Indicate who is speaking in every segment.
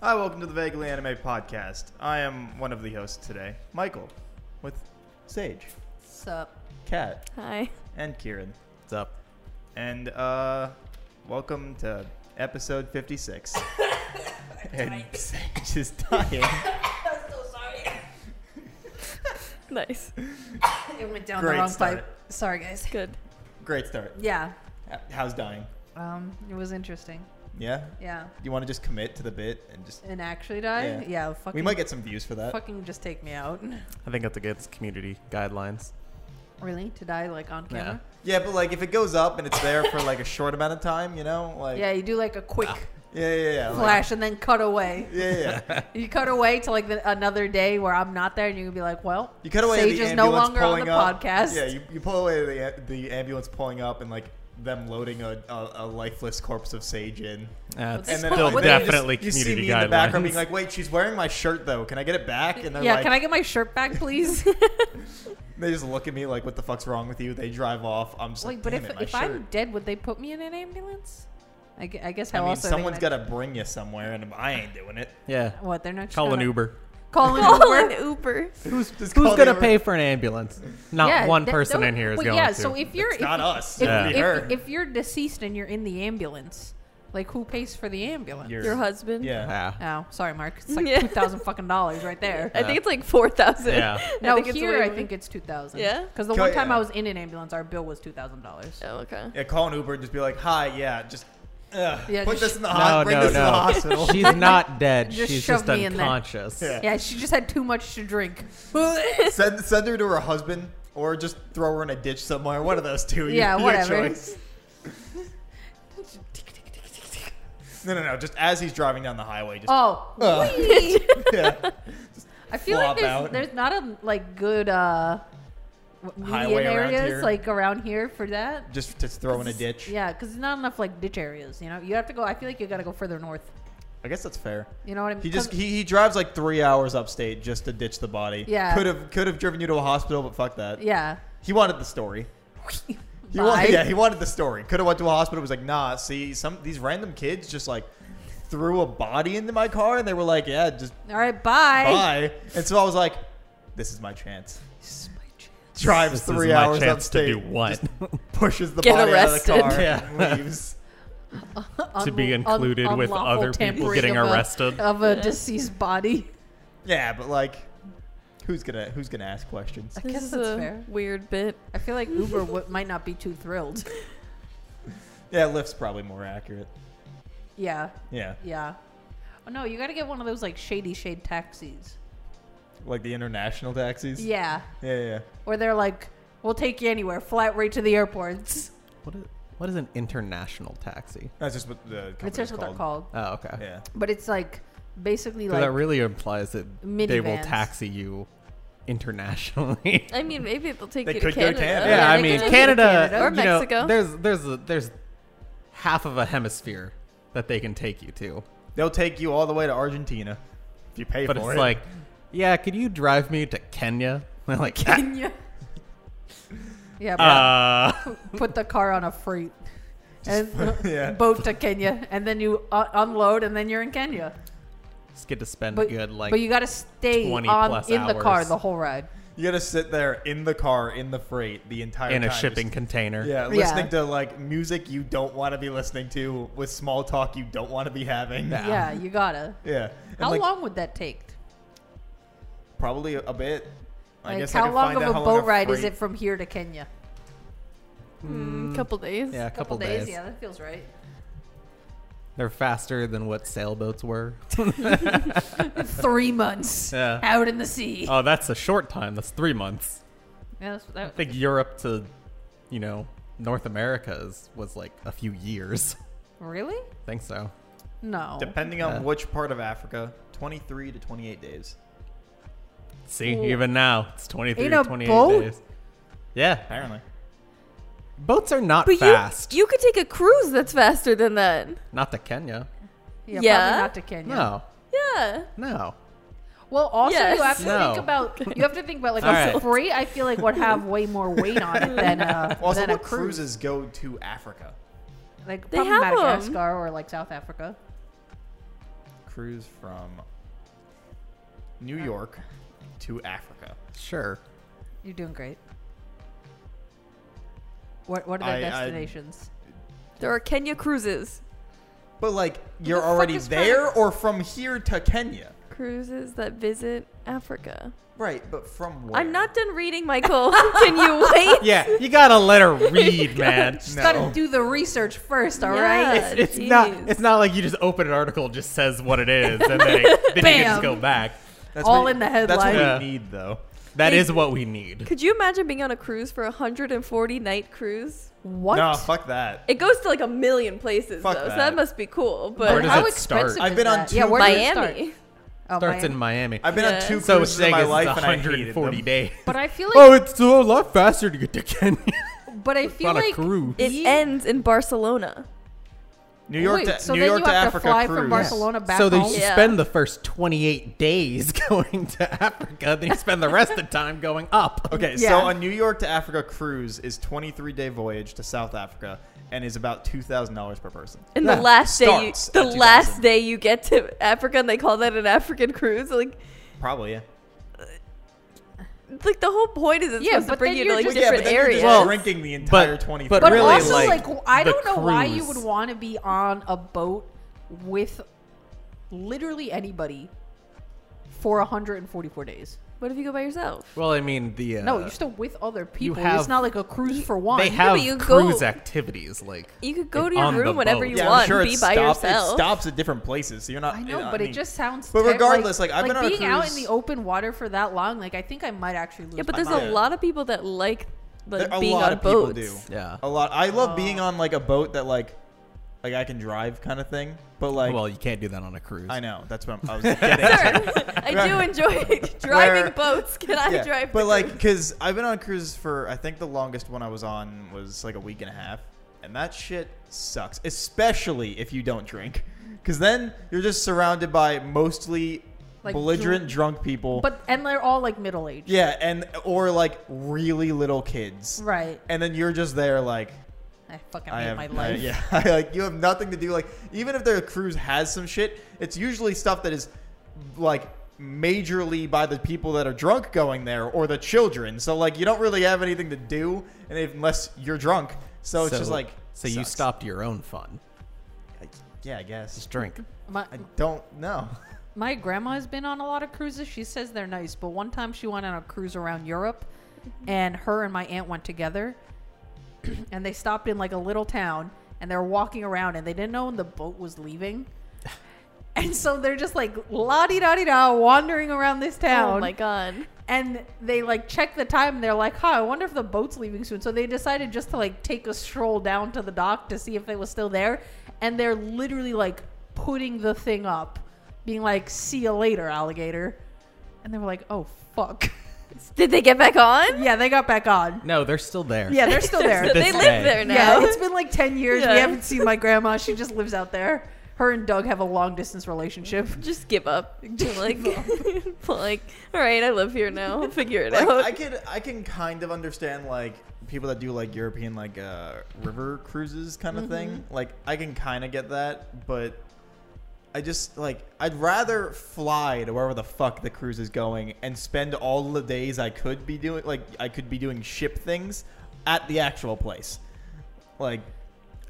Speaker 1: Hi, welcome to the Vaguely Anime Podcast. I am one of the hosts today, Michael, with Sage,
Speaker 2: Sup.
Speaker 1: Kat,
Speaker 3: Hi.
Speaker 1: and Kieran.
Speaker 4: What's up?
Speaker 1: And uh, welcome to episode 56. and Sage is dying.
Speaker 2: I'm so sorry.
Speaker 3: Nice.
Speaker 2: It went down
Speaker 1: Great
Speaker 2: the wrong
Speaker 1: start.
Speaker 2: pipe. Sorry, guys.
Speaker 3: Good.
Speaker 1: Great start.
Speaker 2: Yeah.
Speaker 1: H- How's dying?
Speaker 2: Um, it was interesting.
Speaker 1: Yeah?
Speaker 2: Yeah.
Speaker 1: You want to just commit to the bit and just.
Speaker 2: And actually die?
Speaker 1: Yeah.
Speaker 2: Yeah. fucking,
Speaker 1: We might get some views for that.
Speaker 2: fucking just take me out.
Speaker 4: I think that's against community guidelines.
Speaker 2: really? To die like on camera?
Speaker 1: Yeah, but like if it goes up and it's there for like a short amount of time, you know?
Speaker 2: Yeah.
Speaker 1: Like.
Speaker 2: you do like a quick
Speaker 1: Yeah, yeah, yeah. like-
Speaker 2: flash and then cut away.
Speaker 1: yeah, yeah, yeah.
Speaker 2: You cut away to like the, another day where I'm not there, and you can be like, "Well,
Speaker 1: You cut away. to
Speaker 2: Sage
Speaker 1: the
Speaker 2: is no
Speaker 1: ambulance
Speaker 2: longer on
Speaker 1: pulling
Speaker 2: the
Speaker 1: up.
Speaker 2: podcast."
Speaker 1: Yeah, you, you pull away the the ambulance pulling up and like them loading a, a, a lifeless corpse of Sage in,
Speaker 4: That's
Speaker 2: And then
Speaker 4: still
Speaker 2: what- what did you-
Speaker 4: definitely
Speaker 1: you see
Speaker 4: community
Speaker 1: me
Speaker 4: guidelines.
Speaker 1: in the background being like, "Wait, she's wearing my shirt though. Can I get it back?" And they're
Speaker 2: yeah,
Speaker 1: like,
Speaker 2: can I get my shirt back, please?
Speaker 1: they just look at me like, "What the fuck's wrong with you?" They drive off. I'm just like,
Speaker 2: like, but
Speaker 1: "Damn
Speaker 2: if
Speaker 1: it, my
Speaker 2: if
Speaker 1: shirt."
Speaker 2: I'm dead, would they put me in an ambulance? I, gue- I guess
Speaker 1: I
Speaker 2: how
Speaker 1: mean,
Speaker 2: else? are they
Speaker 1: someone's got
Speaker 2: gonna-
Speaker 1: to bring you somewhere, and I ain't doing it.
Speaker 4: yeah,
Speaker 2: what? They're not just
Speaker 4: call an
Speaker 2: gonna-
Speaker 4: Uber.
Speaker 2: Call an
Speaker 3: Call
Speaker 2: Uber.
Speaker 3: an Uber.
Speaker 1: Who's who's
Speaker 4: Who's gonna pay for an ambulance? Not
Speaker 2: Yeah,
Speaker 4: one
Speaker 2: that-
Speaker 4: person
Speaker 2: that-
Speaker 4: in here is
Speaker 2: well,
Speaker 4: going
Speaker 2: yeah,
Speaker 4: to.
Speaker 2: so if you're if,
Speaker 1: Not us.
Speaker 2: if,
Speaker 4: Yeah.
Speaker 1: It'd be her.
Speaker 2: if, if you're deceased and you're in the ambulance, like who pays for the ambulance?
Speaker 1: Your-
Speaker 3: Your husband.
Speaker 1: yeah.
Speaker 4: yeah,
Speaker 2: oh, sorry, Mark. It's like
Speaker 3: Yeah.
Speaker 2: two thousand fucking dollars right there.
Speaker 3: I think it's like four thousand.
Speaker 4: Yeah.
Speaker 2: No, here I think it's two thousand.
Speaker 3: Yeah?
Speaker 2: because the
Speaker 1: Co-
Speaker 2: one time
Speaker 1: yeah.
Speaker 2: I was in an ambulance, our bill was two thousand dollars.
Speaker 3: Oh, okay.
Speaker 1: Yeah, call an Uber and just be like, "Hi, yeah, just ugh,
Speaker 2: Yeah,
Speaker 1: put
Speaker 2: just-
Speaker 1: this in the
Speaker 4: no,
Speaker 1: hospital. Bring
Speaker 4: no,
Speaker 1: this to the
Speaker 4: no.
Speaker 1: hospital."
Speaker 4: She's not dead.
Speaker 2: Just
Speaker 4: She's
Speaker 2: shove
Speaker 4: just
Speaker 2: me in there.
Speaker 4: unconscious.
Speaker 1: Yeah.
Speaker 2: Yeah, she just had too much to drink.
Speaker 1: send send her to her husband or just throw her in a ditch somewhere. One of those two.
Speaker 2: Yeah,
Speaker 1: your, Your
Speaker 2: whatever.
Speaker 1: choice. No, no, no. Just as he's driving down the highway, just
Speaker 2: Oh,
Speaker 1: Ugh.
Speaker 2: wee.
Speaker 1: yeah.
Speaker 2: I feel
Speaker 1: Flop
Speaker 2: like there's,
Speaker 1: Uh, out.
Speaker 2: there's not a like good uh, w-
Speaker 1: Highway
Speaker 2: median
Speaker 1: around
Speaker 2: areas
Speaker 1: here.
Speaker 2: like around here for that.
Speaker 1: just just throw in a ditch.
Speaker 2: Yeah, because there's not enough like ditch areas. You know, you have to go. I feel like you got to go further north.
Speaker 1: I guess that's fair.
Speaker 2: You know what I mean?
Speaker 1: He just
Speaker 2: 'Cause-
Speaker 1: he, he drives like three hours upstate just to ditch the body.
Speaker 2: Yeah.
Speaker 1: Could have could have driven you to a hospital, but fuck that.
Speaker 2: yeah.
Speaker 1: He wanted the story. He
Speaker 2: Bye.
Speaker 1: wanted, yeah, he wanted the story. Could have went to a hospital. Was like, nah. See, some these random kids just like threw a body into my car, and they were like, yeah, just
Speaker 2: All right, bye.
Speaker 1: bye. And so I was like, this is my chance.
Speaker 2: This is my chance.
Speaker 1: Drives
Speaker 4: This is
Speaker 1: three
Speaker 4: my
Speaker 1: hours
Speaker 4: chance to
Speaker 1: upstate.
Speaker 4: do what?
Speaker 1: just pushes the
Speaker 3: Get
Speaker 1: body out
Speaker 3: arrested.
Speaker 1: of the car
Speaker 4: Yeah.
Speaker 1: and leaves.
Speaker 4: to be
Speaker 2: Un-
Speaker 4: included
Speaker 2: un-
Speaker 4: with
Speaker 2: unlawful
Speaker 4: other people
Speaker 2: tampering
Speaker 4: getting
Speaker 2: of a- Uh,
Speaker 4: arrested.
Speaker 2: of a deceased body.
Speaker 1: Yeah, but like, who's gonna who's gonna ask questions?
Speaker 2: I
Speaker 3: This
Speaker 2: guess
Speaker 3: is
Speaker 2: that's
Speaker 3: a
Speaker 2: fair.
Speaker 3: weird bit.
Speaker 2: I feel like Uber w- might not be too thrilled.
Speaker 1: Yeah, Lyft's probably more accurate.
Speaker 2: Yeah,
Speaker 1: Yeah,
Speaker 2: yeah. Oh no, you got to get one of those like shady shade taxis.
Speaker 1: like the international taxis.
Speaker 2: Yeah,
Speaker 1: yeah, yeah.
Speaker 2: or they're like, we'll take you anywhere, flat rate to the airports.
Speaker 4: What is, what is an international taxi?
Speaker 1: That's just what the
Speaker 2: It's just what they're called,
Speaker 4: Oh, okay.
Speaker 1: Yeah,
Speaker 2: but it's like basically
Speaker 4: So
Speaker 2: like
Speaker 4: that really implies that they will
Speaker 2: Minivans.
Speaker 4: taxi you internationally.
Speaker 3: I mean, maybe they'll take
Speaker 1: They
Speaker 3: you
Speaker 1: could
Speaker 3: to
Speaker 1: go to
Speaker 3: Canada.
Speaker 1: Canada.
Speaker 4: yeah,
Speaker 2: Yeah,
Speaker 4: I
Speaker 2: they
Speaker 4: mean
Speaker 2: could just
Speaker 4: Canada,
Speaker 2: go to
Speaker 3: Or
Speaker 4: you know,
Speaker 3: Mexico.
Speaker 4: there's there's a, there's half of a hemisphere that they can take you to,
Speaker 1: they'll take you all the way to Argentina if you pay
Speaker 4: but
Speaker 1: for
Speaker 4: it's
Speaker 1: it.
Speaker 4: like, yeah, could you drive me to Kenya? They're like,
Speaker 2: Kenya. yeah, but
Speaker 4: uh,
Speaker 2: put the car on a freight and
Speaker 1: yeah.
Speaker 2: boat to Kenya, and then you uh, unload, and then you're in Kenya.
Speaker 4: just get to spend
Speaker 2: But
Speaker 4: a good like.
Speaker 2: but you got to stay
Speaker 4: 20
Speaker 2: on
Speaker 4: plus
Speaker 2: in the car
Speaker 4: hours.
Speaker 2: the whole ride.
Speaker 1: you gotta sit there in the car in the freight the entire
Speaker 4: in a
Speaker 1: time, just-
Speaker 4: shipping container.
Speaker 1: Yeah,
Speaker 2: Yeah.
Speaker 1: listening to like music you don't want to be listening to with small talk you don't want to be having.
Speaker 4: Yeah.
Speaker 2: Yeah, you gotta.
Speaker 1: Yeah. And,
Speaker 2: How
Speaker 1: like,
Speaker 2: long would that take?
Speaker 1: Probably a bit. I
Speaker 2: Like,
Speaker 1: guess I
Speaker 2: how
Speaker 1: could
Speaker 2: long
Speaker 1: find
Speaker 2: of
Speaker 1: out
Speaker 2: a
Speaker 1: how long
Speaker 2: boat ride is
Speaker 1: freight-
Speaker 2: it from here to Kenya?
Speaker 3: Mm, couple days.
Speaker 4: Yeah, a couple, days.
Speaker 2: Yeah, that feels right.
Speaker 4: They're faster than what sailboats were.
Speaker 2: Three months
Speaker 4: Yeah.
Speaker 2: out in the
Speaker 1: Uh,
Speaker 2: sea.
Speaker 4: oh, that's a short time. That's three months.
Speaker 2: yeah, that's,
Speaker 4: I
Speaker 2: that,
Speaker 4: think Europe to, you know, North America is, was like a few years.
Speaker 2: really?
Speaker 4: I think so.
Speaker 2: No.
Speaker 1: Depending
Speaker 4: Yeah.
Speaker 1: on which part of Africa, 23 to 28 days.
Speaker 4: See,
Speaker 2: Ooh.
Speaker 4: even now it's 23
Speaker 2: In
Speaker 4: to
Speaker 2: a
Speaker 4: 28
Speaker 2: boat?
Speaker 4: days. Yeah.
Speaker 1: Apparently.
Speaker 4: Boats are not
Speaker 3: But
Speaker 4: fast.
Speaker 3: you you could take a cruise that's faster than that.
Speaker 4: not to Kenya.
Speaker 2: yeah,
Speaker 3: Yeah.
Speaker 2: probably not to Kenya.
Speaker 4: No.
Speaker 3: Yeah.
Speaker 4: No.
Speaker 2: Well, also
Speaker 3: Yes.
Speaker 2: you have to
Speaker 4: No.
Speaker 2: think about you have to think about like
Speaker 4: All
Speaker 2: a
Speaker 4: right.
Speaker 2: freight. I feel like would have way more weight on it than a
Speaker 1: Also,
Speaker 2: than a
Speaker 1: what
Speaker 2: cruise.
Speaker 1: cruises go to Africa?
Speaker 2: Like
Speaker 3: They
Speaker 2: probably
Speaker 3: have 'em.
Speaker 2: Madagascar or like South Africa.
Speaker 1: cruise from New York to Africa.
Speaker 4: Sure.
Speaker 2: You're doing great. What What are
Speaker 1: I- I-
Speaker 2: their destinations?
Speaker 3: There are Kenya cruises.
Speaker 1: But like, you're
Speaker 2: the fuck
Speaker 1: already
Speaker 2: is trying
Speaker 1: there,
Speaker 2: to-
Speaker 1: or from here to Kenya,
Speaker 3: Cruises that visit Africa.
Speaker 1: right? But from where?
Speaker 3: I'm not done reading, Michael. Can you wait?
Speaker 4: Yeah, you gotta let her read, man.
Speaker 2: Just
Speaker 1: No.
Speaker 2: gotta do the research first, all right?
Speaker 3: Yeah.
Speaker 4: It's, it's not.
Speaker 3: Jeez.
Speaker 4: It's not like you just open an article, it just says what it is, and then, it- then you can
Speaker 2: Bam.
Speaker 4: just go back.
Speaker 1: That's
Speaker 2: all
Speaker 1: what-
Speaker 2: in the
Speaker 1: That's what
Speaker 2: headline.
Speaker 4: Yeah.
Speaker 1: we need, though.
Speaker 4: That is what we need.
Speaker 3: Could you imagine being on a cruise for a 140 night cruise?
Speaker 2: What?
Speaker 1: No, fuck that.
Speaker 3: It goes to like a million places
Speaker 1: Fuck
Speaker 3: though, so
Speaker 1: that.
Speaker 3: that must be cool.
Speaker 4: Where
Speaker 3: But
Speaker 4: does
Speaker 2: how
Speaker 4: it start?
Speaker 2: expensive
Speaker 1: I've
Speaker 2: is
Speaker 1: been on
Speaker 2: that?
Speaker 1: two
Speaker 2: yeah, where does it start?
Speaker 3: Miami.
Speaker 2: Oh,
Speaker 4: Starts
Speaker 2: Miami.
Speaker 4: in Miami.
Speaker 1: I've been on
Speaker 3: Yeah.
Speaker 1: two
Speaker 4: so
Speaker 1: cruises in my
Speaker 4: Shaga's
Speaker 1: life, and I hated
Speaker 4: 140
Speaker 1: them.
Speaker 4: days.
Speaker 2: But I feel like,
Speaker 4: Oh, it's so a lot faster to get to Kenya.
Speaker 2: but I feel
Speaker 4: on a
Speaker 2: like
Speaker 4: cruise.
Speaker 3: It
Speaker 2: Ye-
Speaker 3: ends in Barcelona.
Speaker 1: New York
Speaker 2: Wait,
Speaker 1: to
Speaker 2: so
Speaker 1: New
Speaker 2: then
Speaker 1: York
Speaker 2: you
Speaker 1: to
Speaker 2: have
Speaker 1: Africa
Speaker 2: to fly
Speaker 1: cruise.
Speaker 2: from Barcelona back
Speaker 4: so they
Speaker 2: home.
Speaker 4: you
Speaker 3: Yeah.
Speaker 4: spend the first 28 days going to Africa, then you spend the rest of the time going up.
Speaker 1: Okay, so
Speaker 2: Yeah.
Speaker 1: a New York to Africa cruise is 23 day voyage to South Africa and is about two thousand dollars per person.
Speaker 3: And
Speaker 4: Yeah.
Speaker 3: the last day, you,
Speaker 1: Starts
Speaker 3: the
Speaker 1: at
Speaker 3: last
Speaker 1: 2000.
Speaker 3: day you get to Africa, and they call that an African cruise. Like,
Speaker 1: Probably, yeah.
Speaker 3: it's like the whole point is it's
Speaker 2: Yeah,
Speaker 3: supposed to
Speaker 2: but
Speaker 3: bring
Speaker 2: then
Speaker 3: you to
Speaker 2: you're
Speaker 3: like
Speaker 2: just-
Speaker 1: yeah, but
Speaker 3: different
Speaker 1: then you're
Speaker 3: areas.
Speaker 1: just drinking the entire
Speaker 4: but
Speaker 1: 20.
Speaker 4: really,
Speaker 2: But
Speaker 4: really,
Speaker 2: also,
Speaker 4: like,
Speaker 2: like, I
Speaker 4: the
Speaker 2: don't know why you
Speaker 4: cruise.
Speaker 2: would want to be on a boat with literally anybody for 144 days.
Speaker 3: what if you go by yourself?
Speaker 4: Well, I mean, the. Uh,
Speaker 2: No, you're still with other people.
Speaker 4: have-
Speaker 2: it's not like a cruise for one.
Speaker 4: They have
Speaker 3: but you go-
Speaker 4: cruise activities. Like,
Speaker 3: You could go
Speaker 4: Like,
Speaker 3: to your
Speaker 4: on the
Speaker 3: room whenever
Speaker 4: boat.
Speaker 3: you
Speaker 1: yeah, I'm
Speaker 3: want.
Speaker 1: sure
Speaker 3: be
Speaker 1: it,
Speaker 3: by
Speaker 1: stop- it
Speaker 3: yourself.
Speaker 1: stops at different places, so you're not.
Speaker 2: I know,
Speaker 1: you
Speaker 2: but
Speaker 1: mean,
Speaker 2: it just sounds.
Speaker 1: But
Speaker 2: ter-
Speaker 1: regardless, like, I've been on a
Speaker 2: being out in
Speaker 1: cruise-
Speaker 2: the open water for that long, like I think I might actually lose.
Speaker 3: yeah, but
Speaker 2: my
Speaker 3: there's
Speaker 2: mind.
Speaker 1: Yeah.
Speaker 3: a lot of people that like
Speaker 1: there-
Speaker 3: like
Speaker 1: a
Speaker 3: being
Speaker 1: lot
Speaker 3: on
Speaker 1: of
Speaker 3: boats.
Speaker 1: people do.
Speaker 4: Yeah.
Speaker 1: a lot. I love being
Speaker 2: Oh.
Speaker 1: on like a boat that like, like I can drive kind of thing. But like,
Speaker 4: well, you can't do that on a cruise.
Speaker 1: I know that's what I'm, I was getting. at.
Speaker 3: I do enjoy driving
Speaker 1: Where-
Speaker 3: boats. Can I
Speaker 1: Yeah,
Speaker 3: drive?
Speaker 1: But
Speaker 3: the
Speaker 1: like,
Speaker 3: cruise?
Speaker 1: because I've been on cruises for I think the longest one I was on was like a week and a half, and that shit sucks, especially if you don't drink, because then you're just surrounded by mostly
Speaker 2: Like,
Speaker 1: belligerent drunk people.
Speaker 2: But and they're all like middle aged.
Speaker 1: yeah, and or like really little kids,
Speaker 2: Right.
Speaker 1: and then you're just there like.
Speaker 2: I fucking
Speaker 1: I
Speaker 2: hate
Speaker 1: have,
Speaker 2: my
Speaker 1: I-
Speaker 2: life.
Speaker 1: yeah, I, like you have nothing to do. Like even if their cruise has some shit, it's usually stuff that is like majorly by the people that are drunk going there or the children. So like you don't really have anything to do, and if- unless you're drunk, so it's just like
Speaker 4: So you
Speaker 1: sucks.
Speaker 4: stopped your own fun.
Speaker 1: I- yeah, I guess.
Speaker 4: Just drink.
Speaker 2: My,
Speaker 1: I don't know.
Speaker 2: my grandma's been on a lot of cruises. She says they're nice, but one time she went on a cruise around Europe,
Speaker 3: Mm-hmm.
Speaker 2: and her and my aunt went together, and they stopped in like a little town, and they were walking around, and they didn't know when the boat was leaving. And so they're just like la di da di da wandering around this town.
Speaker 3: oh my god.
Speaker 2: and they like check the time and they're like huh i wonder if the boat's leaving soon so they decided just to like take a stroll down to the dock to see if it was still there and they're literally like putting the thing up being like see you later alligator and they were like oh fuck
Speaker 3: Did they get back on?
Speaker 2: yeah they got back on
Speaker 4: No, they're still there.
Speaker 2: yeah they're still there
Speaker 4: To this
Speaker 3: they
Speaker 4: day.
Speaker 3: live there now.
Speaker 2: yeah it's been like 10 years
Speaker 3: Yeah.
Speaker 2: we haven't seen my grandma she just lives out there her and doug have a long distance relationship
Speaker 3: just give up. Like, like, all right, I live here now. I'll figure it
Speaker 1: Like,
Speaker 3: out.
Speaker 1: I could, I can kind of understand like people that do like European like uh, river cruises kind of thing.
Speaker 3: Mm-hmm.
Speaker 1: Like I can kind of get that, but I just like I'd rather fly to wherever the fuck the cruise is going and spend all the days I could be doing like I could be doing ship things at the actual place. Like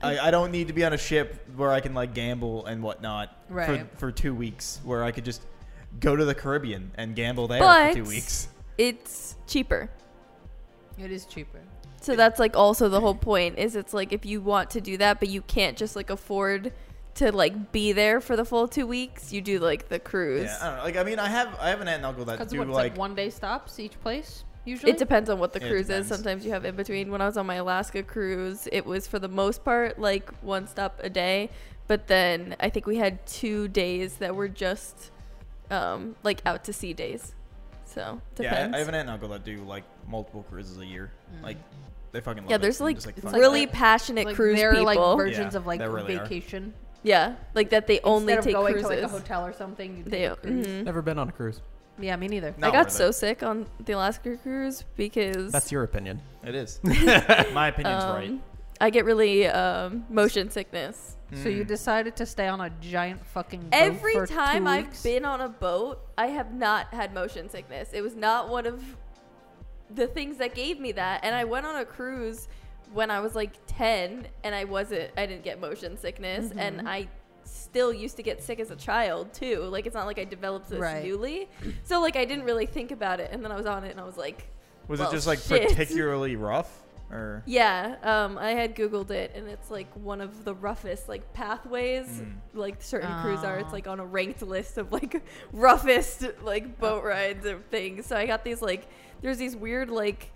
Speaker 1: I, I don't need to be on a ship where I can like gamble and whatnot
Speaker 2: Right.
Speaker 1: for for two weeks where I could just go to the Caribbean and gamble there
Speaker 3: But-
Speaker 1: for two weeks.
Speaker 3: it's cheaper.
Speaker 2: it is cheaper
Speaker 3: So that's like also the whole point is it's like if you want to do that, but you can't just like afford to like be there for the full two weeks, you do like the cruise.
Speaker 1: Yeah, I don't know. Like, I mean, I have I have an aunt and uncle that
Speaker 2: because
Speaker 1: do
Speaker 2: what's
Speaker 1: like,
Speaker 2: like, one day stops each place usually
Speaker 3: It depends on what the
Speaker 1: It
Speaker 3: cruise is.
Speaker 1: depends.
Speaker 3: Sometimes you have in between. When I was on my Alaska cruise, it was for the most part like one stop a day, but then I think we had two days that were just um, like out to sea days. So
Speaker 1: yeah,
Speaker 3: depends.
Speaker 1: I-
Speaker 3: Mm.
Speaker 1: I have an aunt and uncle that do like multiple cruises a year. Like, they fucking love
Speaker 3: yeah,
Speaker 1: it.
Speaker 3: there's
Speaker 1: I'm
Speaker 3: like,
Speaker 1: just fuck
Speaker 3: really
Speaker 1: that.
Speaker 3: passionate
Speaker 2: like
Speaker 3: cruise
Speaker 2: they're
Speaker 3: people.
Speaker 2: like versions
Speaker 1: Yeah,
Speaker 2: of like
Speaker 1: they really are.
Speaker 2: vacation
Speaker 3: yeah, like that they only
Speaker 2: Instead
Speaker 3: take
Speaker 2: of going
Speaker 3: cruises.
Speaker 2: to like a hotel or something. You
Speaker 3: they Mm-hmm.
Speaker 2: take a cruise.
Speaker 3: mhm.
Speaker 4: Never been on a cruise.
Speaker 2: yeah, me neither.
Speaker 1: No.
Speaker 3: I got
Speaker 1: worth
Speaker 3: so
Speaker 1: it.
Speaker 3: sick on the Alaska cruise because
Speaker 4: That's your opinion.
Speaker 1: It is. My opinion's
Speaker 3: um,
Speaker 1: right.
Speaker 3: I get really um, motion sickness.
Speaker 2: So you decided to stay on a giant fucking boat
Speaker 3: Every
Speaker 2: for
Speaker 3: time
Speaker 2: two
Speaker 3: I've
Speaker 2: weeks?
Speaker 3: been on a boat, I have not had motion sickness. It was not one of the things that gave me that. And I went on a cruise when I was like 10 and I wasn't I didn't get motion sickness and
Speaker 2: Mm-hmm.
Speaker 3: I still used to get sick as a child too. Like it's not like I developed this
Speaker 2: Right.
Speaker 3: newly. So like I didn't really think about it and then I was on it and I was like
Speaker 1: Was
Speaker 3: well,
Speaker 1: it just like
Speaker 3: shit.
Speaker 1: particularly rough? Or
Speaker 3: Yeah, um, I had Googled it, and it's like one of the roughest like pathways, like certain cruise are. It's
Speaker 2: Oh.
Speaker 3: like on a ranked list of like roughest like boat rides and things. So I got these like there's these weird like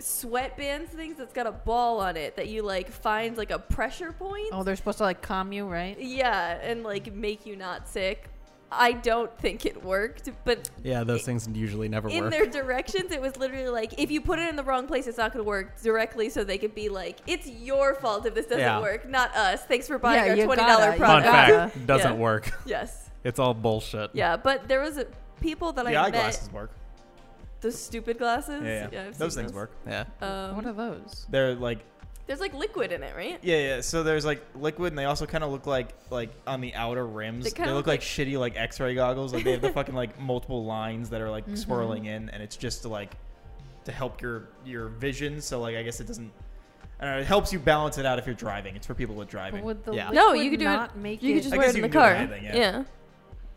Speaker 3: sweatbands things that's got a ball on it that you like find like a pressure point.
Speaker 2: Oh, they're supposed to like calm you, right?
Speaker 3: Yeah, and like make you not sick. I don't think it worked, but
Speaker 4: Yeah, those things usually never
Speaker 3: in
Speaker 4: work.
Speaker 3: their directions it was literally like if you put it in the wrong place it's not going to work directly so they could be like it's your fault if this doesn't
Speaker 4: Yeah.
Speaker 3: work not us thanks for buying
Speaker 2: Yeah,
Speaker 3: our
Speaker 2: you
Speaker 3: $20
Speaker 2: gotta, you
Speaker 3: product
Speaker 4: Fun
Speaker 2: product.
Speaker 4: fact:
Speaker 2: Yeah.
Speaker 4: doesn't
Speaker 3: Yeah.
Speaker 4: work.
Speaker 3: yes
Speaker 4: It's all bullshit.
Speaker 3: yeah but there was a, people that
Speaker 1: the
Speaker 3: i
Speaker 1: eyeglasses
Speaker 3: met
Speaker 1: work.
Speaker 3: the stupid glasses
Speaker 1: Yeah, yeah.
Speaker 3: I've
Speaker 1: those
Speaker 3: seen
Speaker 1: things work.
Speaker 4: Yeah.
Speaker 3: um,
Speaker 2: what are those?
Speaker 1: They're like
Speaker 3: there's like liquid in it right
Speaker 1: yeah, yeah. So there's like liquid, and they also kind of look like like on the outer rims.
Speaker 3: They
Speaker 1: They,
Speaker 3: kinda
Speaker 1: look,
Speaker 3: look
Speaker 1: like, shitty like X-ray goggles. Like they have the fucking like multiple lines that are like swirling in, and it's just to like to help your your vision. So like I guess it doesn't. I don't know. It helps you balance it out if you're driving. It's for people with driving.
Speaker 2: Would the
Speaker 4: Yeah.
Speaker 2: liquid
Speaker 3: No, you could do it-
Speaker 2: not make
Speaker 3: you
Speaker 2: it,
Speaker 3: could just
Speaker 1: I
Speaker 3: wear it
Speaker 1: guess
Speaker 3: in the
Speaker 1: you can
Speaker 3: car
Speaker 1: do anything, yeah.
Speaker 3: yeah
Speaker 2: would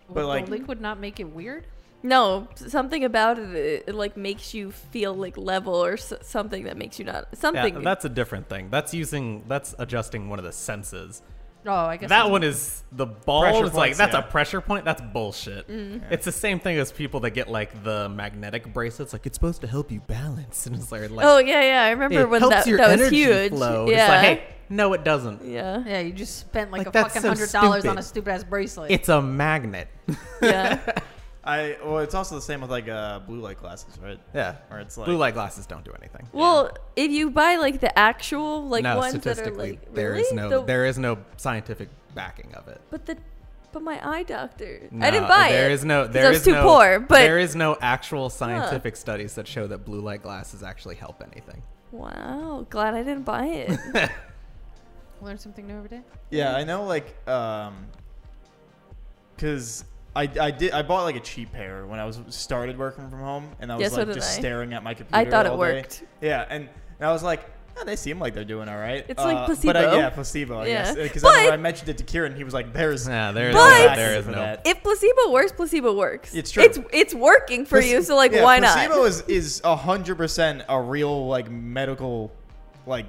Speaker 1: but,
Speaker 2: the
Speaker 1: like-
Speaker 2: liquid not make it weird?
Speaker 3: No, something about it, it, it like makes you feel like level or s- something that makes you not something.
Speaker 4: Yeah, that's a different thing. That's using that's adjusting one of the senses.
Speaker 2: Oh, I guess
Speaker 4: That
Speaker 2: it's-
Speaker 4: one is the ball.
Speaker 1: Pressure
Speaker 4: it's like
Speaker 1: points,
Speaker 4: that's
Speaker 1: yeah.
Speaker 4: a pressure point. That's bullshit.
Speaker 3: Mm.
Speaker 4: It's the same thing as people that get like the magnetic bracelets. Like it's supposed to help you balance, and it's like, like
Speaker 3: oh yeah, yeah. I remember
Speaker 4: it
Speaker 3: when
Speaker 4: helps
Speaker 3: that,
Speaker 4: your
Speaker 3: that was
Speaker 4: energy
Speaker 3: huge.
Speaker 4: flow.
Speaker 3: Yeah.
Speaker 4: It's like, hey, no, it doesn't.
Speaker 3: Yeah.
Speaker 2: Yeah, you just spent like,
Speaker 4: Like,
Speaker 2: a
Speaker 4: that's
Speaker 2: fucking
Speaker 4: so
Speaker 2: hundred dollars on
Speaker 4: stupid.
Speaker 2: a stupid ass bracelet.
Speaker 4: It's a magnet.
Speaker 3: Yeah.
Speaker 1: I well, it's also the same with like uh, blue light glasses, right?
Speaker 4: yeah,
Speaker 1: Or it's like
Speaker 4: blue light glasses don't do anything.
Speaker 3: Well, if you buy like the actual like
Speaker 4: no,
Speaker 3: ones that are
Speaker 4: statistically,
Speaker 3: like
Speaker 4: there
Speaker 3: really?
Speaker 4: is no
Speaker 3: The-
Speaker 4: there is no scientific backing of it.
Speaker 3: but the but my eye doctor.
Speaker 4: No,
Speaker 3: I didn't buy it.
Speaker 4: There is no.
Speaker 3: 'cause
Speaker 4: There
Speaker 3: I was
Speaker 4: is
Speaker 3: too
Speaker 4: no-
Speaker 3: poor. But
Speaker 4: there is no actual scientific studies that show that blue light glasses actually help anything.
Speaker 3: wow, glad I didn't buy it.
Speaker 2: Learn something new every day.
Speaker 1: Yeah, I know. Like, um, because I, I did I bought like a cheap pair when I was started working from home, and I was
Speaker 3: Yes, so
Speaker 1: like
Speaker 3: did
Speaker 1: just
Speaker 3: I.
Speaker 1: staring at my computer.
Speaker 3: I thought it
Speaker 1: all day.
Speaker 3: worked.
Speaker 1: Yeah, and, and I was like. "Oh, they seem like they're doing all right. Uh,
Speaker 3: It's like
Speaker 1: But I,
Speaker 3: placebo.
Speaker 1: yeah, placebo. I
Speaker 3: Yeah.
Speaker 1: guess because I, remember
Speaker 3: But-
Speaker 1: I mentioned it to Kieran. He was like, "There's
Speaker 4: Yeah, there is
Speaker 1: no
Speaker 3: no-
Speaker 1: vaccine
Speaker 4: there is
Speaker 1: for
Speaker 4: no-
Speaker 1: that.
Speaker 3: If placebo works, placebo works.
Speaker 1: It's true.
Speaker 3: It's it's working for you, so like
Speaker 1: Yeah,
Speaker 3: why
Speaker 1: Placebo
Speaker 3: not?
Speaker 1: is is hundred percent a real like medical like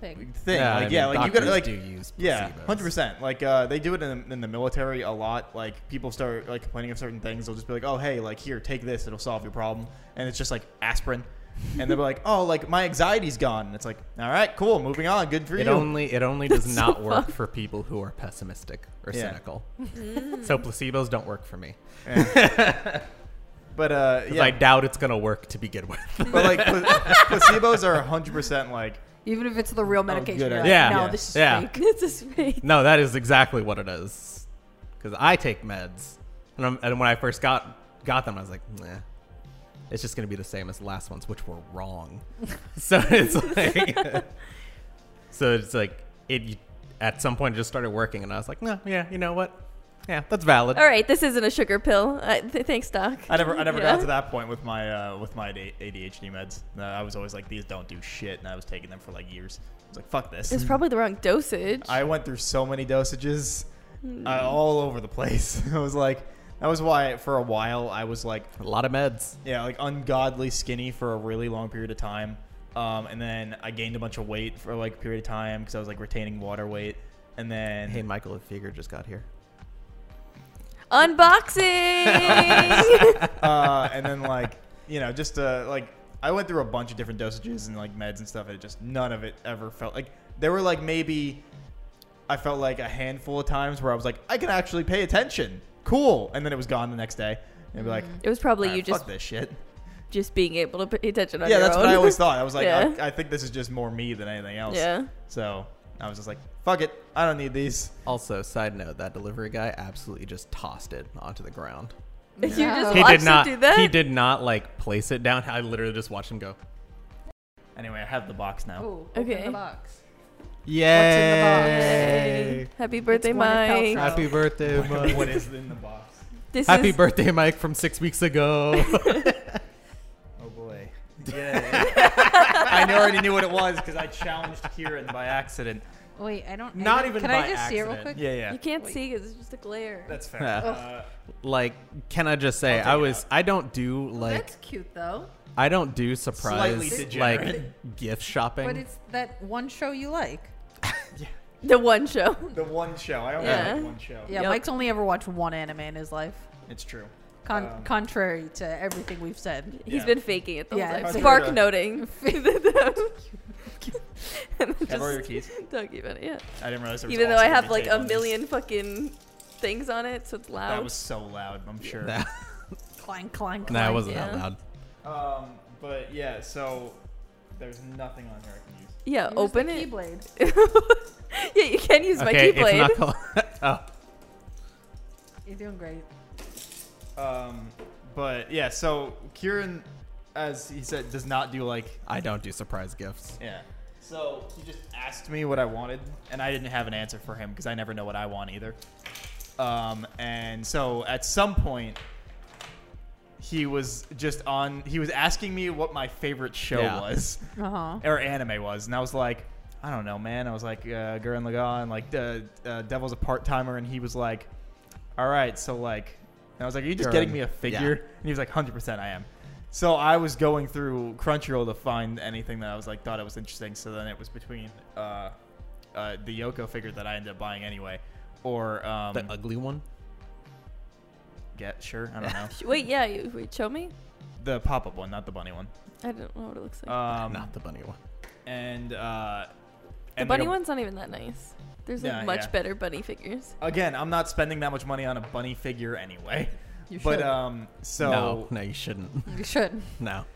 Speaker 2: Pig.
Speaker 1: thing.
Speaker 4: Yeah,
Speaker 1: like,
Speaker 4: I
Speaker 1: yeah,
Speaker 4: mean,
Speaker 1: like you gotta
Speaker 4: doctors
Speaker 1: like
Speaker 4: do use
Speaker 1: yeah,
Speaker 4: placebos.
Speaker 1: hundred percent. Like uh, they do it in, in the military a lot. Like people start like complaining of certain things, they'll just be like, "Oh, hey, like here, take this, it'll solve your problem," and it's just like aspirin. And they'll be like, "Oh, like my anxiety's gone." And it's like, "All right, cool, moving on, good for
Speaker 4: It
Speaker 1: you."
Speaker 4: only it only does
Speaker 3: That's
Speaker 4: not
Speaker 3: so
Speaker 4: work
Speaker 3: fun.
Speaker 4: for people who are pessimistic or
Speaker 1: Yeah.
Speaker 4: cynical. so placebos don't work for me.
Speaker 1: but uh,
Speaker 4: 'Cause
Speaker 1: yeah,
Speaker 4: I doubt it's gonna work to begin with.
Speaker 1: but like pla- placebos are hundred percent like
Speaker 2: Even if it's the real medication.
Speaker 1: good
Speaker 2: you're
Speaker 1: idea.
Speaker 2: like,
Speaker 4: Yeah.
Speaker 2: No,
Speaker 4: Yeah.
Speaker 2: this is
Speaker 4: Yeah.
Speaker 2: fake.
Speaker 3: It's a fake.
Speaker 4: no, that is exactly what it is. Because I take meds, and, I'm, and when I first got got them, I was like, nah, it's just gonna be the same as the last ones, which were wrong. so it's like, so it's like it. At some point, it just started working, and I was like, no, yeah, you know what? Yeah, that's valid.
Speaker 3: All right, this isn't a sugar pill. I, th- thanks, doc.
Speaker 1: I never I never
Speaker 3: Yeah.
Speaker 1: got to that point with my uh, with my ADHD meds. Uh, I was always like, "These don't do shit," and I was taking them for like years. I was like, "Fuck this."
Speaker 3: It's probably the wrong dosage.
Speaker 1: I went through so many dosages uh, all over the place. I was like, that was why for a while I was like,
Speaker 4: A lot of meds.
Speaker 1: yeah, like ungodly skinny for a really long period of time. Um, and then I gained a bunch of weight for like a period of time because I was like retaining water weight. And then
Speaker 4: Hey, Michael, a figure just got here.
Speaker 3: Unboxing.
Speaker 1: uh, and then like you know just uh, like I went through a bunch of different dosages and like meds and stuff, and it just none of it ever felt like there were like maybe I felt like a handful of times where I was like I can actually pay attention, cool, and then it was gone the next day, and I'd be like,
Speaker 3: it was probably
Speaker 1: "Alright,
Speaker 3: Mm. you just
Speaker 1: fuck this shit.
Speaker 3: just being able to pay attention on
Speaker 1: Yeah,
Speaker 3: your
Speaker 1: that's
Speaker 3: own.
Speaker 1: what I always thought. I was like,
Speaker 3: Yeah.
Speaker 1: I, I think this is just more me than anything else.
Speaker 3: Yeah.
Speaker 1: So I was just like, fuck it, I don't need these.
Speaker 4: Also, side note, that delivery guy absolutely just tossed it onto the ground.
Speaker 3: You just
Speaker 4: He
Speaker 3: watched
Speaker 4: did not.
Speaker 3: him do that.
Speaker 4: He did not like place it down. I literally just watched him go.
Speaker 1: Anyway, I have the box now.
Speaker 2: Ooh, open
Speaker 3: Okay.
Speaker 2: the box.
Speaker 4: Yay!
Speaker 3: Happy birthday,
Speaker 2: Gwyneth
Speaker 3: Mike.
Speaker 2: Paltrow.
Speaker 4: Happy birthday, Mike.
Speaker 1: what is in the box?
Speaker 3: This
Speaker 4: Happy
Speaker 3: is,
Speaker 4: birthday, Mike, from six weeks ago.
Speaker 1: Oh boy. Yeah. I knew- already knew what it was because I challenged Kieran by accident.
Speaker 2: Wait, I don't. I
Speaker 4: Not
Speaker 2: don't-
Speaker 4: even
Speaker 2: Can
Speaker 4: by
Speaker 2: I just see it real
Speaker 4: accident.
Speaker 2: quick?
Speaker 1: Yeah, yeah.
Speaker 3: You can't
Speaker 2: Wait.
Speaker 3: see 'cause it's just a glare.
Speaker 1: That's fair.
Speaker 4: Yeah.
Speaker 1: Uh,
Speaker 4: like, can I just say,
Speaker 1: I'll take
Speaker 4: I
Speaker 1: it
Speaker 4: was,
Speaker 1: out.
Speaker 4: I don't do like,
Speaker 2: That's cute though.
Speaker 4: I don't do
Speaker 1: Slightly
Speaker 4: surprise
Speaker 1: degenerate.
Speaker 4: like gift shopping.
Speaker 2: But it's that one show you like.
Speaker 3: the one show.
Speaker 1: the one show. I only
Speaker 3: Yeah.
Speaker 1: like one show.
Speaker 2: Yeah,
Speaker 3: Yep.
Speaker 2: Mike's only ever watched one anime in his life.
Speaker 1: It's true.
Speaker 2: Con-
Speaker 1: Um,
Speaker 2: contrary to everything we've said.
Speaker 3: He's
Speaker 1: Yeah.
Speaker 3: been faking it the
Speaker 2: Yeah,
Speaker 3: whole time.
Speaker 2: it's-
Speaker 3: Spark noting. and then
Speaker 1: Can I borrow your
Speaker 3: just
Speaker 1: keys?
Speaker 3: talking about it, yeah.
Speaker 1: I didn't realize there was
Speaker 3: Even though I
Speaker 1: also
Speaker 3: have
Speaker 1: a
Speaker 3: like
Speaker 1: tape
Speaker 3: a
Speaker 1: on this.
Speaker 3: million fucking things on it, so it's
Speaker 1: That
Speaker 3: loud.
Speaker 1: was so loud, I'm sure.
Speaker 4: Nah,
Speaker 2: Clang, clang, clang.
Speaker 4: nah, it wasn't that
Speaker 3: Yeah.
Speaker 4: loud.
Speaker 1: Um, but yeah, so there's nothing on here I can use.
Speaker 3: yeah,
Speaker 2: Use the
Speaker 3: open it.
Speaker 2: Keyblade.
Speaker 3: yeah, you can use my
Speaker 4: okay,
Speaker 3: keyblade.
Speaker 4: it's not. Called, oh,
Speaker 2: You're doing great.
Speaker 1: Um, but yeah, so Kieran, as he said, does not do like
Speaker 4: I don't do surprise gifts.
Speaker 1: yeah. So he just asked me what I wanted, and I didn't have an answer for him because I never know what I want either. Um, and so at some point, he was just on. He was asking me what my favorite show
Speaker 4: Yeah.
Speaker 1: was
Speaker 2: Uh huh.
Speaker 1: or anime was, and I was like, I don't know, man. I was like, uh, Gurren Lagann, like uh, uh, Devil's a part timer, and he was like, All right, so like, and I was like, Are you just
Speaker 4: Gurren,
Speaker 1: getting me a
Speaker 4: yeah.
Speaker 1: figure? And he was like, Hundred percent, I am. So I was going through Crunchyroll to find anything that I was like thought it was interesting. So then it was between uh, uh, the Yoko figure that I ended up buying anyway, or um,
Speaker 4: The uh, ugly one.
Speaker 1: get sure, I don't know,
Speaker 3: Sh- Wait, yeah, you, wait, show me.
Speaker 1: the pop up one, not the bunny one.
Speaker 3: I don't know what it looks like.
Speaker 1: Um,
Speaker 4: Not the bunny one.
Speaker 1: and uh,
Speaker 3: the
Speaker 1: and, like,
Speaker 3: bunny
Speaker 1: a-
Speaker 3: one's not even that nice. There's like
Speaker 1: Yeah,
Speaker 3: much
Speaker 1: yeah.
Speaker 3: better bunny figures.
Speaker 1: Again, I'm not spending that much money on a bunny figure anyway.
Speaker 2: You
Speaker 1: But
Speaker 2: should.
Speaker 1: um, so
Speaker 4: no, no, you shouldn't.
Speaker 2: you should.
Speaker 4: No.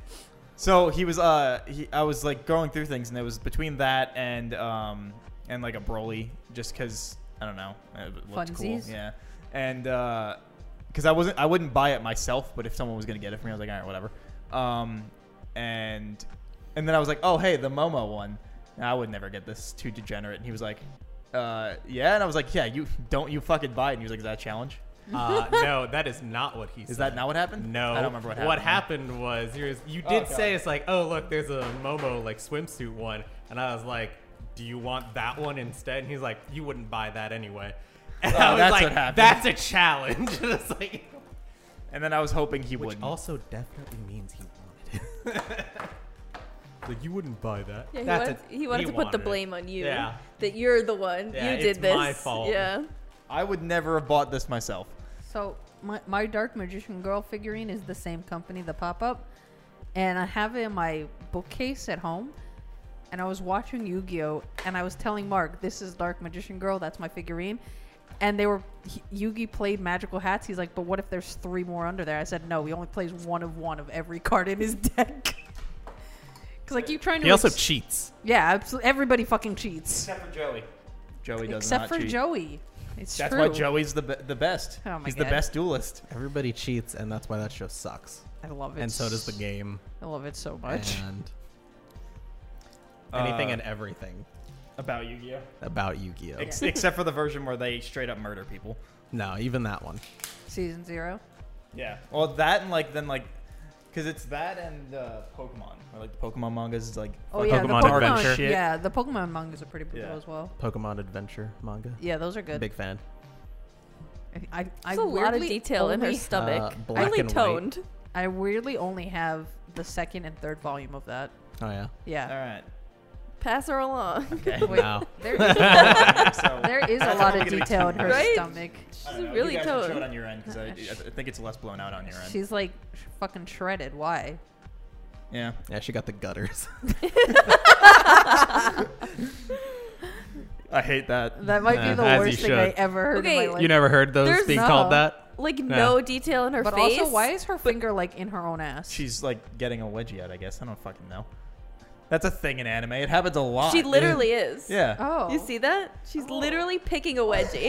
Speaker 1: so he was uh, he, I was like going through things, and it was between that and um, and like a Broly, just because I don't know, it looked cool,
Speaker 2: Funsies?
Speaker 1: yeah, and uh, because I wasn't, I wouldn't buy it myself, but if someone was gonna get it for me, I was like, all right, whatever, um, and and then I was like, oh hey, the Momo one, I would never get this, too degenerate, and he was like. Uh, yeah, and I was like, yeah, you don't you fucking buy it. And he was like, is that a challenge?
Speaker 4: Uh, no, that is not what he said.
Speaker 1: Is that not what happened?
Speaker 4: No,
Speaker 1: I don't remember what happened.
Speaker 4: happened was you, was- you did
Speaker 1: God.
Speaker 4: say it's like, oh look, there's a Momo like swimsuit one, and I was like, do you want that one instead? And he's like, you wouldn't buy that anyway. And
Speaker 1: Oh,
Speaker 4: I was
Speaker 1: that's
Speaker 4: like,
Speaker 1: what happened.
Speaker 4: that's a challenge. And it's like,
Speaker 1: And then I was hoping he
Speaker 4: which
Speaker 1: wouldn't.
Speaker 4: also definitely means he wanted it. like you wouldn't buy that.
Speaker 3: Yeah, he
Speaker 4: That's
Speaker 3: wanted,
Speaker 4: a-
Speaker 3: he wanted to put the
Speaker 4: wanted it.
Speaker 3: blame on you.
Speaker 4: Yeah.
Speaker 3: That you're the one.
Speaker 4: Yeah,
Speaker 3: you
Speaker 4: it's
Speaker 3: did this.
Speaker 4: my fault.
Speaker 3: Yeah.
Speaker 1: I would never have bought this myself.
Speaker 2: So my, my Dark Magician Girl figurine is the same company, the pop up, and I have it in my bookcase at home. And I was watching Yu Gi Oh, and I was telling Mark, "This is Dark Magician Girl. That's my figurine." And they were he, Yugi played magical hats. He's like, "But what if there's three more under there?" I said, "No, he only plays one of one of every card in his deck." Because I keep trying to.
Speaker 4: He also
Speaker 2: ex-
Speaker 4: cheats.
Speaker 2: yeah, absolutely. Everybody fucking cheats,
Speaker 1: Except for Joey. Joey does
Speaker 2: except
Speaker 1: not
Speaker 2: for
Speaker 1: cheat.
Speaker 2: Joey. It's
Speaker 1: That's
Speaker 2: true.
Speaker 1: why Joey's the be- the best.
Speaker 2: Oh my
Speaker 1: He's
Speaker 2: God.
Speaker 1: the best duelist.
Speaker 4: Everybody cheats, and that's why that show sucks.
Speaker 2: I love it.
Speaker 4: And so does the game
Speaker 2: I love it so much.
Speaker 4: and uh, anything
Speaker 1: Uh,
Speaker 4: and everything
Speaker 1: About Yu-Gi-Oh.
Speaker 4: about Yu-Gi-Oh.
Speaker 1: Ex- except for the version where they straight up murder people.
Speaker 4: No, even that one.
Speaker 2: Season zero.
Speaker 1: Yeah. Well, that and like then like, because it's that and uh, Pokemon. Or like the Pokemon mangas is like.
Speaker 2: Oh
Speaker 1: fuck-
Speaker 2: yeah,
Speaker 4: Pokemon
Speaker 2: the Pokemon.
Speaker 4: Adventure.
Speaker 1: Shit.
Speaker 2: Yeah, the Pokemon mangas are pretty brutal
Speaker 1: Yeah.
Speaker 2: as well.
Speaker 4: Pokemon Adventure manga.
Speaker 2: Yeah, those are good.
Speaker 4: Big fan.
Speaker 2: I, I
Speaker 3: There's a lot of
Speaker 2: weirdly
Speaker 3: detail in her
Speaker 2: only-
Speaker 3: stomach.
Speaker 4: Uh, black
Speaker 3: really
Speaker 4: and white.
Speaker 3: toned.
Speaker 2: I weirdly only have the second and third volume of that.
Speaker 4: Oh yeah.
Speaker 1: All
Speaker 2: Yeah.
Speaker 1: right.
Speaker 3: Pass her along.
Speaker 1: Okay.
Speaker 2: Wait,
Speaker 4: Wow.
Speaker 2: there, is,
Speaker 1: so,
Speaker 2: there is a
Speaker 1: That's what
Speaker 2: lot of
Speaker 1: we're gonna
Speaker 2: detail in her
Speaker 3: Right?
Speaker 2: stomach.
Speaker 1: I
Speaker 3: She's
Speaker 1: don't know,
Speaker 3: really
Speaker 1: you guys can show it
Speaker 3: toned.
Speaker 1: on your end because I, I think it's less blown out on your end.
Speaker 2: She's like sh- fucking shredded. Why?
Speaker 1: yeah.
Speaker 4: Yeah, she got the gutters.
Speaker 1: I hate that.
Speaker 2: That might
Speaker 4: Yeah,
Speaker 2: be the
Speaker 4: as
Speaker 2: worst
Speaker 4: you
Speaker 2: thing I
Speaker 4: should.
Speaker 2: ever heard
Speaker 3: Okay,
Speaker 2: in my life.
Speaker 4: you never heard those
Speaker 3: There's
Speaker 4: being
Speaker 2: no-
Speaker 4: called that?
Speaker 3: Like no detail in her
Speaker 2: but
Speaker 3: face.
Speaker 2: also, why is her finger like in her own ass?
Speaker 1: She's like getting a wedgie out, I guess. I don't fucking know. That's a thing in anime. It happens a lot.
Speaker 3: She
Speaker 1: dude.
Speaker 3: literally is.
Speaker 1: Yeah.
Speaker 2: oh,
Speaker 3: You see that? She's literally picking a wedgie.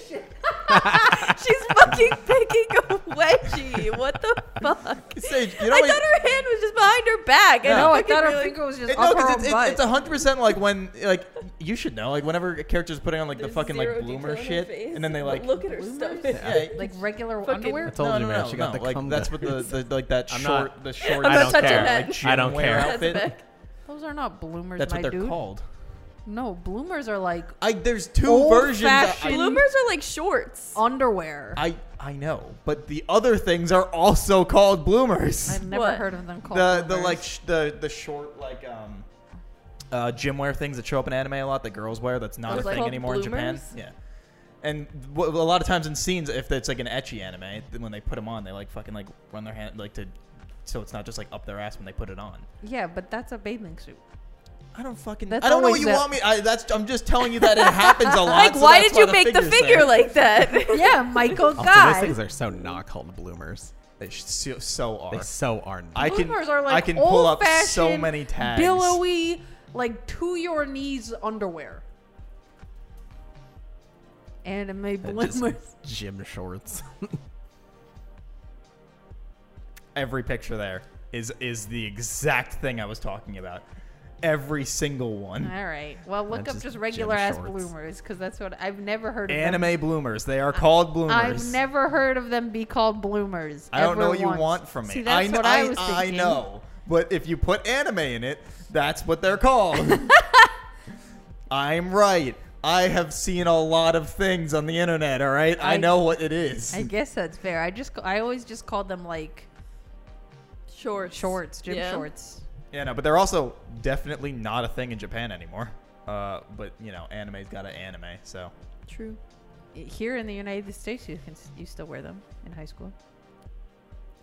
Speaker 3: She's fucking picking a wedgie. What the fuck?
Speaker 1: Sage, you know
Speaker 3: I
Speaker 1: what-
Speaker 3: thought her hand was just behind her back.
Speaker 1: No,
Speaker 2: No,
Speaker 3: I
Speaker 2: I
Speaker 3: fucking
Speaker 2: thought her
Speaker 3: really-
Speaker 2: finger was just
Speaker 1: It-
Speaker 2: up
Speaker 1: no,
Speaker 2: her
Speaker 1: because
Speaker 2: own
Speaker 1: it's, it's,
Speaker 2: butt.
Speaker 1: it's 100% like when, like, you should know, like, whenever a character's putting on, like, the fucking, like,
Speaker 3: Zero detail
Speaker 1: bloomer
Speaker 3: in her
Speaker 1: shit,
Speaker 3: face.
Speaker 1: and then they, like,
Speaker 3: look at her
Speaker 2: bloomers?
Speaker 3: stomach.
Speaker 1: yeah, you-
Speaker 2: like regular
Speaker 3: Fucking-
Speaker 4: I
Speaker 2: underwear.
Speaker 4: told
Speaker 1: no,
Speaker 4: you,
Speaker 1: no,
Speaker 4: man.
Speaker 1: no,
Speaker 4: she got
Speaker 1: no,
Speaker 4: the
Speaker 1: like,
Speaker 4: cum
Speaker 1: that's what the,
Speaker 4: guts.
Speaker 1: the, like, that
Speaker 4: I'm
Speaker 1: short,
Speaker 4: not-
Speaker 1: the short,
Speaker 3: I'm
Speaker 4: I
Speaker 3: not
Speaker 4: don't
Speaker 3: touching
Speaker 4: care.
Speaker 3: that.
Speaker 1: like,
Speaker 4: I don't
Speaker 1: gym wear
Speaker 4: care.
Speaker 3: That's
Speaker 1: outfit.
Speaker 3: back.
Speaker 2: Those are not bloomers,
Speaker 1: That's
Speaker 2: my
Speaker 1: what they're
Speaker 2: dude.
Speaker 1: called.
Speaker 2: No, bloomers are like
Speaker 1: I, there's two
Speaker 2: Old
Speaker 1: versions.
Speaker 2: fashioned-
Speaker 1: I,
Speaker 3: Bloomers are like shorts.
Speaker 2: underwear.
Speaker 1: I, I know, but the other things are also called bloomers.
Speaker 2: I've never
Speaker 3: What?
Speaker 2: heard of them called
Speaker 1: the the
Speaker 2: bloomers.
Speaker 1: like sh- the the short like um uh gym wear things that show up in anime a lot that girls wear that's not
Speaker 3: Those
Speaker 1: a
Speaker 3: are
Speaker 1: thing
Speaker 3: called
Speaker 1: anymore in Japan.
Speaker 3: bloomers?
Speaker 1: Yeah. And w- a lot of times in scenes, if it's like an etchy anime, then when they put them on, they like fucking like run their hand like to, so it's not just like up their ass when they put it on.
Speaker 2: yeah, but that's a bathing suit.
Speaker 1: I don't fucking.
Speaker 2: That's
Speaker 1: I don't know what
Speaker 2: always
Speaker 1: you
Speaker 2: it.
Speaker 1: want me. I, that's I'm just telling you that it happens a lot.
Speaker 3: like,
Speaker 1: so
Speaker 3: why
Speaker 1: that's
Speaker 3: did you
Speaker 1: the
Speaker 3: make the
Speaker 1: figure's
Speaker 3: figure
Speaker 1: there.
Speaker 3: like that?
Speaker 2: Yeah, Michael
Speaker 4: Also, those
Speaker 2: God.
Speaker 4: things are so not called bloomers.
Speaker 1: They sh- so, so are.
Speaker 4: They so are not.
Speaker 1: I can.
Speaker 2: bloomers are like
Speaker 1: I can pull up so
Speaker 2: old-fashioned,
Speaker 1: many tags.
Speaker 2: Billowy, like to your knees underwear. Anime
Speaker 4: They're
Speaker 2: bloomers.
Speaker 4: just gym shorts.
Speaker 1: every picture there is is the exact thing I was talking about. Every single one.
Speaker 2: All right. Well, look
Speaker 4: That's
Speaker 2: up
Speaker 4: just
Speaker 2: just
Speaker 4: gym
Speaker 2: regular ass
Speaker 4: shorts.
Speaker 2: bloomers because that's what I've never heard of them.
Speaker 1: Anime bloomers. They are called bloomers.
Speaker 2: I've never heard of them be called bloomers.
Speaker 1: I don't
Speaker 2: ever
Speaker 1: know what you
Speaker 2: once.
Speaker 1: want from me.
Speaker 2: See, that's
Speaker 1: kn-
Speaker 2: what I, was thinking.
Speaker 1: I know. But if you put anime in it, that's what they're called. I'm right. I have seen a lot of things on the internet, all right? I,
Speaker 2: I-
Speaker 1: know what it is.
Speaker 2: I guess that's fair. I just I always just called them like
Speaker 3: Shorts.
Speaker 2: shorts, gym
Speaker 3: Yeah.
Speaker 2: shorts.
Speaker 1: yeah, no, but they're also definitely not a thing in Japan anymore. Uh, but, you know, anime's got an anime, so.
Speaker 3: True.
Speaker 2: Here in the United States, you can s- you still wear them in high school.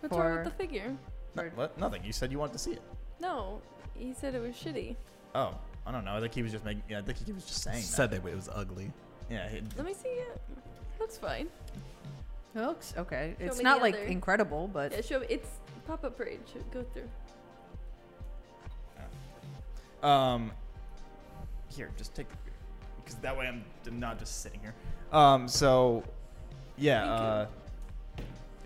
Speaker 3: What's wrong
Speaker 2: For-
Speaker 3: with the figure?
Speaker 1: No,
Speaker 2: Or-
Speaker 1: what? Nothing. You said you wanted to see it.
Speaker 3: No, he said it was shitty.
Speaker 1: Oh, I don't know. I think he was just making. Yeah, I think he was just saying
Speaker 4: Said that it was ugly.
Speaker 1: that. Yeah, he,
Speaker 3: Let me see it. That's fine.
Speaker 2: It looks okay.
Speaker 3: Show
Speaker 2: It's
Speaker 3: me
Speaker 2: not
Speaker 3: the
Speaker 2: like
Speaker 3: other.
Speaker 2: incredible,
Speaker 3: Yeah,
Speaker 2: but
Speaker 3: show it's pop up parade. Show, go through.
Speaker 1: um, here, just take, because that way I'm, I'm not just sitting here. Um, so, yeah.
Speaker 3: Thank you.
Speaker 1: Uh,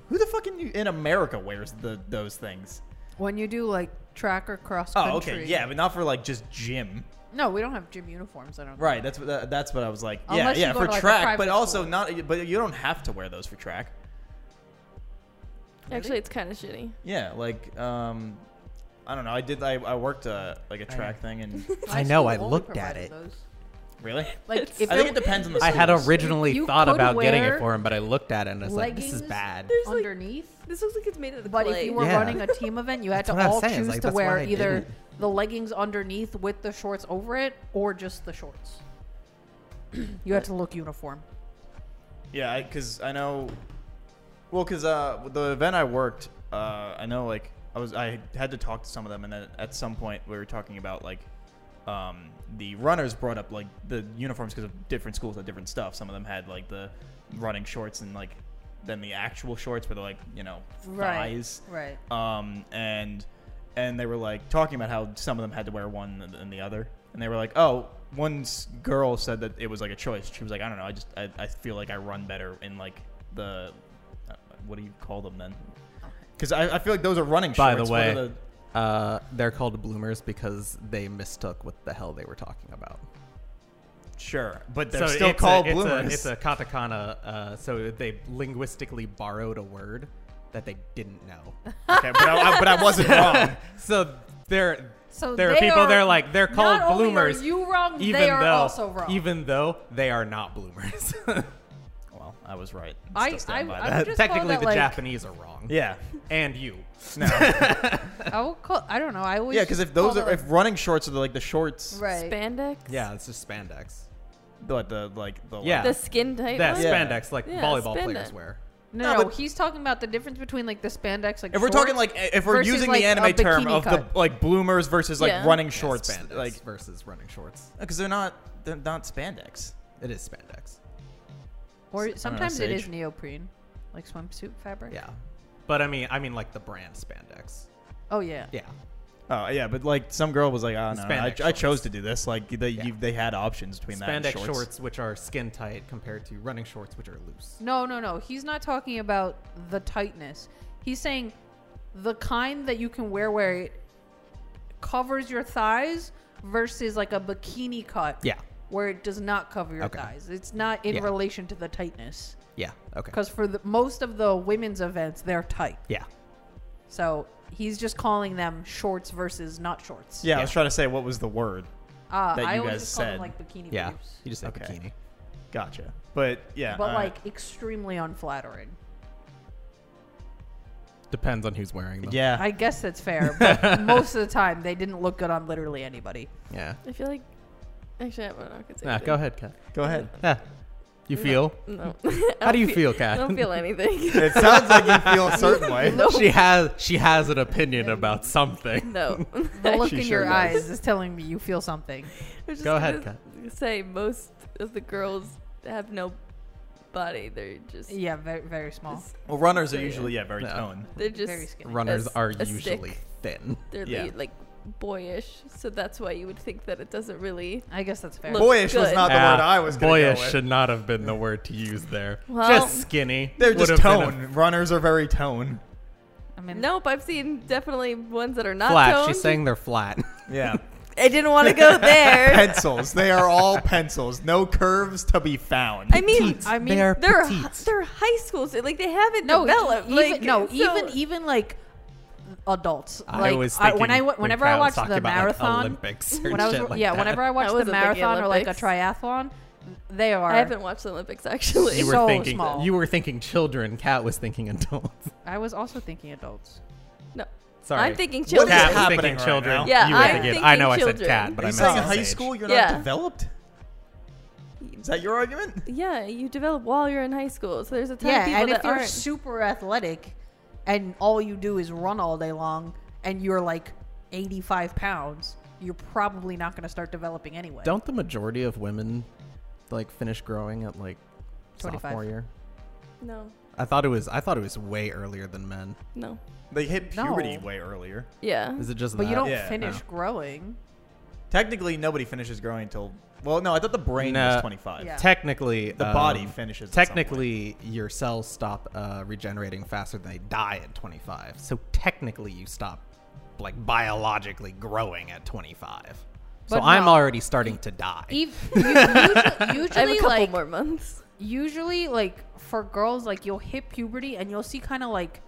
Speaker 1: who the fuck in, in America wears the those things?
Speaker 2: when you do like track or cross
Speaker 1: Oh,
Speaker 2: country,
Speaker 1: okay, yeah, but not for like just gym.
Speaker 2: No, we don't have gym uniforms. I don't. think.
Speaker 1: Right. That's what that, that's what I was like. Yeah,
Speaker 2: Unless you
Speaker 1: yeah,
Speaker 2: go
Speaker 1: for
Speaker 2: to, like, a
Speaker 1: track, but
Speaker 2: private
Speaker 1: also
Speaker 2: school.
Speaker 1: not. But you don't have to wear those for track.
Speaker 3: Actually, it's kind of shitty.
Speaker 1: Yeah, like um, I don't know. I did. I, I worked uh, like a track thing and
Speaker 2: My
Speaker 4: I know,
Speaker 2: school
Speaker 4: I
Speaker 2: only
Speaker 4: looked at
Speaker 2: provided
Speaker 4: it.
Speaker 2: those.
Speaker 1: really.
Speaker 2: Like if
Speaker 1: I
Speaker 2: it-
Speaker 1: think it depends on the.
Speaker 4: I had
Speaker 1: schools.
Speaker 4: originally
Speaker 2: You
Speaker 4: thought
Speaker 2: could
Speaker 4: about getting
Speaker 2: wear
Speaker 4: it for him, but I looked at it and I was like, this is
Speaker 2: leggings.
Speaker 4: bad.
Speaker 3: There's like-
Speaker 2: underneath.
Speaker 3: This looks E like it's made out of
Speaker 2: But if
Speaker 3: clay.
Speaker 2: you were
Speaker 4: Yeah.
Speaker 2: running a team event, you had
Speaker 4: That's
Speaker 2: to
Speaker 4: what I'm
Speaker 2: all
Speaker 4: saying,
Speaker 2: choose
Speaker 4: like,
Speaker 2: to
Speaker 4: that's why
Speaker 2: wear
Speaker 4: I
Speaker 2: either
Speaker 4: didn't.
Speaker 2: the leggings underneath with the shorts over it or just the shorts. you had to look uniform.
Speaker 1: Yeah, because I, know. Well, because uh, the event I worked, uh, I know like I was I had to talk to some of them, and then at some point we were talking about like um, the runners brought up like the uniforms because of different schools had different stuff. Some of them had like the running shorts and like then the actual shorts were like you know thighs
Speaker 2: Right.
Speaker 1: um, and and they were like talking about how some of them had to wear one and- and the other, and they were like, oh, one s- girl said that it was like a choice. She was like, I don't know, I just I, I feel like I run better in like the uh, what do you call them then? Because I, I feel like those are running.
Speaker 4: By
Speaker 1: shorts.
Speaker 4: the
Speaker 1: What
Speaker 4: way,
Speaker 1: are the-
Speaker 4: uh, they're called bloomers because they mistook what the hell they were talking about.
Speaker 1: sure, but they're still called bloomers.
Speaker 4: it's a katakana, uh, so they linguistically borrowed a word that they didn't know.
Speaker 1: okay, but I, I- but I wasn't wrong.
Speaker 4: so there,
Speaker 2: So
Speaker 4: there are
Speaker 2: they
Speaker 4: people.
Speaker 2: are-
Speaker 4: they're like they're called
Speaker 2: not only are
Speaker 4: bloomers.
Speaker 2: you wrong,
Speaker 4: even
Speaker 2: they are
Speaker 4: though,
Speaker 2: also wrong.
Speaker 4: Even though they are not bloomers.
Speaker 1: Well, I was right.
Speaker 2: I-
Speaker 1: Still stand
Speaker 2: I-
Speaker 1: by
Speaker 2: I-
Speaker 1: that.
Speaker 2: would just call
Speaker 4: Technically,
Speaker 2: that,
Speaker 4: the
Speaker 2: like-
Speaker 4: Japanese are wrong.
Speaker 1: yeah,
Speaker 4: and you.
Speaker 1: no,
Speaker 2: I will call, I don't know. I always
Speaker 1: yeah, because if those are if running shorts are the, like the shorts,
Speaker 2: right.
Speaker 3: Spandex.
Speaker 4: Yeah, it's just spandex.
Speaker 1: the, the like the
Speaker 4: Yeah.
Speaker 3: The skin tight.
Speaker 4: That
Speaker 3: one?
Speaker 1: Yeah.
Speaker 4: spandex, like
Speaker 3: Yeah,
Speaker 4: volleyball
Speaker 3: spandex.
Speaker 4: players wear.
Speaker 1: No,
Speaker 2: No, no,
Speaker 1: but-
Speaker 2: he's talking about the difference between like the spandex, like
Speaker 1: If we're talking
Speaker 2: shorts-
Speaker 1: like if we're
Speaker 2: versus,
Speaker 1: using
Speaker 2: like,
Speaker 1: the
Speaker 2: a
Speaker 1: anime term
Speaker 2: bikini
Speaker 1: of
Speaker 2: cut.
Speaker 1: the like bloomers versus like
Speaker 3: Yeah.
Speaker 1: running
Speaker 4: Yeah,
Speaker 1: shorts,
Speaker 4: spandex
Speaker 1: like
Speaker 4: versus running shorts.
Speaker 1: because they're not they're not spandex.
Speaker 4: It is spandex.
Speaker 2: or sometimes it is
Speaker 1: Sage.
Speaker 2: neoprene, like swimsuit fabric.
Speaker 4: Yeah, but I mean, I mean like the brand spandex.
Speaker 2: Oh yeah.
Speaker 4: Yeah,
Speaker 1: Oh yeah, but like some girl was like, "Oh no, no, I,
Speaker 4: Spandex
Speaker 1: I chose
Speaker 4: shorts.
Speaker 1: to do this." Like they you, they had options between that
Speaker 4: Spandex
Speaker 1: and
Speaker 4: shorts.
Speaker 1: shorts.
Speaker 4: which are skin tight, compared to running shorts, which are loose.
Speaker 2: No, no, no. He's not talking about the tightness. He's saying the kind that you can wear where it covers your thighs versus like a bikini cut.
Speaker 4: Yeah.
Speaker 2: Where it does not cover your
Speaker 4: Okay.
Speaker 2: thighs. It's not in
Speaker 4: Yeah.
Speaker 2: relation to the tightness.
Speaker 4: Yeah. Okay.
Speaker 2: Because for the, most of the women's events, they're tight.
Speaker 4: Yeah.
Speaker 2: So he's just calling them shorts versus not shorts.
Speaker 1: Yeah, I
Speaker 4: Yeah.
Speaker 1: was trying to say what was the word.
Speaker 2: Uh,
Speaker 1: That
Speaker 2: I
Speaker 1: you
Speaker 2: always
Speaker 1: guys
Speaker 2: just call them
Speaker 1: said.
Speaker 2: like bikini
Speaker 4: Yeah.
Speaker 2: boobs.
Speaker 4: You just said
Speaker 1: Okay.
Speaker 4: bikini.
Speaker 1: Gotcha. But yeah,
Speaker 2: But
Speaker 1: uh,
Speaker 2: like extremely unflattering.
Speaker 4: Depends on who's wearing them.
Speaker 1: yeah,
Speaker 2: I guess that's fair. But most of the time, they didn't look good on literally anybody.
Speaker 4: Yeah.
Speaker 3: I feel like actually I'm not gonna say.
Speaker 4: Nah,
Speaker 3: anything.
Speaker 4: go ahead, Kat.
Speaker 1: go ahead.
Speaker 4: Yeah. You feel?
Speaker 3: No.
Speaker 4: How do you feel,
Speaker 3: I
Speaker 4: Kat?
Speaker 3: don't feel anything.
Speaker 1: It sounds like you feel a certain way.
Speaker 4: She has she has an opinion about something.
Speaker 3: no.
Speaker 2: The look
Speaker 1: She
Speaker 2: in
Speaker 1: sure
Speaker 2: your
Speaker 1: does.
Speaker 2: eyes is telling me you feel something.
Speaker 3: I'm just
Speaker 4: Go ahead,
Speaker 3: gonna Say most of the girls have no body. They're just
Speaker 2: Yeah, very very small.
Speaker 3: just-
Speaker 1: Well, runners are
Speaker 3: Yeah.
Speaker 1: usually yeah very
Speaker 4: Yeah.
Speaker 1: toned.
Speaker 3: they're just
Speaker 2: very skinny.
Speaker 4: Runners
Speaker 3: A s-
Speaker 4: are
Speaker 3: a
Speaker 4: usually
Speaker 3: stick.
Speaker 4: thin.
Speaker 3: they're
Speaker 1: Yeah.
Speaker 3: like boyish. So that's why you would think that it doesn't really.
Speaker 2: I guess that's fair.
Speaker 3: Look-
Speaker 1: Boyish was
Speaker 3: good.
Speaker 1: not the
Speaker 4: Ah,
Speaker 1: word I was going
Speaker 4: boyish
Speaker 1: go with.
Speaker 4: should not have been the word to use there.
Speaker 3: Well-
Speaker 4: just skinny.
Speaker 1: They're
Speaker 4: Would
Speaker 1: just
Speaker 4: have been a-
Speaker 1: tone. Runners are very tone.
Speaker 2: I mean,
Speaker 3: Nope, I've seen definitely ones that are not
Speaker 4: flat.
Speaker 3: toned.
Speaker 4: She's saying they're flat.
Speaker 1: Yeah.
Speaker 3: I didn't want to go there.
Speaker 1: pencils. They are all pencils. No curves to be found.
Speaker 3: I mean,
Speaker 2: I mean,
Speaker 4: they're
Speaker 3: they're
Speaker 4: petite.
Speaker 3: hi- they're high school, so, like they haven't
Speaker 2: no, e-,
Speaker 3: developed.
Speaker 2: even,
Speaker 3: like,
Speaker 2: no,
Speaker 3: so-
Speaker 2: even even like adults.
Speaker 4: I
Speaker 2: like
Speaker 4: was
Speaker 2: when I
Speaker 4: thinking
Speaker 2: wa-
Speaker 4: when
Speaker 2: whenever I
Speaker 4: Kyle was
Speaker 2: watch
Speaker 4: talking
Speaker 2: the
Speaker 4: about, like,
Speaker 2: marathon,
Speaker 4: Olympics or
Speaker 2: when I was
Speaker 4: shit like
Speaker 2: yeah,
Speaker 4: that.
Speaker 2: whenever I watch the
Speaker 3: wasn't thinking
Speaker 2: marathon or like a
Speaker 3: Olympics.
Speaker 2: triathlon, they are.
Speaker 3: I haven't watched the Olympics actually.
Speaker 4: you were
Speaker 2: so
Speaker 4: thinking
Speaker 2: small.
Speaker 4: you were thinking children. Cat was thinking adults.
Speaker 2: I was also thinking adults.
Speaker 3: no,
Speaker 4: Sorry,
Speaker 3: I'm thinking
Speaker 1: What is
Speaker 3: children.
Speaker 4: Cat was
Speaker 1: happening
Speaker 4: thinking
Speaker 1: right
Speaker 4: children.
Speaker 1: now?
Speaker 3: Yeah,
Speaker 4: you were
Speaker 3: I'm
Speaker 4: thinking. I know I said
Speaker 3: thinking
Speaker 4: cat, but
Speaker 1: Are
Speaker 4: I
Speaker 1: you
Speaker 4: meant
Speaker 1: saying in
Speaker 4: the
Speaker 1: high
Speaker 4: same.
Speaker 1: school you're
Speaker 3: Yeah.
Speaker 1: not developed? Is that your argument?
Speaker 3: Yeah, you develop while you're in high school. So there's a ton of
Speaker 2: Yeah,
Speaker 3: people
Speaker 2: and
Speaker 3: that
Speaker 2: if you're
Speaker 3: aren't.
Speaker 2: super athletic, and all you do is run all day long, and you're like 85 pounds, you're probably not going to start developing anyway.
Speaker 4: Don't the majority of women like finish growing at like
Speaker 2: 25.
Speaker 4: sophomore year?
Speaker 3: no,
Speaker 4: I thought it was I thought it was way earlier than men.
Speaker 3: no.
Speaker 1: They hit
Speaker 2: No.
Speaker 1: puberty way earlier.
Speaker 3: Yeah.
Speaker 4: Is it just
Speaker 2: But
Speaker 4: that?
Speaker 2: you don't
Speaker 1: Yeah,
Speaker 2: finish
Speaker 4: no.
Speaker 2: growing.
Speaker 1: Technically, nobody finishes growing until. Well, no, I thought the brain
Speaker 4: No.
Speaker 1: was 25.
Speaker 2: Yeah.
Speaker 4: Technically,
Speaker 1: The
Speaker 4: um,
Speaker 1: body finishes at some
Speaker 4: Technically, your cells stop uh, regenerating faster than they die at 25. So technically, you stop like biologically growing at 25. So
Speaker 2: But
Speaker 4: I'm
Speaker 2: no. e-
Speaker 4: already starting to die.
Speaker 2: Ev- you- usually,
Speaker 3: I have a
Speaker 2: usually
Speaker 3: couple
Speaker 2: like
Speaker 3: more months.
Speaker 2: usually like for girls, like you'll hit puberty and you'll see kind of like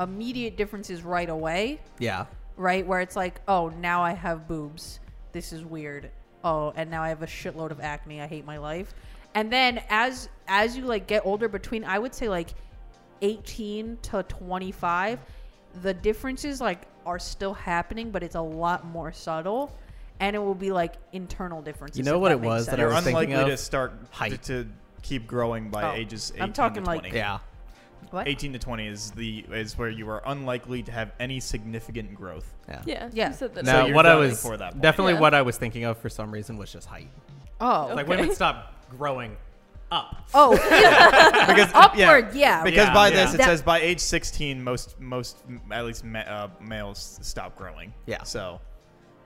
Speaker 2: immediate differences right away,
Speaker 4: yeah.
Speaker 2: right? Where it's like, oh, now I have boobs. This is weird. Oh, and now I have a shitload of acne. I hate my life. And then as as you like get older, between I would say like eighteen to twenty five, the differences like are still happening, but it's a lot more subtle. And it will be like internal differences.
Speaker 4: You know
Speaker 2: if
Speaker 4: what
Speaker 2: that
Speaker 4: it
Speaker 2: makes
Speaker 4: was that I
Speaker 2: sense.
Speaker 1: You're
Speaker 4: was thinking
Speaker 1: unlikely
Speaker 4: of
Speaker 1: to start
Speaker 4: height.
Speaker 1: To, to keep growing by
Speaker 2: Oh,
Speaker 1: ages 18
Speaker 2: I'm talking
Speaker 1: to
Speaker 2: like-
Speaker 1: 20.
Speaker 4: Yeah.
Speaker 2: What?
Speaker 1: 18 to 20 is the is where you are unlikely to have any significant growth.
Speaker 4: Yeah.
Speaker 3: Yeah.
Speaker 2: Yeah.
Speaker 3: You said that.
Speaker 4: Now,
Speaker 1: you're
Speaker 4: what I
Speaker 1: done
Speaker 4: was
Speaker 1: before that point.
Speaker 4: definitely
Speaker 3: Yeah.
Speaker 4: what I was thinking of for some reason was just height.
Speaker 2: Oh,
Speaker 4: Like
Speaker 3: Okay.
Speaker 4: women stop growing up.
Speaker 2: oh,
Speaker 1: Because
Speaker 2: upward, yeah.
Speaker 1: Because
Speaker 4: Yeah,
Speaker 1: by
Speaker 4: yeah.
Speaker 1: this it
Speaker 2: That-
Speaker 1: says by age 16 most most m- at least ma- uh, males stop growing.
Speaker 4: Yeah.
Speaker 1: So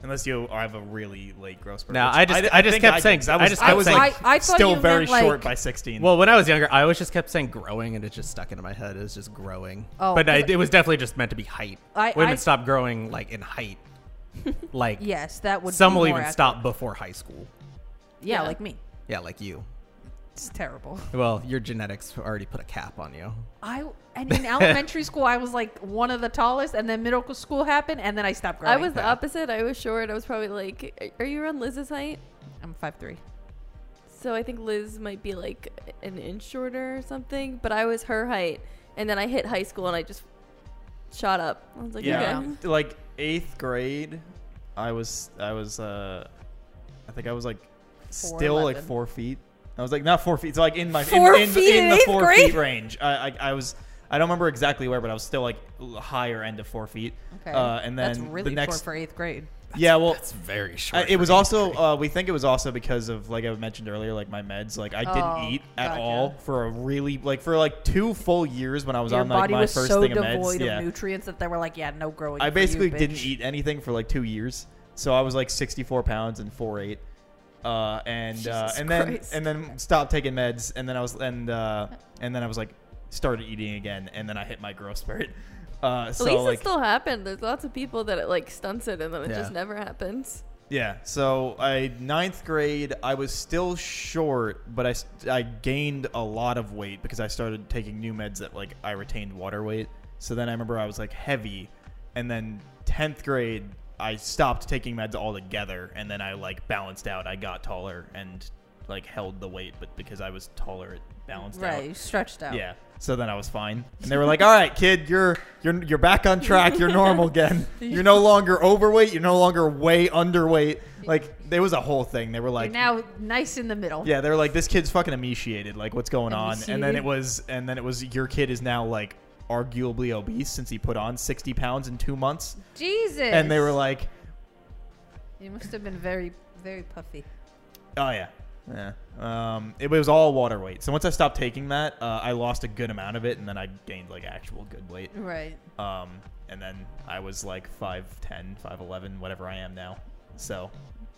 Speaker 1: unless you have a really late growth spurt.
Speaker 4: No,
Speaker 1: which
Speaker 4: I just- I just
Speaker 1: think
Speaker 4: kept saying-
Speaker 1: did, 'cause
Speaker 4: I
Speaker 1: was,
Speaker 4: just
Speaker 1: I
Speaker 4: kept
Speaker 1: was
Speaker 4: saying-
Speaker 1: like
Speaker 2: I- I thought
Speaker 1: still
Speaker 2: you
Speaker 1: very
Speaker 2: meant,
Speaker 1: short
Speaker 2: like-
Speaker 1: by 16.
Speaker 4: Well, when I was younger, I always just kept saying growing, and it just stuck into my head. It was just growing.
Speaker 2: Oh,
Speaker 4: but I,
Speaker 2: 'cause-
Speaker 4: it was definitely just meant to be height.
Speaker 2: I-
Speaker 4: Women
Speaker 2: I-
Speaker 4: stop growing like in height. Like
Speaker 2: yes, that would.
Speaker 4: some
Speaker 2: be
Speaker 4: will
Speaker 2: more
Speaker 4: even
Speaker 2: accurate.
Speaker 4: stop before high school.
Speaker 2: Yeah,
Speaker 3: Yeah.
Speaker 2: like me.
Speaker 4: Yeah, like you.
Speaker 2: It's terrible.
Speaker 4: Well, your genetics already put a cap on you.
Speaker 2: I and in elementary school I was like one of the tallest, and then middle school happened, and then I stopped growing.
Speaker 3: I was the opposite. I was short. I was probably like, are you around Liz's height?
Speaker 2: I'm five three.
Speaker 3: So I think Liz might be like an inch shorter or something. But I was her height, and then I hit high school and I just shot up. I was like,
Speaker 1: yeah.
Speaker 3: okay.
Speaker 1: Like 8th grade, I was I was uh I think I was like still like
Speaker 2: 4'11".
Speaker 1: 4 feet. I was like not 4 feet. It's like in my
Speaker 3: Four
Speaker 1: in, in,
Speaker 3: feet
Speaker 1: in
Speaker 3: in
Speaker 1: the
Speaker 3: eighth
Speaker 1: 4
Speaker 3: grade?
Speaker 1: feet range. I, I I was I don't remember exactly where, but I was still like l- higher end of 4 feet.
Speaker 2: Okay,
Speaker 1: Uh, and then
Speaker 2: that's really
Speaker 1: the next
Speaker 2: short for eighth grade.
Speaker 1: yeah, well,
Speaker 4: That's very
Speaker 1: I,
Speaker 4: short.
Speaker 1: it was
Speaker 4: range.
Speaker 1: also uh, we think it was also because of like I mentioned earlier, like my meds. Like I
Speaker 2: Oh,
Speaker 1: didn't eat at
Speaker 2: gotcha.
Speaker 1: all for a really like for like two full years when I was
Speaker 2: Your
Speaker 1: on like
Speaker 2: body
Speaker 1: my
Speaker 2: was
Speaker 1: first
Speaker 2: so
Speaker 1: thing of
Speaker 2: devoid
Speaker 1: meds.
Speaker 2: of
Speaker 1: yeah,
Speaker 2: nutrients that they were like, yeah, no growing.
Speaker 1: I
Speaker 2: for you,
Speaker 1: basically didn't
Speaker 2: bitch.
Speaker 1: eat anything for like two years, so I was like 64 pounds and 4'8", uh, and uh,
Speaker 3: Jesus
Speaker 1: and then
Speaker 3: Christ.
Speaker 1: and then stopped taking meds, and then I was and uh, and then I was like started eating again, and then I hit my growth spurt. Uh,
Speaker 3: At
Speaker 1: so
Speaker 3: least
Speaker 1: like
Speaker 3: it still happened. There's lots of people that it like stunts it and then it
Speaker 4: Yeah.
Speaker 3: just never happens.
Speaker 1: Yeah. So I ninth grade, I was still short, but I s- I gained a lot of weight because I started taking new meds that like I retained water weight. So then I remember I was like heavy, and then tenth grade I stopped taking meds altogether, and then I like balanced out. I got taller and like held the weight, but because I was taller, it balanced
Speaker 2: Right,
Speaker 1: out.
Speaker 2: you stretched out.
Speaker 1: Yeah. So then I was fine. And they were like, "All right, kid, you're you're you're back on track. You're normal again. You're no longer overweight. You're no longer way underweight." Like there was a whole thing. They were
Speaker 2: You're
Speaker 1: like,
Speaker 2: now nice in the middle.
Speaker 1: "Yeah, they were like, this kid's fucking emaciated. Like what's going on?" And then
Speaker 2: Emaciated.
Speaker 1: it was and then it was your kid is now like arguably obese since he put on 60 pounds in 2 months.
Speaker 2: Jesus.
Speaker 1: And they were like,
Speaker 2: you must have been very, very puffy.
Speaker 1: "Oh yeah." Yeah. Um, it was all water weight. So once I stopped taking that, uh, I lost a good amount of it, and then I gained like actual good weight.
Speaker 2: Right.
Speaker 1: Um, and then I was like 5'10, 5'11, whatever I am now. So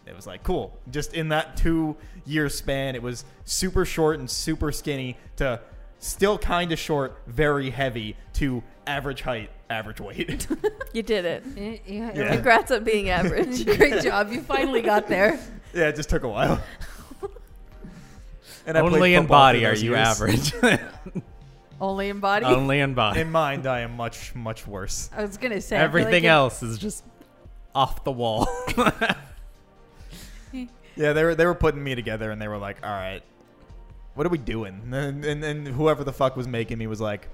Speaker 1: it was like, cool. Just in that two year span, it was super short and super skinny to still kind of short, very heavy to average height, average weight.
Speaker 3: You did it.
Speaker 2: Yeah, yeah.
Speaker 1: Yeah.
Speaker 3: Congrats on being average.
Speaker 2: Great job. You finally got there.
Speaker 1: yeah, it just took a while. And I played
Speaker 4: Only in
Speaker 1: football
Speaker 4: body
Speaker 1: through
Speaker 4: are
Speaker 1: those
Speaker 4: you
Speaker 1: years.
Speaker 4: average.
Speaker 2: Only in body.
Speaker 1: Um,
Speaker 4: Only in body.
Speaker 1: In mind, I am much, much worse.
Speaker 2: I was gonna say I feel like
Speaker 4: Everything
Speaker 2: it-
Speaker 4: else is just off the wall.
Speaker 1: Yeah, they were they were putting me together, and they were like, "All right, what are we doing?" And and, and whoever the fuck was making me was like,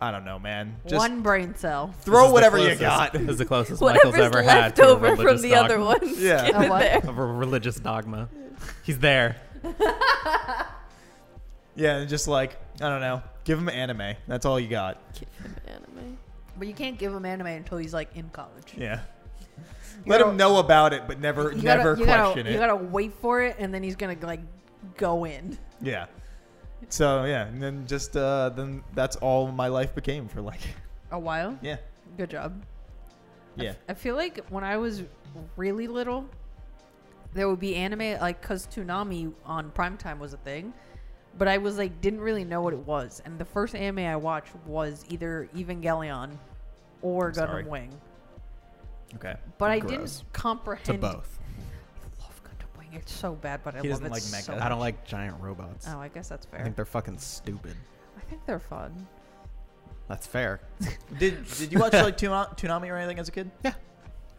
Speaker 1: "I don't know, man. Just
Speaker 2: one brain cell.
Speaker 4: This is
Speaker 1: throw
Speaker 4: the
Speaker 1: whatever you
Speaker 4: closest-
Speaker 1: got."
Speaker 4: This is the closest
Speaker 3: Whatever's
Speaker 4: Michael's ever had
Speaker 3: left
Speaker 4: to a
Speaker 3: over from
Speaker 4: religious
Speaker 3: the
Speaker 4: dogma.
Speaker 3: other one.
Speaker 1: Yeah.
Speaker 3: get
Speaker 2: A
Speaker 3: it
Speaker 2: what?
Speaker 3: there.
Speaker 4: Of a religious dogma. He's there.
Speaker 1: yeah, and just like I don't know, give him anime. That's all you got.
Speaker 3: Anime.
Speaker 2: But you can't give him anime until he's like in college.
Speaker 1: Yeah. Let him know about it, but never
Speaker 2: You
Speaker 1: never
Speaker 2: gotta, you gotta-
Speaker 1: question it.
Speaker 2: You gotta wait for it, and then he's gonna like go in.
Speaker 1: yeah. So yeah, and then just uh, then that's all my life became for like
Speaker 2: A while.
Speaker 1: yeah
Speaker 2: Good job.
Speaker 1: yeah
Speaker 2: I feel like when I was really little, there would be anime like because Toonami on primetime was a thing, but I was like didn't really know what it was, and the first anime I watched was either Evangelion or Gundam
Speaker 1: sorry.
Speaker 2: Wing,
Speaker 1: okay.
Speaker 2: but I
Speaker 4: Gross.
Speaker 2: didn't comprehend. I love Gundam Wing. It's so bad, but I
Speaker 1: He
Speaker 2: love
Speaker 1: doesn't
Speaker 2: it
Speaker 1: like mecha.
Speaker 2: so.
Speaker 4: I don't like giant robots.
Speaker 2: Oh, I guess that's fair.
Speaker 4: I think they're fucking stupid.
Speaker 2: they're fun.
Speaker 4: That's fair.
Speaker 1: Did did you watch like Toon- Toonami or anything as a kid?
Speaker 4: Yeah,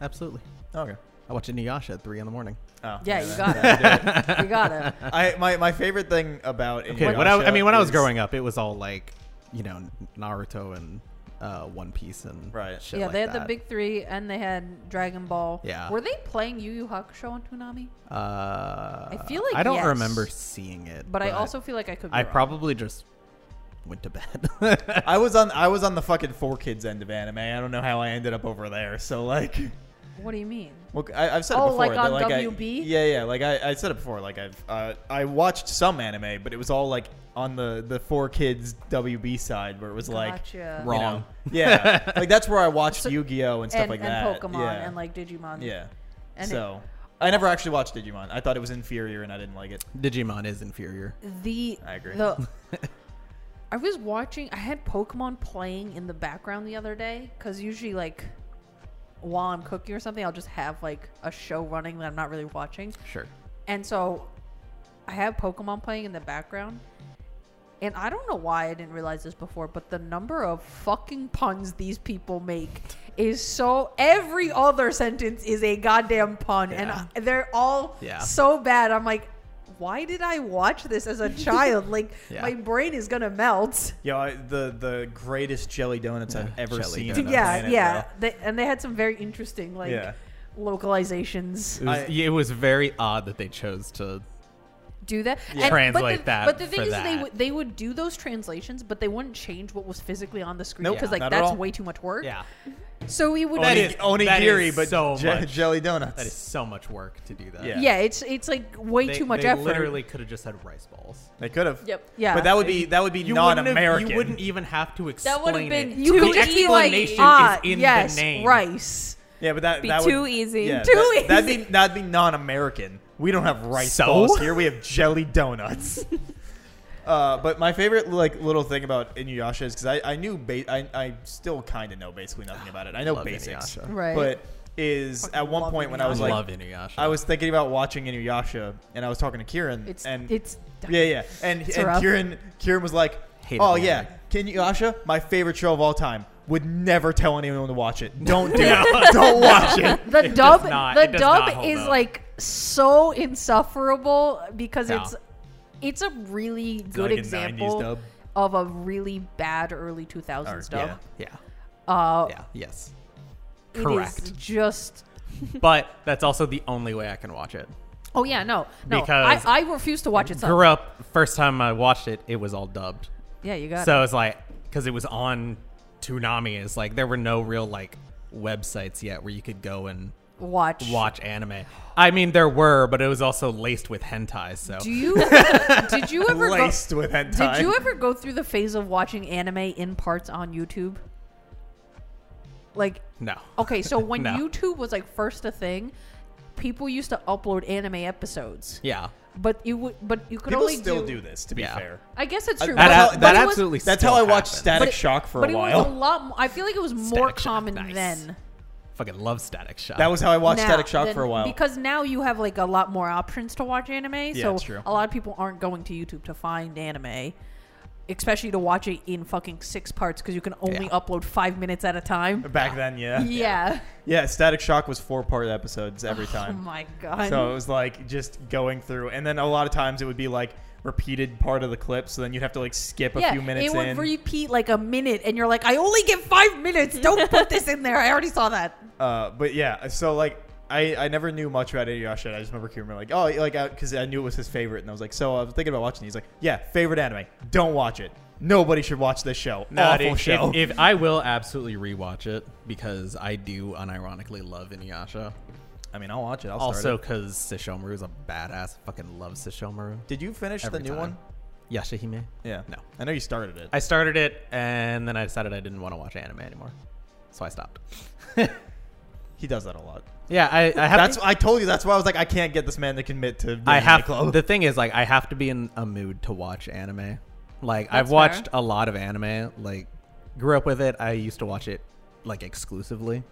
Speaker 4: absolutely.
Speaker 1: Okay.
Speaker 4: I watch Inuyasha at three in the morning.
Speaker 1: Oh,
Speaker 2: Yeah, you
Speaker 1: that-
Speaker 2: got
Speaker 1: that did it.
Speaker 2: You gotta.
Speaker 1: I my, my favorite thing about
Speaker 4: Okay,
Speaker 1: Inuyasha
Speaker 4: when I, I mean, when I was
Speaker 1: is-
Speaker 4: growing up, it was all like, you know, Naruto and uh, One Piece and
Speaker 1: Right.
Speaker 4: shit
Speaker 2: Yeah,
Speaker 4: like
Speaker 2: they had the
Speaker 4: that.
Speaker 2: big three, and they had Dragon Ball.
Speaker 4: Yeah.
Speaker 2: Were they playing Yu Yu Hakusho on Toonami?
Speaker 4: Uh,
Speaker 2: I feel like
Speaker 4: I don't
Speaker 2: yes.
Speaker 4: remember seeing it,
Speaker 2: But I also feel like I could. Be
Speaker 4: I
Speaker 2: wrong.
Speaker 4: probably just went to bed.
Speaker 1: I was on I was on the fucking four kids end of anime. I don't know how I ended up over there. So like,
Speaker 2: What do you mean?
Speaker 1: well, I, have said
Speaker 2: Oh,
Speaker 1: it before.
Speaker 2: like
Speaker 1: that,
Speaker 2: on
Speaker 1: I-
Speaker 2: WB?
Speaker 1: yeah, yeah. Like I, I said it before. Like I've uh, I watched some anime, but it was all like on the the four kids WB side where it was like
Speaker 2: Gotcha.
Speaker 1: you
Speaker 4: Wrong.
Speaker 1: know, yeah, like that's where I watched Yu Gi Oh and stuff
Speaker 2: and,
Speaker 1: like
Speaker 2: and
Speaker 1: that.
Speaker 2: Pokemon
Speaker 1: yeah.
Speaker 2: and like Digimon.
Speaker 1: yeah.
Speaker 2: and it-
Speaker 1: so I never actually watched Digimon. I thought it was inferior and I didn't like it.
Speaker 4: Digimon is inferior.
Speaker 2: The
Speaker 1: I agree.
Speaker 2: The, I was watching. I had Pokemon playing in the background the other day because usually like while I'm cooking or something, I'll just have like a show running that I'm not really watching.
Speaker 4: Sure.
Speaker 2: And so I have Pokemon playing in the background. And I don't know why I didn't realize this before, but the number of fucking puns these people make is so. Every other sentence is a goddamn pun, and
Speaker 4: Yeah.
Speaker 2: I- they're all
Speaker 4: Yeah.
Speaker 2: so bad. I'm like, why did I watch this as a child? like,
Speaker 4: Yeah.
Speaker 2: my brain is gonna melt.
Speaker 1: Yo, I, the the greatest jelly donuts I've
Speaker 4: Yeah,
Speaker 1: ever
Speaker 4: jelly
Speaker 1: seen.
Speaker 4: donuts.
Speaker 1: on the
Speaker 2: yeah,
Speaker 1: planet,
Speaker 2: yeah.
Speaker 1: bro.
Speaker 2: They, and they had some very interesting like
Speaker 1: Yeah.
Speaker 2: localizations.
Speaker 4: It was,
Speaker 1: I-
Speaker 4: yeah, it was very odd that they chose to
Speaker 2: do that.
Speaker 4: Yeah. Translate
Speaker 2: but the,
Speaker 4: that
Speaker 2: But the thing
Speaker 4: for
Speaker 2: is, they
Speaker 4: that.
Speaker 2: would they would do those translations, but they wouldn't change what was physically on the screen
Speaker 1: Nope.
Speaker 2: because
Speaker 1: Yeah,
Speaker 2: like
Speaker 1: not at
Speaker 2: that's
Speaker 1: all.
Speaker 2: way too much work.
Speaker 4: Yeah, Oh,
Speaker 2: So we would.
Speaker 4: That
Speaker 2: do-
Speaker 4: is- that
Speaker 1: onigiri,
Speaker 4: is
Speaker 1: but
Speaker 4: so
Speaker 1: je-
Speaker 4: much.
Speaker 1: jelly donuts.
Speaker 4: that is so much work to do that.
Speaker 1: Yeah.
Speaker 2: yeah, it's it's like way
Speaker 4: They-
Speaker 2: too much
Speaker 4: they
Speaker 2: effort.
Speaker 4: Literally could have just had rice balls.
Speaker 1: They could have.
Speaker 3: Yep.
Speaker 2: Yeah.
Speaker 1: But that would be that would be
Speaker 4: You wouldn't have-
Speaker 1: non-American.
Speaker 4: You wouldn't even have to explain
Speaker 3: That would have
Speaker 4: it.
Speaker 3: been
Speaker 2: you
Speaker 3: too
Speaker 2: could just
Speaker 3: easy.
Speaker 2: be like,
Speaker 4: explanation
Speaker 2: ah,
Speaker 4: is in the
Speaker 2: yes,
Speaker 4: name.
Speaker 2: rice.
Speaker 1: Yeah, but that
Speaker 3: Be
Speaker 1: that
Speaker 3: too
Speaker 1: would,
Speaker 3: easy.
Speaker 1: Yeah,
Speaker 3: Too
Speaker 1: that, That'd
Speaker 3: easy.
Speaker 1: be that'd be non-American. We don't have rice
Speaker 4: So?
Speaker 1: balls here. We have jelly donuts. uh, but my favorite like little thing about Inuyasha is because I I knew ba- I I still kind of know basically nothing about it. I know
Speaker 4: Love
Speaker 1: basics,
Speaker 4: Inuyasha.
Speaker 2: Right.
Speaker 1: But is at one
Speaker 2: love
Speaker 1: point when I was
Speaker 2: Inuyasha.
Speaker 1: like
Speaker 4: love Inuyasha.
Speaker 1: I was thinking about watching Inuyasha, and I was talking to Kieran,
Speaker 2: It's
Speaker 1: and
Speaker 2: it's
Speaker 1: yeah, yeah, and
Speaker 2: It's
Speaker 1: and
Speaker 2: rough.
Speaker 1: Kieran Kieran was like,
Speaker 4: Hated
Speaker 1: oh
Speaker 4: the
Speaker 1: yeah, Inuyasha, my favorite show of all time. Would never tell anyone to watch it. Don't do it. Don't watch it.
Speaker 2: the
Speaker 4: does
Speaker 2: dub
Speaker 4: not- it
Speaker 2: the
Speaker 4: does not
Speaker 2: dub
Speaker 4: hold
Speaker 2: is
Speaker 4: up.
Speaker 2: like so insufferable because
Speaker 4: Yeah.
Speaker 2: it's it's a really good
Speaker 1: like a 90s
Speaker 2: example
Speaker 1: dub.
Speaker 2: of a really bad early 2000s
Speaker 1: Or- yeah.
Speaker 2: dub.
Speaker 4: yeah,
Speaker 2: Uh
Speaker 4: yeah, yes.
Speaker 2: it is
Speaker 4: Correct.
Speaker 2: just
Speaker 4: But that's also the only way I can watch it.
Speaker 2: Oh yeah, no. No.
Speaker 4: Because
Speaker 2: I, I refuse to watch it
Speaker 4: Grew up, first time I watched it, it was all dubbed.
Speaker 2: Yeah, you got
Speaker 4: So it's like, because it was on Toonami, it's like there were no real like websites yet where you could go and
Speaker 2: it. Watch.
Speaker 4: watch anime. I mean, there were, but it was also laced with hentai. So
Speaker 2: Do you Did you ever go,
Speaker 1: Laced with hentai.
Speaker 2: Did you ever go through the phase of watching anime in parts on YouTube? Like
Speaker 4: no,
Speaker 2: Okay, so when
Speaker 4: No.
Speaker 2: YouTube was like first a thing, people used to upload anime episodes.
Speaker 4: yeah,
Speaker 2: But you would, but you could
Speaker 1: People
Speaker 2: only
Speaker 1: still do,
Speaker 2: do.
Speaker 1: this, to be
Speaker 4: Yeah.
Speaker 1: fair.
Speaker 2: I guess it's true.
Speaker 4: That,
Speaker 2: but-
Speaker 1: how-
Speaker 4: that
Speaker 2: but it was-
Speaker 4: absolutely.
Speaker 1: That's
Speaker 4: still
Speaker 1: how I watched
Speaker 4: happens.
Speaker 1: Static
Speaker 2: but it-
Speaker 1: Shock for
Speaker 2: but
Speaker 1: a
Speaker 2: it
Speaker 1: while.
Speaker 2: Was a lot. More, I feel like it was more
Speaker 4: Static Shock,
Speaker 2: common
Speaker 4: nice.
Speaker 2: then.
Speaker 4: Fucking love Static Shock.
Speaker 1: That was how I watched
Speaker 2: now
Speaker 1: Static Shock
Speaker 2: than-
Speaker 1: for a while.
Speaker 2: because now you have like a lot more options to watch anime. so
Speaker 1: it's true.
Speaker 2: a lot of people aren't going to YouTube to find anime, especially to watch it in fucking six parts because you can only
Speaker 4: Yeah.
Speaker 2: upload five minutes at a time.
Speaker 1: Back then, yeah.
Speaker 2: Yeah.
Speaker 1: Yeah, Static Shock was four part episodes every
Speaker 2: Oh
Speaker 1: time.
Speaker 2: my god.
Speaker 1: so it was like just going through. And then a lot of times it would be like repeated part of the clip. So then you'd have to like skip a few minutes
Speaker 2: It would
Speaker 1: in.
Speaker 2: repeat like a minute, and you're like, I only get five minutes. Don't put this in there. I already saw that.
Speaker 1: Uh, but yeah, so like I, I never knew much about Inuyasha. I just remember Kieran being like, oh, like because I knew it was his favorite, and I was like, so I was thinking about watching. it. He's like, yeah, favorite anime. Don't watch it. Nobody should watch this show.
Speaker 4: No,
Speaker 1: Awful
Speaker 4: dude,
Speaker 1: show.
Speaker 4: If, if I will absolutely rewatch it because I do unironically love Inuyasha.
Speaker 1: I mean, I'll watch it. I'll
Speaker 4: Also
Speaker 1: start it.
Speaker 4: because Sesshomaru is a badass. Fucking love Sesshomaru.
Speaker 1: Did you finish
Speaker 4: Every
Speaker 1: the new
Speaker 4: time.
Speaker 1: one?
Speaker 4: Yashahime.
Speaker 1: Yeah.
Speaker 4: No.
Speaker 1: I know you started it.
Speaker 4: I started it and then I decided I didn't want to watch anime anymore, so I stopped.
Speaker 1: he does that a lot.
Speaker 4: Yeah, I, I have.
Speaker 1: That's I told you. That's why I was like, I can't get this man to commit to.
Speaker 4: I
Speaker 1: Anime
Speaker 4: have.
Speaker 1: Club.
Speaker 4: The thing is, like, I have to be in a mood to watch anime. Like, I've
Speaker 2: That's
Speaker 4: watched
Speaker 2: fair.
Speaker 4: a lot of anime. Like, grew up with it. I used to watch it like exclusively,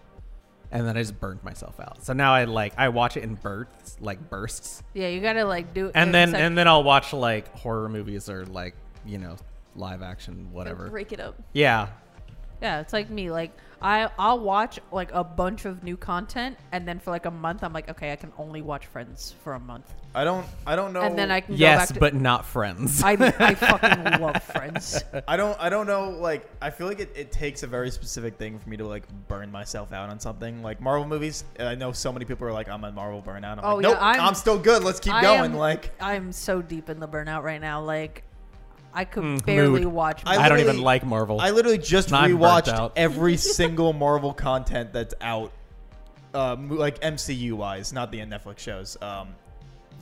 Speaker 4: and then I just burned myself out. So now I like I watch it in bursts, like bursts,
Speaker 2: Yeah, you gotta like do.
Speaker 4: and then and then I'll watch like horror movies or like you know live action whatever.
Speaker 3: Break it up.
Speaker 4: Yeah,
Speaker 2: yeah, it's like me. Like I, I'll watch like a bunch of new content, and then for like a month, I'm like, okay, I can only watch Friends for a month,
Speaker 1: I don't. I don't know.
Speaker 2: and then I can go back
Speaker 4: yes,
Speaker 2: to.
Speaker 4: but not Friends.
Speaker 2: I, I fucking love Friends.
Speaker 1: I don't I don't know like I feel like it, it takes a very specific thing for me to like burn myself out on something like Marvel movies and I know so many people are like I'm a Marvel burnout I'm
Speaker 2: Oh,
Speaker 1: like
Speaker 2: yeah,
Speaker 1: nope I'm,
Speaker 2: I'm-
Speaker 1: still good let's keep
Speaker 2: I
Speaker 1: going
Speaker 2: am-
Speaker 1: like
Speaker 2: I'm so deep in the burnout right now. Like, I could
Speaker 4: Mm,
Speaker 2: barely
Speaker 4: mood.
Speaker 2: watch.
Speaker 1: I
Speaker 4: I, don't
Speaker 1: literally-
Speaker 4: even like Marvel.
Speaker 1: I literally just
Speaker 4: Not burnt
Speaker 1: rewatched
Speaker 4: out.
Speaker 1: every single Marvel content that's out uh, mo- like MCU wise not the Netflix shows um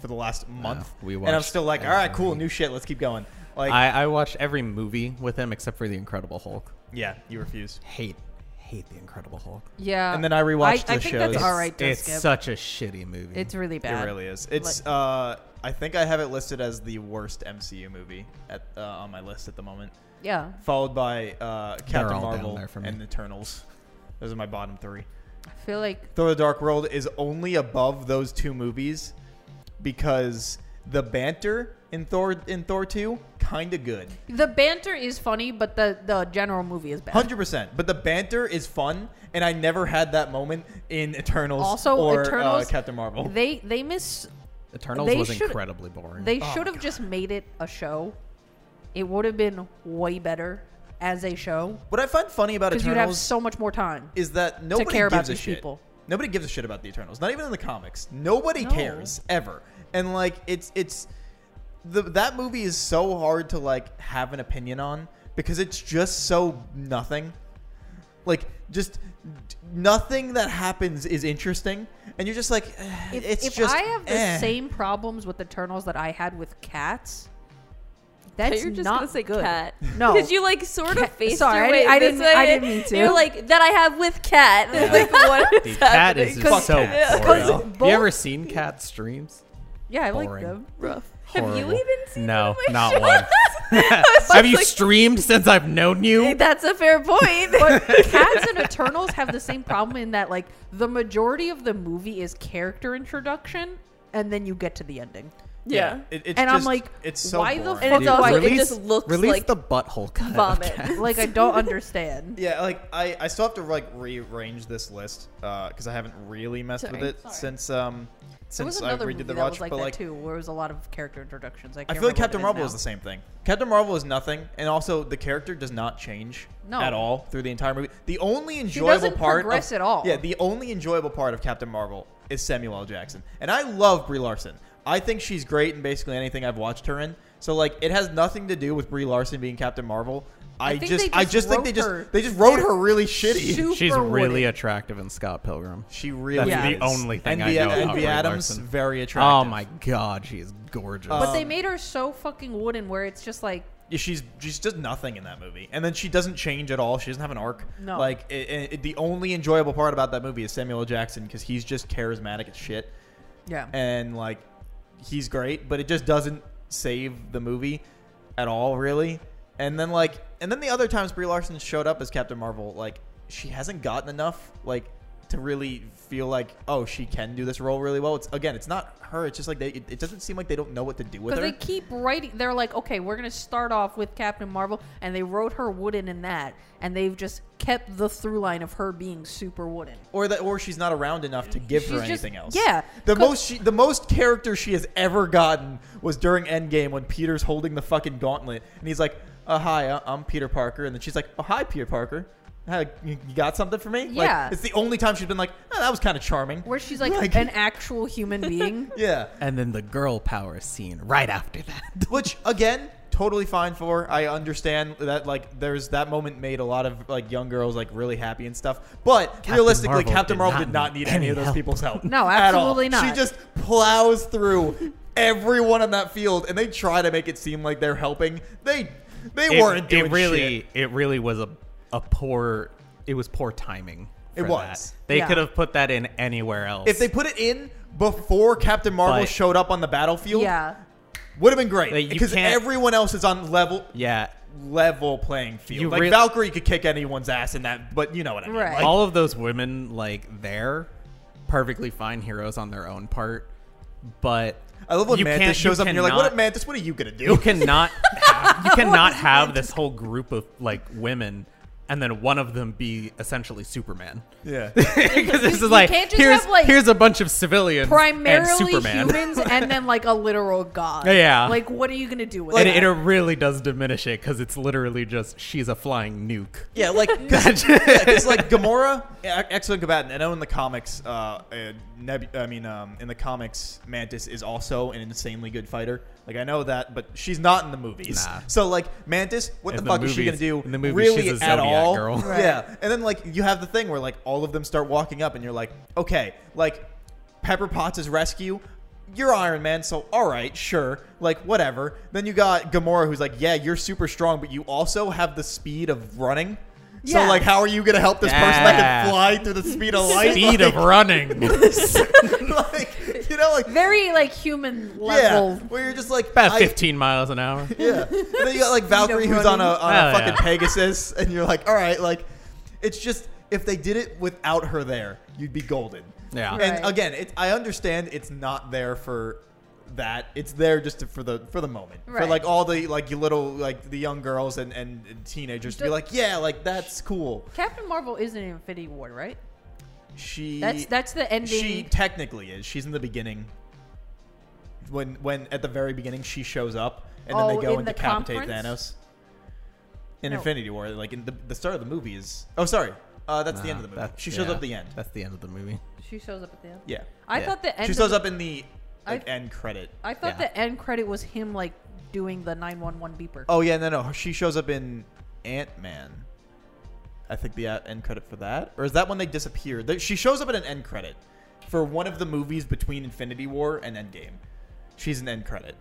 Speaker 1: for the last month
Speaker 4: we
Speaker 1: and I'm
Speaker 4: watched
Speaker 1: still like all right cool
Speaker 4: everything.
Speaker 1: new shit let's keep going like
Speaker 4: I, I watched every movie with him except for The Incredible Hulk.
Speaker 1: yeah you refuse
Speaker 4: Hate, hate The Incredible Hulk.
Speaker 2: yeah,
Speaker 1: and then I rewatched
Speaker 2: I, I
Speaker 1: the
Speaker 2: think
Speaker 1: shows.
Speaker 2: That's all right. to
Speaker 4: it's
Speaker 2: skip.
Speaker 4: such a shitty movie.
Speaker 2: It's really bad.
Speaker 1: It really is. It's uh, I think I have it listed as the worst MCU movie at uh, on my list at the moment,
Speaker 2: Yeah.
Speaker 1: followed by uh, Captain
Speaker 4: all down
Speaker 1: Marvel
Speaker 4: there for me.
Speaker 1: and Eternals. Those are my bottom three.
Speaker 2: I feel like
Speaker 1: Thor: The Dark World is only above those two movies because the banter in Thor in Thor two kind of good,
Speaker 2: the banter is funny, but the the general movie is bad.
Speaker 1: hundred percent. But the banter is fun, and I never had that moment in Eternals
Speaker 2: Also,
Speaker 1: or
Speaker 2: Eternals-
Speaker 1: uh, Captain Marvel.
Speaker 2: They they miss
Speaker 4: Eternals
Speaker 2: they
Speaker 4: was
Speaker 2: should-
Speaker 4: incredibly boring.
Speaker 2: they
Speaker 1: Oh
Speaker 2: should
Speaker 1: my
Speaker 2: have just made it a show. It would have been way better as a show
Speaker 1: What I find funny about
Speaker 2: because
Speaker 1: Eternals
Speaker 2: you'd have so much more time.
Speaker 1: is that nobody
Speaker 2: care
Speaker 1: gives
Speaker 2: about
Speaker 1: a
Speaker 2: these
Speaker 1: shit.
Speaker 2: people.
Speaker 1: Nobody gives a shit about the Eternals. Not even in the comics. Nobody
Speaker 2: No.
Speaker 1: cares ever. And like it's it's the, that movie is so hard to like have an opinion on because it's just so nothing. Like just d- nothing that happens is interesting, and you're just like, eh,
Speaker 2: If,
Speaker 1: it's
Speaker 2: if
Speaker 1: just.
Speaker 2: I have the
Speaker 1: eh.
Speaker 2: same problems with Eternals that I had with cats,
Speaker 3: I thought
Speaker 2: that's
Speaker 3: you were just
Speaker 2: not
Speaker 3: gonna say
Speaker 2: good.
Speaker 3: cat.
Speaker 2: No,
Speaker 3: because you like sort of
Speaker 2: Cat-
Speaker 3: faced
Speaker 2: sorry, I
Speaker 3: your way
Speaker 2: di- I
Speaker 3: this
Speaker 2: didn't-
Speaker 3: way.
Speaker 2: I didn't mean to.
Speaker 3: You're like that I have with cat.
Speaker 4: Yeah.
Speaker 3: like what?
Speaker 4: The
Speaker 3: is
Speaker 4: cat is
Speaker 3: happening?
Speaker 4: just so
Speaker 3: 'Cause-
Speaker 4: boring.
Speaker 2: Because
Speaker 4: Have you
Speaker 2: both-
Speaker 4: ever seen cat streams?
Speaker 2: yeah, I like
Speaker 4: boring.
Speaker 2: them.
Speaker 3: rough. Have you
Speaker 4: Horrible.
Speaker 3: even seen?
Speaker 4: No,
Speaker 3: them?
Speaker 4: not
Speaker 3: Sure.
Speaker 4: one. Have you streamed since I've known you?
Speaker 3: That's a fair point.
Speaker 2: But cats and Eternals have the same problem in that like the majority of the movie is character introduction, and then you get to the ending.
Speaker 3: yeah.
Speaker 1: It- it's
Speaker 2: And I'm
Speaker 1: just-
Speaker 2: like,
Speaker 1: it's so
Speaker 2: why the
Speaker 1: boring.
Speaker 3: And it's
Speaker 4: Dude,
Speaker 3: also it
Speaker 4: release-
Speaker 3: just looks
Speaker 4: release
Speaker 3: like
Speaker 4: the butthole cut. of
Speaker 3: vomit.
Speaker 4: cat.
Speaker 2: Like I don't understand.
Speaker 1: Yeah, like I, I still have to like rearrange this list because I haven't really messed
Speaker 3: Sorry.
Speaker 1: with it
Speaker 2: Sorry.
Speaker 1: since um
Speaker 2: There was
Speaker 1: since I
Speaker 2: another
Speaker 1: redid
Speaker 2: movie
Speaker 1: the
Speaker 2: that was
Speaker 1: watch.
Speaker 2: like
Speaker 1: but
Speaker 2: that
Speaker 1: like
Speaker 2: too, where it was a lot of character introductions. I,
Speaker 1: I
Speaker 2: can't
Speaker 1: feel like
Speaker 2: remember
Speaker 1: Captain
Speaker 2: what it
Speaker 1: Marvel is
Speaker 2: now.
Speaker 1: the same thing. Captain Marvel is nothing, and also the character does not change
Speaker 2: No.
Speaker 1: at all through the entire movie. The only enjoyable
Speaker 2: doesn't
Speaker 1: part
Speaker 2: progress
Speaker 1: of,
Speaker 2: at all.
Speaker 1: Yeah, the only enjoyable part of Captain Marvel is Samuel L. Jackson, and I love Brie Larson. I think she's great in basically anything I've watched her in. So like, it has nothing to do with Brie Larson being Captain Marvel. I,
Speaker 2: think
Speaker 1: just,
Speaker 2: they
Speaker 1: I
Speaker 2: just
Speaker 1: just think they
Speaker 2: wrote
Speaker 1: just
Speaker 2: her-
Speaker 1: they just wrote her really shitty.
Speaker 2: Super
Speaker 4: She's really
Speaker 2: woody.
Speaker 4: attractive in Scott Pilgrim.
Speaker 1: She really
Speaker 2: That's
Speaker 1: is.
Speaker 4: the only thing
Speaker 1: and
Speaker 4: I
Speaker 1: Bea-
Speaker 4: know
Speaker 1: And
Speaker 4: about
Speaker 1: Bea
Speaker 4: Brie
Speaker 1: Adams,
Speaker 4: Larson.
Speaker 1: very attractive.
Speaker 4: Oh my god, she is gorgeous.
Speaker 2: But they
Speaker 1: Um,
Speaker 2: made her so fucking wooden where it's just like
Speaker 1: Yeah, she's she's just nothing in that movie, and then she doesn't change at all. She doesn't have an arc.
Speaker 2: No.
Speaker 1: Like it, it- the only enjoyable part about that movie is Samuel L. Jackson because he's just charismatic as shit,
Speaker 2: yeah.
Speaker 1: and like he's great, but it just doesn't save the movie at all, really. And then like, and then the other times Brie Larson showed up as Captain Marvel, like she hasn't gotten enough like to really feel like oh she can do this role really well. It's again, it's not her. It's just like they. It, it doesn't seem like they don't know what to do with
Speaker 2: Because
Speaker 1: her.
Speaker 2: they keep writing, they're like, okay, we're gonna start off with Captain Marvel, and they wrote her wooden in that, and they've just kept the through line of her being super wooden.
Speaker 1: or that or she's not around enough to give her
Speaker 2: She's just-
Speaker 1: anything else.
Speaker 2: yeah,
Speaker 1: The
Speaker 2: 'cause-
Speaker 1: most she, the most character she has ever gotten was during Endgame when Peter's holding the fucking gauntlet and he's like, uh, "Hi, uh, I'm Peter Parker," and then she's like, "Oh, hi, Peter Parker. Hi, you you got something for me?"
Speaker 2: Yeah.
Speaker 1: Like, it's the only time she's been like, oh, "That was kind of charming."
Speaker 2: Where she's like,
Speaker 1: Like-
Speaker 2: an actual human being.
Speaker 1: Yeah.
Speaker 4: and then the girl power scene right after that.
Speaker 1: Which again, totally fine for. I understand that like there's that moment made a lot of like young girls like really happy and stuff. But realistically,
Speaker 4: Marvel
Speaker 1: Captain
Speaker 4: did
Speaker 1: Marvel
Speaker 4: not
Speaker 1: did not
Speaker 4: need
Speaker 1: need any
Speaker 4: any
Speaker 1: of those
Speaker 4: help.
Speaker 1: people's help.
Speaker 2: No,
Speaker 1: at all.
Speaker 2: absolutely not.
Speaker 1: She just plows through everyone on that field, and they try to make it seem like they're helping. They they weren't doing
Speaker 4: it really
Speaker 1: shit.
Speaker 4: it really was a a poor it was poor timing.
Speaker 1: It
Speaker 4: for
Speaker 1: was.
Speaker 4: That. They
Speaker 2: Yeah.
Speaker 4: could have put that in anywhere else.
Speaker 1: If they put it in before Captain Marvel
Speaker 4: But-
Speaker 1: showed up on the battlefield,
Speaker 2: yeah,
Speaker 1: would have been great
Speaker 4: Like, you
Speaker 1: because
Speaker 4: can't-
Speaker 1: everyone else is on level
Speaker 4: yeah,
Speaker 1: level playing field.
Speaker 4: You
Speaker 1: like
Speaker 4: real-
Speaker 1: Valkyrie could kick anyone's ass in that, but you know what I mean.
Speaker 2: Right.
Speaker 1: Like,
Speaker 4: all of those women like they're perfectly fine heroes on their own part, but
Speaker 1: I love when
Speaker 4: you
Speaker 1: Mantis
Speaker 4: can't- you
Speaker 1: shows up and you're like, "What,
Speaker 4: cannot-
Speaker 1: a Mantis? What are you gonna do?"
Speaker 4: you cannot have, you cannot have this whole group of like women and then one of them be essentially Superman.
Speaker 1: yeah,
Speaker 4: Because this
Speaker 2: you
Speaker 4: is like
Speaker 2: can't just
Speaker 4: here's
Speaker 2: have, like,
Speaker 4: here's a bunch of civilians and
Speaker 2: primarily
Speaker 4: Superman.
Speaker 2: humans, and then like a literal god.
Speaker 4: Yeah.
Speaker 2: like what are you gonna do with
Speaker 4: and
Speaker 2: that?
Speaker 4: it, it really does diminish it because it's literally just she's a flying nuke.
Speaker 1: yeah, like because like Gamora, e- excellent combatant. I know in the comics, uh, uh, Neb- I mean, um, in the comics, Mantis is also an insanely good fighter. Like I know that, but she's not in the movies.
Speaker 4: Nah.
Speaker 1: So like Mantis, what
Speaker 4: In
Speaker 1: the
Speaker 4: the
Speaker 1: fuck is she gonna
Speaker 4: movies-
Speaker 1: do?
Speaker 4: in the movies,
Speaker 1: really
Speaker 4: she's a
Speaker 1: at
Speaker 4: Zodiac
Speaker 1: all?
Speaker 4: girl.
Speaker 2: Right.
Speaker 1: Yeah, and then like you have the thing where like all of them start walking up, and you're like, okay, like Pepper Potts' rescue. You're Iron Man, so all right, sure, like whatever. Then you got Gamora, who's like, yeah, you're super strong, but you also have the speed of running.
Speaker 2: Yeah.
Speaker 1: So like, how are you gonna help this person that can
Speaker 4: Yeah.
Speaker 1: fly through the speed of light?
Speaker 4: Speed of running.
Speaker 1: of like, you know, like
Speaker 2: Very like human
Speaker 1: yeah,
Speaker 2: level.
Speaker 1: where you're just like
Speaker 4: About
Speaker 1: I-
Speaker 4: 15 miles an hour.
Speaker 1: Yeah. And then you got like Valkyrie
Speaker 2: Speed of
Speaker 1: who's on a
Speaker 2: running.
Speaker 1: on a
Speaker 4: Oh,
Speaker 1: fucking
Speaker 4: yeah.
Speaker 1: Pegasus, and you're like, all right, like, it's just if they did it without her there, you'd be golden.
Speaker 4: Yeah.
Speaker 1: And
Speaker 2: Right.
Speaker 1: again, it, I understand it's not there for that. It's there just to, for the for the moment, for
Speaker 2: Right.
Speaker 1: like all the like you little like the young girls and and teenagers to be
Speaker 2: Do-
Speaker 1: like, yeah, like that's cool.
Speaker 2: Captain Marvel is in Infinity War, right?
Speaker 1: She
Speaker 2: That's that's the ending.
Speaker 1: she technically is. She's in the beginning. When when at the very beginning she shows up and then
Speaker 2: Oh,
Speaker 1: they go
Speaker 2: in
Speaker 1: and
Speaker 2: the
Speaker 1: decapitate
Speaker 2: conference?
Speaker 1: Thanos. In
Speaker 2: No.
Speaker 1: Infinity War, like in the, the start of the movie is. Oh, sorry, uh, that's the end of the
Speaker 4: Nah,
Speaker 1: movie.
Speaker 4: that-
Speaker 1: She shows
Speaker 4: yeah,
Speaker 1: up at the end.
Speaker 4: That's the end of the movie.
Speaker 2: She shows up at the end.
Speaker 1: Yeah,
Speaker 2: I
Speaker 4: Yeah.
Speaker 2: thought the end.
Speaker 1: she
Speaker 2: of
Speaker 1: shows
Speaker 2: the-
Speaker 1: up in the like
Speaker 2: I-
Speaker 1: end credit.
Speaker 2: I thought
Speaker 4: Yeah.
Speaker 2: the end credit was him like doing the 911 beeper.
Speaker 1: Oh yeah, no, no. She shows up in Ant Man. I think the uh, end credit for that, or is that when they disappear? They- She shows up in an end credit for one of the movies between Infinity War and Endgame. She's an end credit.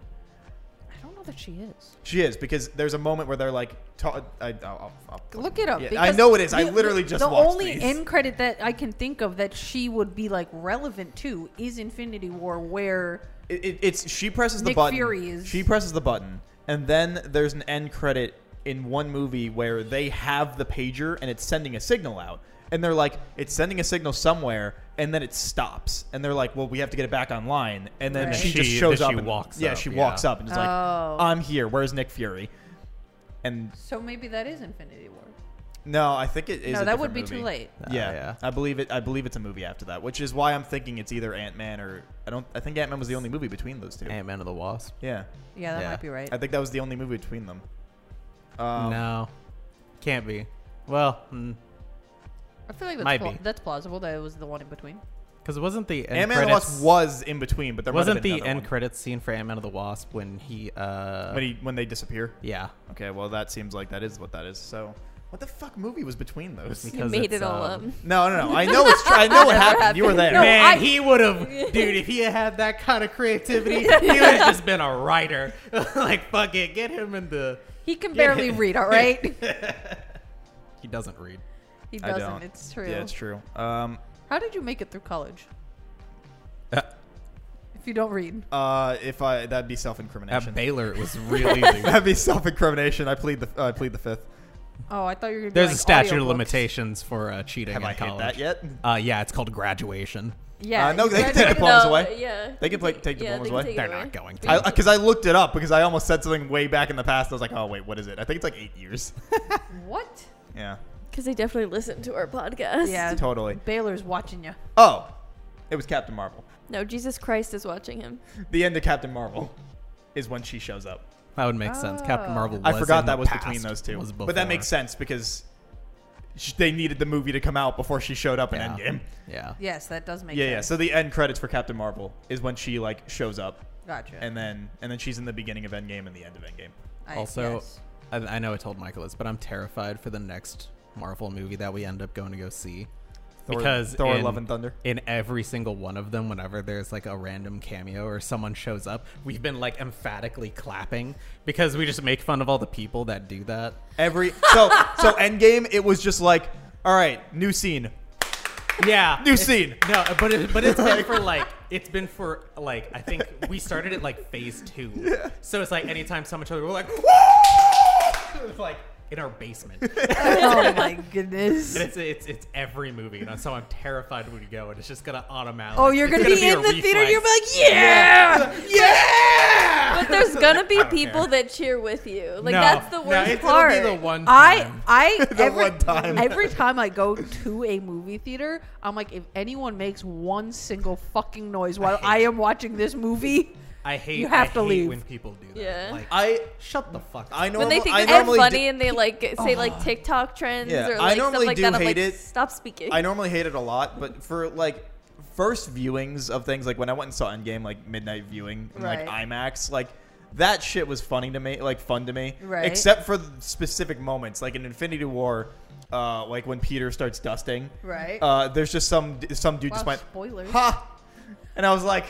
Speaker 2: I don't know that she is.
Speaker 1: She is because there's a moment where they're like, ta- I, will I'll, I'll,
Speaker 2: Look it up.
Speaker 1: Yeah, I
Speaker 2: because
Speaker 1: know it is. I
Speaker 2: the-
Speaker 1: literally just
Speaker 2: the
Speaker 1: watched
Speaker 2: only
Speaker 1: these.
Speaker 2: end credit that I can think of that she would be like relevant to is Infinity War, where
Speaker 1: It, it, it's she presses the
Speaker 2: Nick
Speaker 1: button.
Speaker 2: Fury is-
Speaker 1: She presses the button, and then there's an end credit in one movie where they have the pager and it's sending a signal out, and they're like, it's sending a signal somewhere, and then it stops, and they're like, well, we have to get it back online, and then
Speaker 2: Right.
Speaker 1: she,
Speaker 4: She-
Speaker 1: just shows
Speaker 4: then
Speaker 1: up.
Speaker 4: she
Speaker 1: and,
Speaker 4: walks
Speaker 1: yeah,
Speaker 4: up,
Speaker 1: she
Speaker 4: yeah.
Speaker 1: walks up and is like,
Speaker 2: Oh.
Speaker 1: I'm here. Where's Nick Fury? And
Speaker 2: so maybe that is Infinity War.
Speaker 1: no, I think it is.
Speaker 2: no,
Speaker 1: a
Speaker 2: that would be
Speaker 1: different
Speaker 2: too
Speaker 1: movie.
Speaker 2: late.
Speaker 4: Ah,
Speaker 1: Yeah,
Speaker 4: yeah.
Speaker 1: I believe it. I believe it's a movie after that, which is why I'm thinking it's either Ant Man or I don't. I think Ant Man was the only movie between those two.
Speaker 4: Ant Man of the Wasp.
Speaker 1: Yeah,
Speaker 2: Yeah, that
Speaker 4: Yeah.
Speaker 2: might be right.
Speaker 1: I think that was the only movie between them. Um,
Speaker 4: no, can't be. Well, hmm, because
Speaker 2: I feel like that's,
Speaker 4: Might
Speaker 2: pla-
Speaker 4: be.
Speaker 2: that's plausible. That it was the one in between.
Speaker 4: it wasn't the end
Speaker 1: Ant Man and the
Speaker 4: credits,
Speaker 1: Wasp was in between, but there might have
Speaker 4: wasn't
Speaker 1: been
Speaker 4: the
Speaker 1: another
Speaker 4: end
Speaker 1: one.
Speaker 4: credits scene for Ant Man of the Wasp when he uh
Speaker 1: when he when they disappear.
Speaker 4: yeah
Speaker 1: Okay, well that seems like that is what that is. So, what the fuck movie was between those?
Speaker 3: You
Speaker 4: Because
Speaker 3: made
Speaker 4: it's,
Speaker 3: it all
Speaker 4: um,
Speaker 3: up.
Speaker 1: No, no, no. I know it's. Tr- I know what happened. You were there.
Speaker 2: No,
Speaker 4: Man,
Speaker 2: I-
Speaker 4: he would have, dude. If he had had that kind of creativity, he would have just been a writer. like, fuck it, get him into.
Speaker 2: He can barely read. All right,
Speaker 4: He doesn't read.
Speaker 2: he
Speaker 1: I
Speaker 2: doesn't.
Speaker 1: don't.
Speaker 2: It's true.
Speaker 1: Yeah, it's true. Um,
Speaker 2: How did you make it through college
Speaker 4: Uh,
Speaker 2: if you don't read?
Speaker 1: uh, if I that'd be
Speaker 4: at
Speaker 1: self-incrimination.
Speaker 4: Baylor, it was real easy.
Speaker 1: that'd be self-incrimination. I plead the I plead the fifth.
Speaker 2: Oh, I thought you were. Gonna be
Speaker 4: There's
Speaker 2: like
Speaker 4: a statute of
Speaker 2: audiobooks.
Speaker 4: limitations for uh, cheating.
Speaker 1: Have
Speaker 4: in
Speaker 1: I hit
Speaker 4: college.
Speaker 1: that yet?
Speaker 4: Uh, yeah, it's called graduation.
Speaker 2: Yeah.
Speaker 1: Uh, no,
Speaker 2: you
Speaker 1: they can
Speaker 2: read
Speaker 1: take
Speaker 2: it.
Speaker 1: the Diplomas
Speaker 3: No,
Speaker 1: away?
Speaker 3: Yeah.
Speaker 1: They can play- take
Speaker 3: yeah,
Speaker 1: diplomas
Speaker 3: they can
Speaker 1: away?
Speaker 3: take it
Speaker 4: They're not going to.
Speaker 1: I because I looked it up because I almost said something way back in the past. I was like, oh wait, what is it? I think it's like eight years.
Speaker 2: What?
Speaker 1: yeah,
Speaker 3: Because they definitely listen to our podcast.
Speaker 2: Yeah.
Speaker 1: totally.
Speaker 2: Baylor's watching you.
Speaker 1: Oh, it was Captain Marvel.
Speaker 3: No, Jesus Christ is watching him.
Speaker 1: The end of Captain Marvel is when she shows up.
Speaker 4: That would make sense. Captain
Speaker 2: Oh.
Speaker 4: Marvel.
Speaker 1: I
Speaker 4: was in
Speaker 1: forgot
Speaker 4: the
Speaker 1: that was
Speaker 4: past,
Speaker 1: between those two,
Speaker 4: was
Speaker 1: but that
Speaker 4: before.
Speaker 1: makes sense because sh- they needed the movie to come out before she showed up in
Speaker 4: Yeah.
Speaker 1: Endgame.
Speaker 4: Yeah.
Speaker 2: Yes, that does make
Speaker 1: Yeah, yeah.
Speaker 2: sense.
Speaker 1: So the end credits for Captain Marvel is when she like shows up,
Speaker 2: Gotcha.
Speaker 1: and then and then she's in the beginning of Endgame and the end of Endgame.
Speaker 2: I-
Speaker 4: also,
Speaker 2: yes.
Speaker 4: I, I know I told Michael this, but I'm terrified for the next Marvel movie that we end up going to go see.
Speaker 1: Thor-
Speaker 4: because
Speaker 1: Thor:
Speaker 4: in,
Speaker 1: Love and Thunder.
Speaker 4: in every single one of them, whenever there's like a random cameo or someone shows up, we've been like emphatically clapping because we just make fun of all the people that do that.
Speaker 1: Every so so Endgame, it was just like, all right, new scene,
Speaker 4: Yeah,
Speaker 1: new scene.
Speaker 4: No, but it, but it's been for like it's been for like I think we started at like phase two, so it's like anytime someone shows up, we're like, Woo! it's like in our basement. And
Speaker 2: oh my goodness.
Speaker 4: it's it's it's every movie, and so I'm terrified when you go, and it's just gonna automatically.
Speaker 2: Oh, you're
Speaker 4: it's
Speaker 2: gonna, be,
Speaker 4: a
Speaker 2: in the theater.
Speaker 4: reflex.
Speaker 2: You're gonna be like, yeah,
Speaker 4: yeah.
Speaker 3: But there's gonna be
Speaker 4: don't
Speaker 3: people
Speaker 4: care.
Speaker 3: that cheer with you. Like
Speaker 4: No,
Speaker 3: that's the
Speaker 4: no,
Speaker 3: worst
Speaker 4: it's-
Speaker 3: part.
Speaker 4: It'll be the one
Speaker 2: I,
Speaker 4: time.
Speaker 2: I every,
Speaker 1: one time.
Speaker 2: every time I go to a movie theater, I'm like, if anyone makes one single fucking noise while I,
Speaker 4: hate
Speaker 2: am watching this movie,
Speaker 4: I hate.
Speaker 2: You have
Speaker 4: I
Speaker 2: to
Speaker 4: hate
Speaker 2: leave.
Speaker 4: when people do that.
Speaker 3: Yeah.
Speaker 4: Like,
Speaker 1: I
Speaker 4: shut the fuck. up.
Speaker 1: I know
Speaker 3: when they think
Speaker 1: I
Speaker 3: it's so
Speaker 1: normally
Speaker 3: funny
Speaker 1: do-
Speaker 3: and they like say like TikTok trends
Speaker 1: Yeah,
Speaker 3: or
Speaker 1: I
Speaker 3: like
Speaker 1: normally
Speaker 3: stuff like
Speaker 1: do
Speaker 3: that. I'm
Speaker 1: hate
Speaker 3: like,
Speaker 1: it.
Speaker 3: stop speaking.
Speaker 1: I normally hate it a lot, but for like first viewings of things, like when I went and saw Endgame, like midnight viewing, and, like
Speaker 2: Right.
Speaker 1: IMAX, like that shit was funny to me, like fun to me,
Speaker 2: Right.
Speaker 1: except for the specific moments, like in Infinity War, uh, like when Peter starts dusting,
Speaker 2: Right.
Speaker 1: Uh, there's just some some dude just
Speaker 2: Wow,
Speaker 1: went
Speaker 2: spoilers.
Speaker 1: ha, and I was like,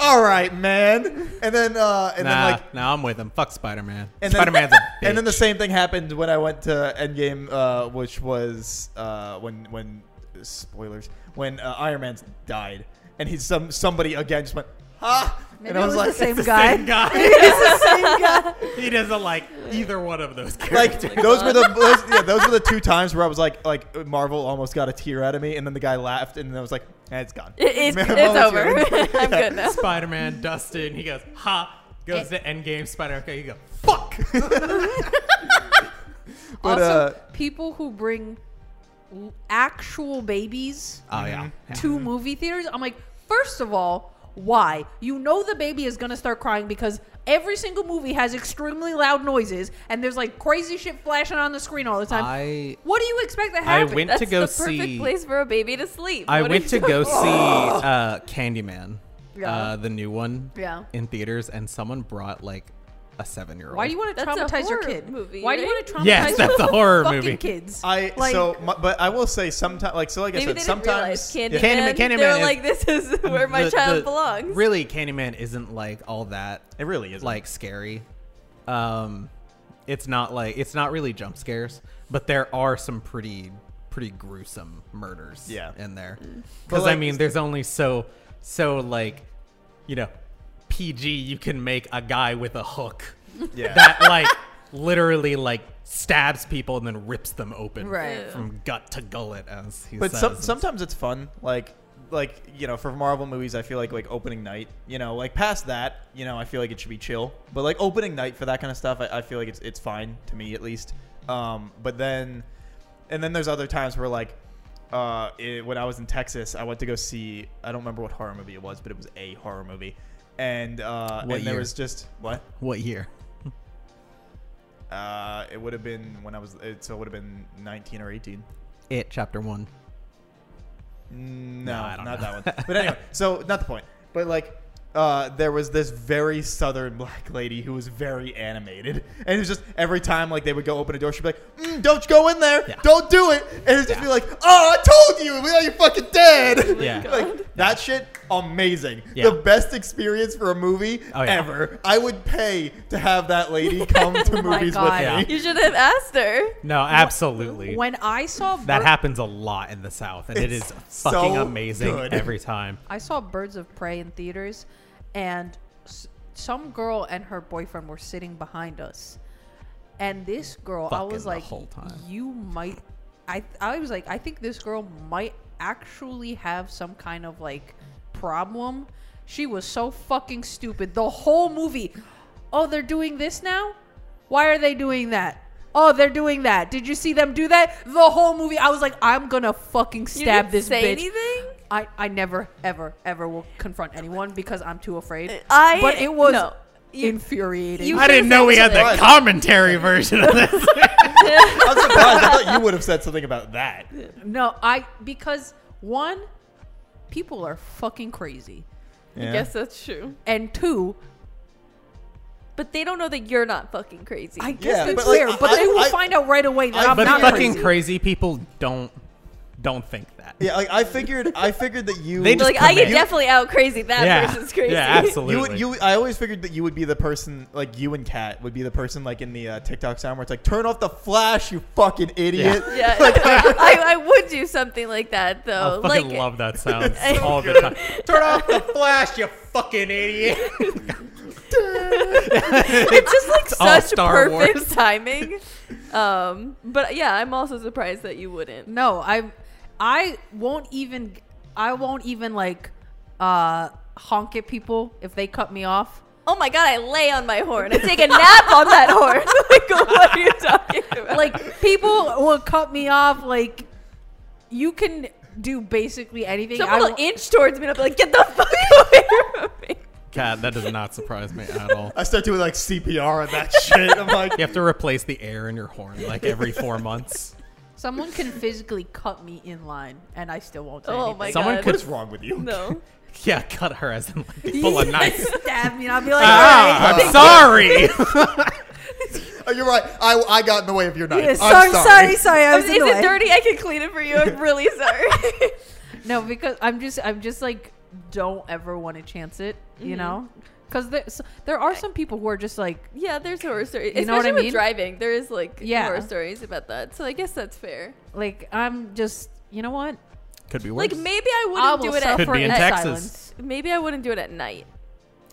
Speaker 1: all right, man, and then uh, and
Speaker 4: nah,
Speaker 1: then like
Speaker 4: nah, I'm with him. Fuck Spider Man.
Speaker 1: and then-
Speaker 4: Spider Man's a bitch.
Speaker 1: and then the same thing happened when I went to Endgame, uh, which was uh, when when spoilers when uh, Iron Man died, and he's some somebody again just went ha,
Speaker 2: Maybe
Speaker 1: and
Speaker 2: it
Speaker 1: I
Speaker 2: was
Speaker 1: was,
Speaker 2: the
Speaker 1: like,
Speaker 2: same
Speaker 4: It's the
Speaker 2: guy.
Speaker 4: same guy.
Speaker 2: It's the same guy.
Speaker 4: he doesn't like either one of those characters.
Speaker 1: like those were
Speaker 3: uh.
Speaker 1: the those, yeah, those were the two times where I was like like Marvel almost got a tear out of me, and then the guy laughed, and I was like, eh, it's gone.
Speaker 3: It- it's
Speaker 1: Man,
Speaker 3: it's
Speaker 1: I'm almost
Speaker 3: over.
Speaker 1: here.
Speaker 3: I'm good now.
Speaker 4: Spider Man, Dustin, he goes, ha, goes to Endgame, Spider Man, you go, fuck.
Speaker 1: But,
Speaker 2: also,
Speaker 1: uh,
Speaker 2: people who bring l- actual babies
Speaker 4: Oh, yeah.
Speaker 2: to movie theaters, I'm like, first of all, why? You know the baby is gonna start crying because every single movie has extremely loud noises and there's like crazy shit flashing on the screen all the time.
Speaker 4: I.
Speaker 2: what do you expect to
Speaker 4: I
Speaker 2: happen?
Speaker 4: went
Speaker 3: That's
Speaker 4: to go
Speaker 3: the perfect
Speaker 4: see.
Speaker 3: place for a baby to sleep.
Speaker 4: I
Speaker 3: What are
Speaker 4: went
Speaker 3: you
Speaker 4: to
Speaker 3: talking-
Speaker 4: go see uh, Candyman.
Speaker 2: Yeah.
Speaker 4: uh, the new one
Speaker 2: yeah.
Speaker 4: in theaters, and someone brought like a seven year old.
Speaker 2: Why do you want to
Speaker 3: That's a
Speaker 2: traumatize your
Speaker 3: horror
Speaker 2: kid?
Speaker 3: movie,
Speaker 2: Why do you
Speaker 3: right?
Speaker 2: want to traumatize
Speaker 4: Yes, that's a horror
Speaker 2: fucking
Speaker 4: movie.
Speaker 2: kids?
Speaker 1: I
Speaker 2: Like-
Speaker 1: so, my, but I will say sometimes, like so, like I said,
Speaker 3: Maybe they didn't realize
Speaker 1: sometimes
Speaker 3: Candyman.
Speaker 1: Yeah,
Speaker 4: Candyman-
Speaker 3: they
Speaker 4: Candyman
Speaker 3: were
Speaker 4: is-
Speaker 3: like, "This is where my
Speaker 4: The-
Speaker 3: child
Speaker 4: the-
Speaker 3: belongs."
Speaker 4: Really, Candyman isn't like all that
Speaker 1: it really is
Speaker 4: like scary. Um, it's not like it's not really jump scares, but there are some pretty pretty gruesome murders.
Speaker 1: Yeah.
Speaker 4: in there
Speaker 3: Mm.
Speaker 1: But,
Speaker 4: because I
Speaker 1: like,
Speaker 4: mean, there's only so so like you know PG you can make a guy with a hook
Speaker 1: yeah.
Speaker 4: that like literally like stabs people and then rips them open
Speaker 2: Right.
Speaker 4: from gut to gullet as he
Speaker 1: but
Speaker 4: says.
Speaker 1: some, sometimes it's fun like like you know for marvel movies i feel like like opening night you know like past that you know i feel like it should be chill but like opening night for that kind of stuff i, I feel like it's it's fine to me at least um but then and then there's other times where like uh it, when i was in texas i went to go see i don't remember what horror movie it was but it was a horror movie and uh
Speaker 4: What
Speaker 1: and there
Speaker 4: year?
Speaker 1: was just what
Speaker 4: what year?
Speaker 1: uh it would have been when i was it, so it would have been 19 or 18
Speaker 4: It chapter one.
Speaker 1: No,
Speaker 4: No, I don't
Speaker 1: not
Speaker 4: know.
Speaker 1: that one. But anyway, so not the point. But like, uh, there was this very southern black lady who was very animated, and it was just every time like they would go open a door, she'd be like, mm, "Don't you go in there!
Speaker 4: Yeah.
Speaker 1: Don't do it!" And it'd just
Speaker 4: Yeah.
Speaker 1: be like, "Oh, I told you! Now you're fucking dead!"
Speaker 4: Yeah.
Speaker 3: God.
Speaker 1: like that shit, amazing.
Speaker 4: Yeah.
Speaker 1: The best experience for a movie
Speaker 4: Oh, yeah.
Speaker 1: ever. I would pay to have that lady come
Speaker 4: Oh
Speaker 1: to
Speaker 2: my
Speaker 1: movies with
Speaker 2: God.
Speaker 1: me.
Speaker 4: Yeah.
Speaker 3: you should have asked her.
Speaker 4: No, absolutely.
Speaker 2: When I saw Bir-
Speaker 4: That happens a lot in the South, and it
Speaker 1: It's
Speaker 4: is fucking
Speaker 1: so
Speaker 4: amazing
Speaker 1: good.
Speaker 4: every time.
Speaker 2: I saw Birds of Prey in theaters, and s- some girl and her boyfriend were sitting behind us. And this girl, I
Speaker 4: Fucking
Speaker 2: was
Speaker 4: the
Speaker 2: like,
Speaker 4: whole time.
Speaker 2: "You might," I I was like, "I think this girl might actually have some kind of like problem." She was so fucking stupid the whole movie. Oh, they're doing this now. Why are they doing that? Oh, they're doing that. Did you see them do that? The whole movie. I was like, I'm gonna fucking
Speaker 3: You
Speaker 2: stab
Speaker 3: didn't
Speaker 2: this
Speaker 3: say
Speaker 2: bitch.
Speaker 3: anything?
Speaker 2: I, I never ever ever will confront anyone because I'm too afraid.
Speaker 3: Uh, I-
Speaker 2: but it was
Speaker 3: no. You-
Speaker 2: infuriating.
Speaker 3: you-
Speaker 4: I didn't know we had the
Speaker 1: What?
Speaker 4: commentary version of this.
Speaker 1: I'm surprised. I thought you would have said something about that.
Speaker 2: no, I because one, people are fucking crazy,
Speaker 1: Yeah.
Speaker 3: I guess that's true.
Speaker 2: and two,
Speaker 3: But they don't know that you're not fucking crazy.
Speaker 2: I
Speaker 1: Yeah,
Speaker 2: guess it's
Speaker 1: but, like,
Speaker 2: fair, but
Speaker 1: I-
Speaker 2: they will
Speaker 1: I-
Speaker 2: find out right away that
Speaker 1: I-
Speaker 2: I, am
Speaker 4: But
Speaker 2: not
Speaker 4: fucking
Speaker 2: crazy.
Speaker 4: crazy. people don't don't think that.
Speaker 1: Yeah, like I figured, I figured that you
Speaker 4: They
Speaker 3: They're
Speaker 4: just
Speaker 3: like I
Speaker 4: come
Speaker 3: could
Speaker 4: in.
Speaker 3: definitely out crazy. That person's crazy.
Speaker 4: Yeah, absolutely.
Speaker 1: You would, you, I always figured that you would be the person, like you and Kat would be the person, like in the uh, TikTok sound where it's like, "Turn off the flash, you fucking idiot."
Speaker 3: Yeah, I, I would do something like that
Speaker 4: I
Speaker 3: though.
Speaker 4: fucking
Speaker 3: uh, like
Speaker 4: love that sound
Speaker 3: I-
Speaker 4: all the time.
Speaker 1: Turn off the flash, you fucking idiot.
Speaker 3: it's just like
Speaker 4: all
Speaker 3: such
Speaker 4: Star
Speaker 3: perfect
Speaker 4: Wars.
Speaker 3: timing. Um, but yeah, I'm also surprised that you wouldn't.
Speaker 2: No, I I won't even I won't even like uh honk at people if they cut me off.
Speaker 3: Oh my god, I lay on my horn. I take a nap on that horn. like, what are you talking about?
Speaker 2: Like people will cut me off. Like you can do basically anything.
Speaker 3: someone
Speaker 2: I
Speaker 3: will
Speaker 2: won't-
Speaker 3: inch towards me, and I'll be like, "Get the fuck away from me!"
Speaker 4: God, that does not surprise me at all.
Speaker 1: I start doing like CPR and that shit. I'm like,
Speaker 4: You have to replace the air in your horn like every four months.
Speaker 2: Someone can physically cut me in line, and I still won't. Say
Speaker 3: Oh
Speaker 2: anything.
Speaker 3: my
Speaker 4: Someone
Speaker 3: god.
Speaker 1: what is wrong with you?
Speaker 3: no.
Speaker 4: Yeah, cut her as in like full of knife.
Speaker 2: Stab me, and I'll be like,
Speaker 4: Ah, I'm sorry.
Speaker 1: Oh, you're right. I, I got in the way of your knife.
Speaker 2: "Yeah,
Speaker 1: I'm
Speaker 2: sorry,
Speaker 1: sorry.
Speaker 2: sorry, sorry, I was
Speaker 3: Is
Speaker 2: in the way."
Speaker 3: it dirty? I can clean it for you. I'm really sorry.
Speaker 2: No, because I'm just, I'm just like, don't ever want to chance it,
Speaker 3: Mm-hmm.
Speaker 2: you know? Because there, so, there are some people who are just like,
Speaker 3: Yeah, there's horror stories.
Speaker 2: You know what
Speaker 3: Especially
Speaker 2: I mean?
Speaker 3: with driving, there is like
Speaker 2: Yeah.
Speaker 3: horror stories about that. So I guess that's fair.
Speaker 2: like I'm just, you know what?
Speaker 4: Could be worse.
Speaker 3: Like maybe I
Speaker 2: I
Speaker 3: wouldn't
Speaker 2: will
Speaker 3: do it at
Speaker 4: Could
Speaker 2: suffer
Speaker 4: be in
Speaker 2: in
Speaker 4: Texas.
Speaker 2: silence.
Speaker 3: maybe I wouldn't do it at night.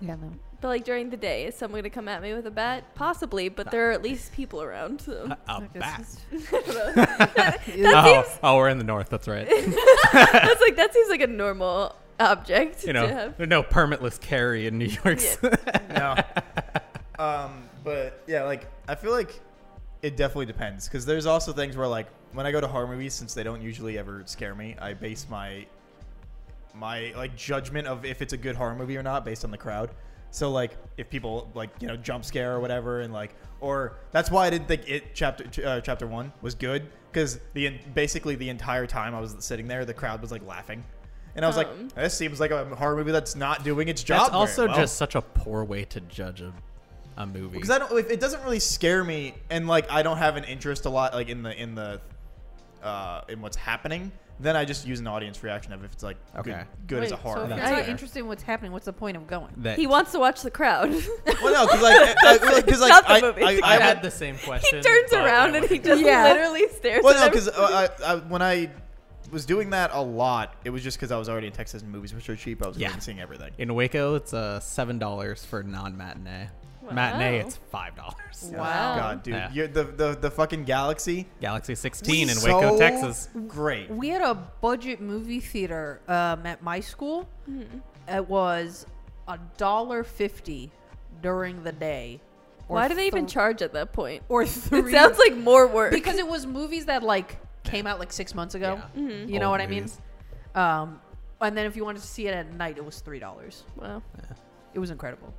Speaker 2: Yeah, no.
Speaker 3: But like during the day, is someone gonna come at me with a bat? Possibly, but there are at least people around. So.
Speaker 4: a
Speaker 2: Like, this
Speaker 4: bat.
Speaker 2: is-
Speaker 4: Oh,
Speaker 3: seems-
Speaker 4: oh, we're in the north. That's right.
Speaker 3: That's like that seems like a normal object to
Speaker 4: You know,
Speaker 3: have.
Speaker 4: there's no permitless carry in New York.
Speaker 3: Yeah.
Speaker 1: no. Um, but yeah, like I feel like it definitely depends because there's also things where like when I go to horror movies, since they don't usually ever scare me, I base my my like judgment of if it's a good horror movie or not based on the crowd. So like if people like you know jump scare or whatever and like or that's why I didn't think it chapter uh, chapter one was good because the basically the entire time I was sitting there the crowd was like laughing and I was
Speaker 3: Um.
Speaker 1: like, this seems like a horror movie that's not doing its job.
Speaker 4: That's also just such a poor way to judge a, a movie.
Speaker 1: because I don't. If it doesn't really scare me, and like I don't have an interest a lot, like in the in the uh, in what's happening, then I just use an audience reaction of if it's like
Speaker 4: Okay.
Speaker 1: good, good as a
Speaker 2: Wait,
Speaker 1: horror.
Speaker 2: So if you're
Speaker 1: movie.
Speaker 4: That's
Speaker 2: not
Speaker 4: fair.
Speaker 2: interested in what's happening, what's the point of going?
Speaker 4: That-
Speaker 3: He wants to watch the crowd.
Speaker 1: Well, no, because like, I, cause, like
Speaker 3: Not the
Speaker 1: I,
Speaker 3: movie.
Speaker 1: I,
Speaker 4: I
Speaker 1: I,
Speaker 4: had
Speaker 1: would-
Speaker 4: the same question.
Speaker 3: he turns
Speaker 4: but I
Speaker 3: around and
Speaker 4: wouldn't
Speaker 3: he just
Speaker 2: Yeah.
Speaker 3: literally stares.
Speaker 1: Well,
Speaker 3: at
Speaker 1: no,
Speaker 3: every-
Speaker 1: because I, I, when I was doing that a lot, it was just because I was already in Texas and movies, which are cheap. I was
Speaker 4: Yeah.
Speaker 1: going and seeing everything.
Speaker 4: In Waco, it's uh, seven dollars for non matinee. Matinee,
Speaker 3: Wow.
Speaker 4: it's five dollars.
Speaker 2: Wow.
Speaker 1: God, dude,
Speaker 4: Yeah.
Speaker 1: you're the, the the fucking galaxy.
Speaker 4: Galaxy 16 in
Speaker 1: was
Speaker 4: Waco,
Speaker 1: so
Speaker 4: Texas.
Speaker 1: Great.
Speaker 2: We had a budget movie theater um, at my school.
Speaker 3: Mm-hmm.
Speaker 2: It was a dollar fifty during the day. or
Speaker 3: Why do they even
Speaker 2: thr-
Speaker 3: charge at that point?
Speaker 2: Or three?
Speaker 3: It sounds like more work.
Speaker 2: because it was movies that like came out like six months ago.
Speaker 4: Yeah.
Speaker 3: Mm-hmm.
Speaker 2: You know
Speaker 4: Old
Speaker 2: what
Speaker 4: movies.
Speaker 2: I mean? Um, and then if you wanted to see it at night, it was three dollars.
Speaker 3: wow.
Speaker 2: It was incredible.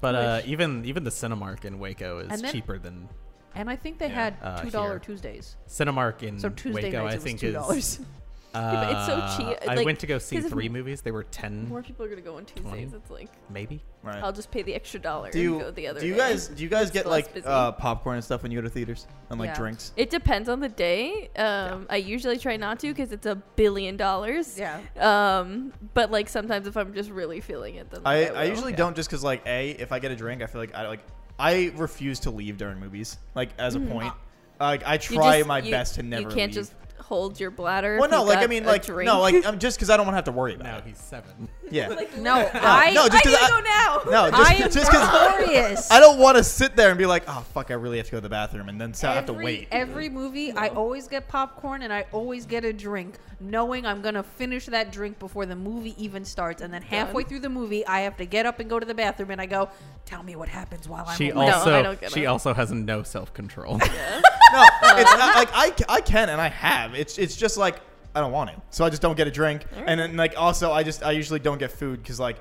Speaker 4: But uh, even even the Cinemark in Waco is
Speaker 2: And then-
Speaker 4: cheaper than
Speaker 2: And I think they
Speaker 1: Yeah,
Speaker 4: uh,
Speaker 2: had two dollar
Speaker 4: here.
Speaker 2: Tuesdays.
Speaker 4: Cinemark in
Speaker 2: So Tuesday
Speaker 4: Waco.
Speaker 2: nights
Speaker 4: I
Speaker 2: it was
Speaker 4: think
Speaker 2: two
Speaker 4: is. uh,
Speaker 2: dollars.
Speaker 3: but it's so cheap,
Speaker 4: I
Speaker 3: like,
Speaker 4: went to go see
Speaker 3: 'cause if
Speaker 4: three
Speaker 3: m-
Speaker 4: movies. They were ten,
Speaker 3: More people are gonna go on Tuesdays.
Speaker 4: Twenty.
Speaker 3: It's like
Speaker 4: maybe.
Speaker 1: Right.
Speaker 3: I'll just pay the extra dollar
Speaker 1: do
Speaker 3: and go
Speaker 1: you,
Speaker 3: the other.
Speaker 1: do you
Speaker 3: day.
Speaker 1: guys do you guys get
Speaker 3: less
Speaker 1: like
Speaker 3: busy.
Speaker 1: uh, popcorn and stuff when you go to theaters and like
Speaker 2: Yeah.
Speaker 1: drinks?
Speaker 3: It depends on the day. Um, I usually try not to because it's a billion dollars.
Speaker 2: Yeah.
Speaker 3: Um, but like sometimes if I'm just really feeling it, then
Speaker 1: I,
Speaker 3: like,
Speaker 1: I
Speaker 3: will.
Speaker 1: usually don't just because like a if I get a drink I feel like I like I refuse to leave during movies like as a point like I
Speaker 3: Hmm. You
Speaker 1: try
Speaker 3: just-
Speaker 1: my
Speaker 3: you-
Speaker 1: best to never
Speaker 3: You can't
Speaker 1: leave.
Speaker 3: just hold your bladder.
Speaker 1: well
Speaker 3: if you
Speaker 1: no like I
Speaker 3: got
Speaker 1: mean
Speaker 3: a
Speaker 1: like
Speaker 3: drink.
Speaker 1: no like I'm just because I don't want to have to worry about
Speaker 4: Now
Speaker 1: it
Speaker 4: he's seven.
Speaker 1: yeah
Speaker 2: No, I
Speaker 1: no,
Speaker 3: I
Speaker 1: just
Speaker 3: need
Speaker 1: 'cause
Speaker 3: to
Speaker 1: I-
Speaker 3: go now.
Speaker 1: no
Speaker 2: I
Speaker 1: just
Speaker 2: am
Speaker 1: just because
Speaker 2: furious.
Speaker 1: I don't want to sit there and be like oh fuck I really have to go to the bathroom and then so I have to
Speaker 2: Every-
Speaker 1: wait
Speaker 2: Every movie, I always get popcorn and I always get a drink, knowing I'm gonna finish that drink before the movie even starts. And then halfway through the movie, I have to get up and go to the bathroom, and I go, "Tell me what happens while I'm."
Speaker 4: She
Speaker 2: awake."
Speaker 3: I
Speaker 4: also
Speaker 3: don't get
Speaker 4: she
Speaker 3: it.
Speaker 4: also has no self control.
Speaker 1: no it's not, like I, ca- I can and I have it's it's just like I don't want to so I just don't get a drink and then like also I just I usually don't get food because like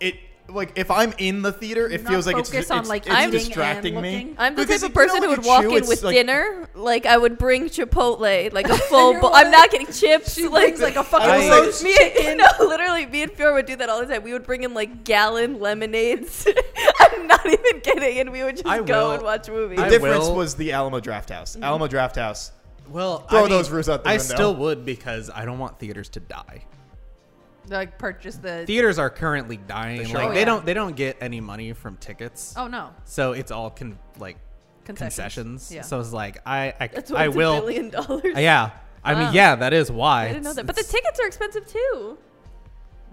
Speaker 1: it like if I'm in the theater it
Speaker 2: Not
Speaker 1: feels like it's,
Speaker 2: focus
Speaker 1: it's,
Speaker 2: on, like,
Speaker 1: it's
Speaker 2: eating and
Speaker 1: distracting me
Speaker 2: looking.
Speaker 3: I'm the
Speaker 1: Because
Speaker 3: type of
Speaker 1: if you know
Speaker 3: person who
Speaker 1: what
Speaker 3: would
Speaker 1: you
Speaker 3: walk
Speaker 1: chew,
Speaker 3: in
Speaker 1: it's
Speaker 3: with
Speaker 1: like-
Speaker 3: dinner. Like I would bring Chipotle, like a full
Speaker 2: You're
Speaker 3: bowl. I'm not
Speaker 2: like-
Speaker 3: getting chips.
Speaker 2: She
Speaker 3: like,
Speaker 2: brings, like, a fucking
Speaker 1: I-
Speaker 2: roast
Speaker 3: me,
Speaker 2: chicken.
Speaker 3: No, literally, me and Fiora would do that all the time. We would bring in like gallon lemonades. I'm not even kidding, and we would just
Speaker 4: I
Speaker 3: go
Speaker 4: will-
Speaker 3: and watch movies.
Speaker 1: the
Speaker 4: I
Speaker 1: difference
Speaker 4: will-
Speaker 1: was the Alamo Draft House
Speaker 2: Mm.
Speaker 1: Alamo Draft House
Speaker 4: well,
Speaker 1: Throw
Speaker 4: I mean,
Speaker 1: those roofs out the
Speaker 4: I
Speaker 1: window.
Speaker 4: still would because I don't want theaters to die.
Speaker 2: like purchase the.
Speaker 4: Theaters are currently dying.
Speaker 1: sure.
Speaker 4: Like
Speaker 1: Oh,
Speaker 4: they
Speaker 2: yeah.
Speaker 4: don't they don't get any money from tickets.
Speaker 2: oh no,
Speaker 4: So it's all con- like
Speaker 2: Concessions.
Speaker 4: concessions.
Speaker 2: Yeah.
Speaker 4: So it's like I I,
Speaker 3: That's why
Speaker 4: I
Speaker 3: it's
Speaker 4: will.
Speaker 3: a billion dollars.
Speaker 4: Yeah. I mean, yeah, that is why.
Speaker 3: Uh, I didn't know
Speaker 4: It's-
Speaker 3: that. But the
Speaker 4: it's-
Speaker 3: tickets are expensive too,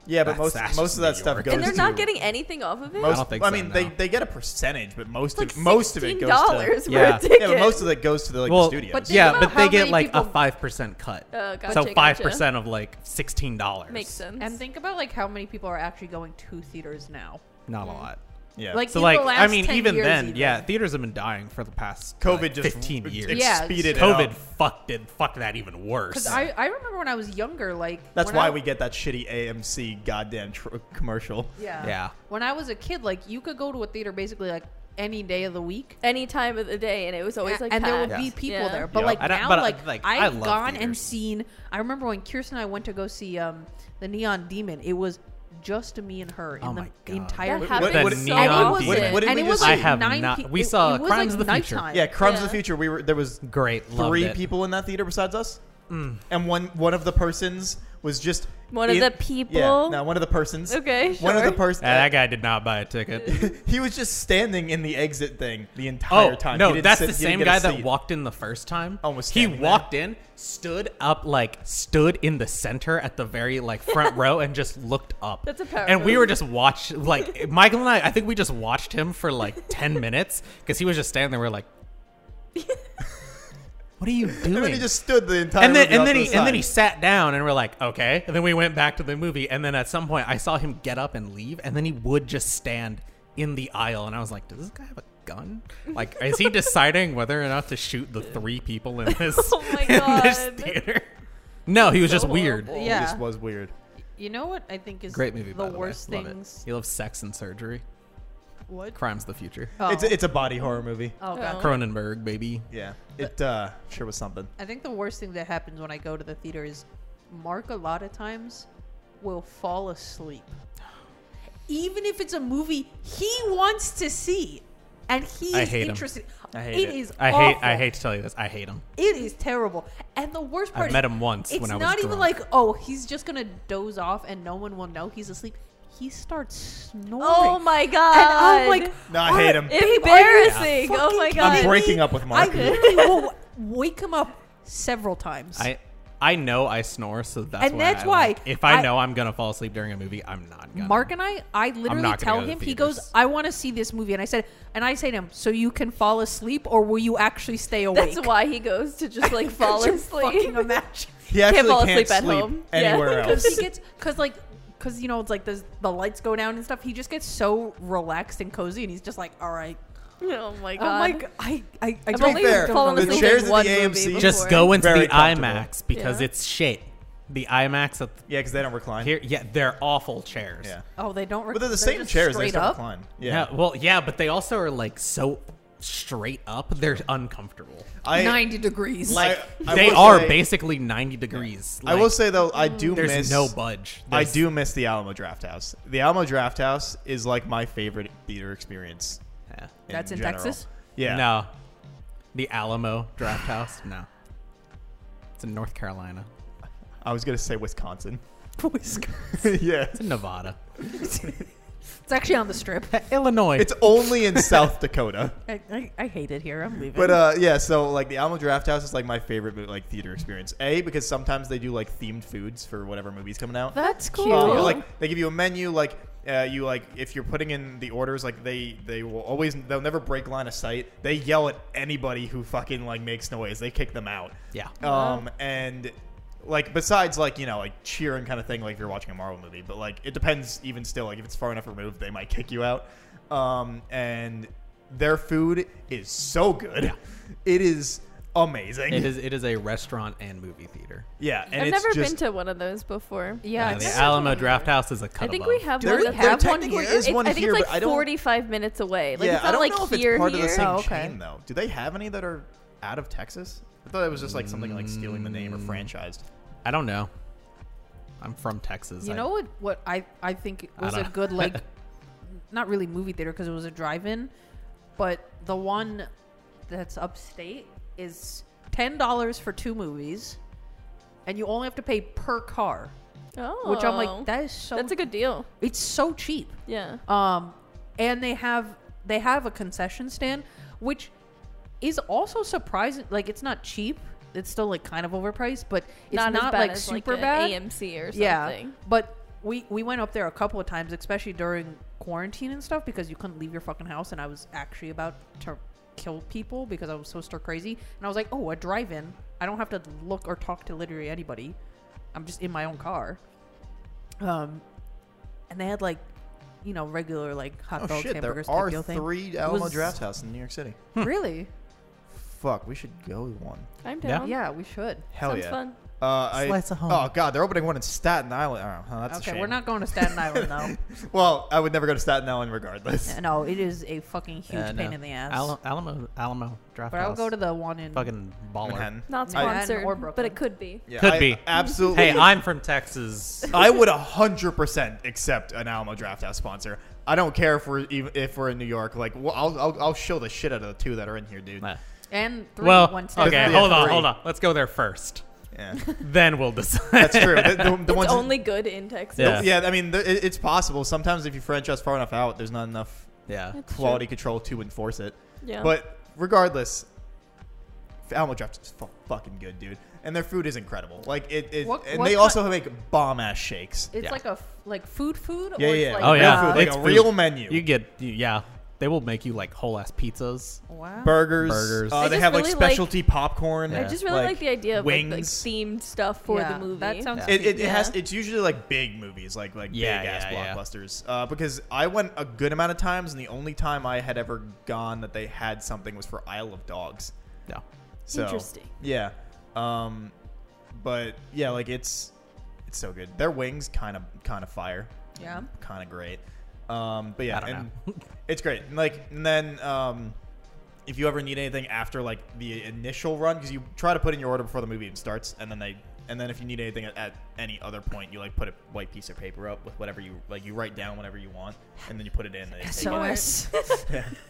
Speaker 1: yeah but
Speaker 4: That's-
Speaker 1: most
Speaker 4: that's
Speaker 1: most of
Speaker 4: just
Speaker 1: that
Speaker 4: New
Speaker 1: stuff
Speaker 4: York.
Speaker 1: goes
Speaker 3: and they're
Speaker 1: to
Speaker 3: not getting anything off of it.
Speaker 1: most,
Speaker 4: I don't think
Speaker 1: I
Speaker 4: so,
Speaker 1: mean they,
Speaker 4: no.
Speaker 1: they get a percentage but most
Speaker 3: like
Speaker 1: of most of it goes
Speaker 3: dollars
Speaker 1: to
Speaker 3: for
Speaker 4: Yeah.
Speaker 3: a ticket.
Speaker 1: yeah but most of it goes to the, like the
Speaker 4: well,
Speaker 1: studios
Speaker 2: But think
Speaker 4: yeah,
Speaker 2: about
Speaker 4: but
Speaker 2: how
Speaker 4: they get
Speaker 2: many
Speaker 4: like a
Speaker 2: people-
Speaker 4: five percent cut.
Speaker 3: Uh, gotcha,
Speaker 4: so
Speaker 3: gotcha.
Speaker 4: five percent of like sixteen dollars
Speaker 3: makes sense.
Speaker 2: and think about like how many people are actually going to theaters now.
Speaker 4: Not a
Speaker 3: Mm.
Speaker 4: lot.
Speaker 1: yeah
Speaker 2: like-
Speaker 4: So
Speaker 2: In the
Speaker 4: like, I
Speaker 2: last
Speaker 4: mean,
Speaker 2: 10
Speaker 4: even
Speaker 2: years
Speaker 4: then,
Speaker 2: even.
Speaker 4: yeah, theaters have been dying for the past
Speaker 1: COVID
Speaker 4: like,
Speaker 1: just
Speaker 4: fifteen years.
Speaker 1: it
Speaker 2: Yeah.
Speaker 1: speeded it up.
Speaker 4: COVID fucked did fuck that even worse.
Speaker 2: Because I, I remember when I was younger, like
Speaker 1: That's
Speaker 2: when
Speaker 1: why
Speaker 2: I-
Speaker 1: we get that shitty AMC goddamn tr- commercial.
Speaker 2: Yeah.
Speaker 4: Yeah.
Speaker 2: When I was a kid, like you could go to a theater basically like any day of the week.
Speaker 3: any time of the day, and it was always
Speaker 2: A-
Speaker 3: like
Speaker 2: and there would
Speaker 3: packed.
Speaker 2: be people
Speaker 3: Yeah.
Speaker 2: there. But
Speaker 1: Yeah.
Speaker 2: like
Speaker 4: I don't-
Speaker 2: now,
Speaker 4: but, uh,
Speaker 2: like,
Speaker 4: like, I
Speaker 2: I've
Speaker 4: love
Speaker 2: gone and
Speaker 4: theaters.
Speaker 2: seen. I remember when Kirsten and I went to go see um the Neon Demon. It was just me and her in
Speaker 4: Oh
Speaker 2: the
Speaker 4: my God.
Speaker 2: entire
Speaker 3: That
Speaker 2: house.
Speaker 3: happens
Speaker 1: What-
Speaker 2: and
Speaker 1: what-
Speaker 2: it
Speaker 4: Neon
Speaker 2: was-
Speaker 4: Demon. What-
Speaker 1: what did
Speaker 2: and
Speaker 1: we
Speaker 2: it
Speaker 1: just
Speaker 2: was
Speaker 1: see?
Speaker 2: like
Speaker 4: I have
Speaker 2: nine
Speaker 4: not-
Speaker 2: pe-
Speaker 4: we
Speaker 2: it-
Speaker 4: saw
Speaker 2: it was,
Speaker 4: Crimes
Speaker 2: like
Speaker 4: of the Future.
Speaker 2: nighttime.
Speaker 1: Yeah, Crumbs
Speaker 3: Yeah.
Speaker 1: of the Future. We were there was
Speaker 4: Great, loved
Speaker 1: three
Speaker 4: it. Mm.
Speaker 1: people in that theater besides us, and one one of the persons was just
Speaker 3: One of
Speaker 1: in-
Speaker 3: the people?
Speaker 1: Yeah, no, one of the persons.
Speaker 3: Okay,
Speaker 1: One of the
Speaker 3: sure.
Speaker 1: persons.
Speaker 4: Yeah, that guy did not buy a ticket.
Speaker 1: He was just standing in the exit thing the entire
Speaker 4: Oh
Speaker 1: time. He
Speaker 4: no,
Speaker 1: didn't
Speaker 4: that's
Speaker 1: sit-
Speaker 4: the
Speaker 1: he didn't
Speaker 4: same
Speaker 1: get a
Speaker 4: guy that
Speaker 1: seat.
Speaker 4: walked in the first time.
Speaker 1: Almost
Speaker 4: he
Speaker 1: standing there.
Speaker 4: walked in, stood up like stood in the center at the very like front row and just looked up.
Speaker 3: That's a power
Speaker 4: And we
Speaker 3: move.
Speaker 4: were just watched like Michael and I. I think we just watched him for like ten minutes because he was just standing there. We're like, what are you
Speaker 1: And
Speaker 4: doing?
Speaker 1: then he just stood the entire.
Speaker 4: and then,
Speaker 1: movie
Speaker 4: and
Speaker 1: off
Speaker 4: then
Speaker 1: to
Speaker 4: he
Speaker 1: the
Speaker 4: and then he
Speaker 1: side.
Speaker 4: sat down and we're like okay and then we went back to the movie and then at some point i saw him get up and leave and then he would just stand in the aisle and i was like does this guy have a gun like is he deciding whether or not to shoot the three people in this,
Speaker 3: Oh my
Speaker 4: in this
Speaker 3: God.
Speaker 4: theater no he was just
Speaker 3: so
Speaker 4: weird
Speaker 3: horrible.
Speaker 1: It
Speaker 2: Yeah.
Speaker 1: just was weird.
Speaker 2: You know what I think is
Speaker 4: great movie
Speaker 2: The
Speaker 4: by the
Speaker 2: worst
Speaker 4: way. Love it.
Speaker 2: things.
Speaker 4: he loves sex and surgery
Speaker 2: What?
Speaker 4: crimes of the future
Speaker 2: Oh.
Speaker 1: It's it's a body horror movie.
Speaker 2: oh god.
Speaker 3: Oh.
Speaker 4: cronenberg baby
Speaker 1: Yeah, it uh, sure was something.
Speaker 2: I think the worst thing that happens when I go to the theater is Mark a lot of times will fall asleep. Even if it's a movie he wants to see and he's
Speaker 4: I hate him.
Speaker 2: interested.
Speaker 1: I hate it.
Speaker 2: is
Speaker 4: I hate.
Speaker 2: awful.
Speaker 4: I hate to tell you this. I hate him.
Speaker 2: It is terrible. And the worst part
Speaker 4: I
Speaker 2: is
Speaker 4: met him once
Speaker 2: it's
Speaker 4: when I was
Speaker 2: not even
Speaker 4: drunk.
Speaker 2: like, oh, he's just gonna doze off and no one will know he's asleep. He starts snoring.
Speaker 3: Oh my god.
Speaker 2: And I'm like,
Speaker 1: No, I hate him.
Speaker 3: embarrassing. Oh my
Speaker 2: fucking
Speaker 3: god.
Speaker 1: I'm
Speaker 2: kidding
Speaker 1: breaking
Speaker 2: me?
Speaker 1: up with
Speaker 2: I
Speaker 1: Mark.
Speaker 2: literally will wake him up several times.
Speaker 4: I. I know I snore, so that's
Speaker 2: And
Speaker 4: why.
Speaker 2: that's
Speaker 4: I
Speaker 2: why
Speaker 4: like- if I,
Speaker 2: I-
Speaker 4: know I'm gonna fall asleep during a movie, I'm not gonna.
Speaker 2: Mark and I, I literally
Speaker 4: not gonna
Speaker 2: tell
Speaker 4: go to
Speaker 2: him.
Speaker 4: the
Speaker 2: He goes,
Speaker 4: theaters.
Speaker 2: "I want to see this movie," and I said, and I say to him, "So you can fall asleep, or will you actually stay awake?"
Speaker 3: That's why he goes to just like fall
Speaker 2: Could you
Speaker 3: asleep.
Speaker 2: Fucking imagine.
Speaker 1: He actually
Speaker 3: fall
Speaker 1: can't
Speaker 3: asleep at
Speaker 1: sleep
Speaker 3: home. Yeah.
Speaker 1: anywhere
Speaker 2: Because he
Speaker 1: else.
Speaker 2: gets, because like, because you know, it's like the the lights go down and stuff. He just gets so relaxed and cozy, and he's just like, "All right,
Speaker 3: Oh my god.
Speaker 2: oh my god, I, I, I
Speaker 3: I've
Speaker 2: don't
Speaker 1: only fair,
Speaker 2: don't
Speaker 3: fallen
Speaker 2: know.
Speaker 1: the
Speaker 3: asleep
Speaker 1: chairs
Speaker 3: in
Speaker 1: at
Speaker 3: one
Speaker 1: the AMC
Speaker 3: movie
Speaker 4: just
Speaker 3: before.
Speaker 4: go into
Speaker 1: Very
Speaker 4: the
Speaker 1: comfortable.
Speaker 4: IMAX because
Speaker 3: Yeah.
Speaker 4: it's shit. The IMAX at
Speaker 1: Yeah, because they don't recline.
Speaker 4: here, yeah, they're awful chairs.
Speaker 1: Yeah.
Speaker 2: Oh, they don't. Rec-
Speaker 1: But they're the same
Speaker 2: just
Speaker 1: chairs. They
Speaker 2: Straight
Speaker 1: still
Speaker 2: up.
Speaker 1: recline. Yeah.
Speaker 4: Yeah, Well, yeah, but they also are like so straight up. They're uncomfortable.
Speaker 1: I,
Speaker 2: Ninety degrees.
Speaker 1: Like- I
Speaker 4: they
Speaker 1: will
Speaker 4: are
Speaker 1: say-
Speaker 4: basically 90 degrees.
Speaker 1: I
Speaker 4: Like,
Speaker 1: will say though, I do
Speaker 4: there's
Speaker 1: miss
Speaker 4: no budge.
Speaker 1: I
Speaker 4: There's-
Speaker 1: do miss the Alamo Draft House. The Alamo Draft House is like my favorite theater experience.
Speaker 4: Yeah.
Speaker 1: in
Speaker 2: That's in
Speaker 1: general.
Speaker 2: Texas?
Speaker 1: Yeah.
Speaker 4: No. The Alamo Draft House. No. It's in North Carolina.
Speaker 1: I was gonna say Wisconsin. yeah.
Speaker 4: It's in Nevada.
Speaker 2: it's actually on the strip.
Speaker 4: Illinois.
Speaker 1: It's only in South Dakota.
Speaker 2: I, I, I hate it here. I'm leaving.
Speaker 1: But uh, yeah, so like the Alamo Draft House is like my favorite like theater experience. A because sometimes they do like themed foods for whatever movie's coming out.
Speaker 3: That's cool.
Speaker 1: Uh,
Speaker 2: Cool.
Speaker 1: like they give you a menu like uh, you like if you're putting in the orders like they they will always they'll never break line of sight they yell at anybody who fucking like makes noise they kick them out
Speaker 4: yeah.
Speaker 1: um and like besides like you know like cheering kind of thing like if you're watching a marvel movie but like it depends even still like if it's far enough removed they might kick you out um and their food is so good
Speaker 4: Yeah.
Speaker 1: it is amazing
Speaker 4: It is it is a restaurant and movie theater.
Speaker 1: yeah and
Speaker 3: I've
Speaker 1: it's
Speaker 3: never
Speaker 1: just
Speaker 3: been to one of those before.
Speaker 2: yeah,
Speaker 4: Uh,
Speaker 2: it's
Speaker 4: the Alamo Draft House is a
Speaker 3: I
Speaker 4: cut
Speaker 3: think
Speaker 4: above.
Speaker 3: we have
Speaker 2: Do
Speaker 3: one
Speaker 2: we
Speaker 3: of
Speaker 2: have-
Speaker 3: those.
Speaker 2: one
Speaker 1: technically
Speaker 2: here?
Speaker 1: is
Speaker 3: It's-
Speaker 1: one
Speaker 3: I think
Speaker 1: here,
Speaker 3: it's
Speaker 1: but
Speaker 3: like
Speaker 1: I don't
Speaker 3: 45 minutes away. Like
Speaker 1: yeah,
Speaker 3: it's not
Speaker 1: I don't
Speaker 3: like
Speaker 1: know if
Speaker 3: here,
Speaker 1: it's part
Speaker 3: here.
Speaker 1: of the same
Speaker 2: Oh, okay.
Speaker 1: chain though. Do they have any that are out of Texas? I thought it was just like something like stealing the
Speaker 4: Mm.
Speaker 1: name or franchised.
Speaker 4: I don't know. I'm from Texas.
Speaker 2: You
Speaker 4: I-
Speaker 2: know what? What I I think
Speaker 4: I
Speaker 2: was a
Speaker 4: don't know.
Speaker 2: good like, not really movie theater because it was a drive-in, but the one that's upstate is ten dollars for two movies, and you only have to pay per car,
Speaker 3: Oh.
Speaker 2: which I'm like that is so
Speaker 3: That's a good deal.
Speaker 2: it's so cheap.
Speaker 3: Yeah.
Speaker 2: Um, and they have they have a concession stand, which is also surprising. Like it's not cheap. It's still like kind of overpriced, but it's not,
Speaker 3: as bad
Speaker 2: like
Speaker 3: as
Speaker 2: super
Speaker 3: like
Speaker 2: bad.
Speaker 3: An AMC or something.
Speaker 2: Yeah, but we we went up there a couple of times, especially during quarantine and stuff, because you couldn't leave your fucking house, and I was actually about to kill people because I was so stir crazy, and I was like, oh, a drive-in. I don't have to look or talk to literally anybody. I'm just in my own car. Um, and they had like, you know, regular like hot
Speaker 1: Oh
Speaker 2: dogs,
Speaker 1: shit! There
Speaker 2: hamburgers, type
Speaker 1: are
Speaker 2: deal thing.
Speaker 1: three Alamo
Speaker 2: was-
Speaker 1: Draft House in New York City.
Speaker 2: Really?
Speaker 1: Fuck, we should go to one.
Speaker 3: I'm
Speaker 4: Yeah.
Speaker 3: down.
Speaker 2: yeah, we should.
Speaker 1: Hell
Speaker 3: Sounds
Speaker 1: yeah!
Speaker 3: fun.
Speaker 1: Uh, I,
Speaker 4: Slice of home.
Speaker 1: Oh god, they're opening one in Staten Island. Oh, oh, that's a
Speaker 2: okay,
Speaker 1: shame.
Speaker 2: we're not going to Staten Island though.
Speaker 1: Well, I would never go to Staten Island regardless.
Speaker 2: no, it is a fucking huge
Speaker 4: Uh, no.
Speaker 2: pain in the ass.
Speaker 4: Al- Alamo Alamo Draft
Speaker 2: but
Speaker 4: House.
Speaker 2: I'll go to the one in
Speaker 4: fucking baller.
Speaker 1: Manhattan.
Speaker 3: Not
Speaker 2: I-
Speaker 3: sponsored,
Speaker 2: or
Speaker 3: but
Speaker 2: Brooklyn.
Speaker 3: it could be.
Speaker 1: Yeah,
Speaker 4: Could
Speaker 1: I
Speaker 4: be.
Speaker 1: absolutely.
Speaker 4: Hey, I'm from Texas.
Speaker 1: I would hundred percent accept an Alamo Draft House sponsor. I don't care if we're even if we're in New York. Like, well, I'll, I'll I'll show the shit out of the two that are in here, dude.
Speaker 4: Nah.
Speaker 2: and three
Speaker 4: well,
Speaker 2: one step.
Speaker 1: Yeah,
Speaker 4: okay, hold on,
Speaker 1: three.
Speaker 4: hold on. Let's go there first.
Speaker 1: Yeah,
Speaker 4: Then we'll decide.
Speaker 1: that's true. The, the, the
Speaker 3: It's
Speaker 1: ones
Speaker 3: only good in Texas.
Speaker 4: Yeah.
Speaker 1: Yeah, I mean, th- it- it's possible. Sometimes if you franchise far enough out, there's not enough
Speaker 4: yeah.
Speaker 3: That's true.
Speaker 1: quality control to enforce it.
Speaker 3: Yeah.
Speaker 1: But regardless, Alamo Draft is fu- fucking good, dude, and their food is incredible. Like it, it
Speaker 2: What-
Speaker 1: and
Speaker 2: what
Speaker 1: they
Speaker 2: ki-
Speaker 1: also make bomb ass shakes.
Speaker 2: It's
Speaker 4: Yeah.
Speaker 2: like a f- like food food.
Speaker 1: Yeah,
Speaker 2: or
Speaker 1: yeah,
Speaker 2: It's like
Speaker 4: Oh
Speaker 1: real
Speaker 4: yeah,
Speaker 1: food, like
Speaker 4: It's
Speaker 1: a
Speaker 4: food.
Speaker 1: real menu.
Speaker 4: You get you, yeah. They will make you like whole ass pizzas.
Speaker 2: Wow.
Speaker 1: burgers,
Speaker 4: Burgers.
Speaker 1: Uh,
Speaker 3: I
Speaker 1: they
Speaker 3: just
Speaker 1: have like
Speaker 3: really like-
Speaker 1: specialty popcorn.
Speaker 4: I
Speaker 3: I just really like, the idea of like, like
Speaker 1: Oh, wings.
Speaker 3: themed stuff for
Speaker 2: Yeah,
Speaker 3: the movie.
Speaker 2: That sounds.
Speaker 4: Yeah.
Speaker 1: It, it, it
Speaker 3: Yeah.
Speaker 1: has. It's usually like big movies, like like
Speaker 4: Yeah,
Speaker 1: big ass
Speaker 4: yeah, yeah.
Speaker 1: blockbusters. Uh, because I went a good amount of times, and the only time I had ever gone that they had something was for Isle of Dogs.
Speaker 4: No.
Speaker 1: So,
Speaker 3: Interesting.
Speaker 1: Yeah. Um, but yeah, like it's it's so good. Their wings kind of kind of fire,
Speaker 2: Yeah.
Speaker 1: kind of great. Um, but yeah,
Speaker 4: I don't
Speaker 1: and
Speaker 4: know.
Speaker 1: it's great. And like and then um, if you ever need anything after like the initial run, because you try to put in your order before the movie even starts, and then they and then if you need anything at, at any other point, you like put a white piece of paper up with whatever you like. You write down whatever you want, and then you put it in. And they take it.
Speaker 2: SOS.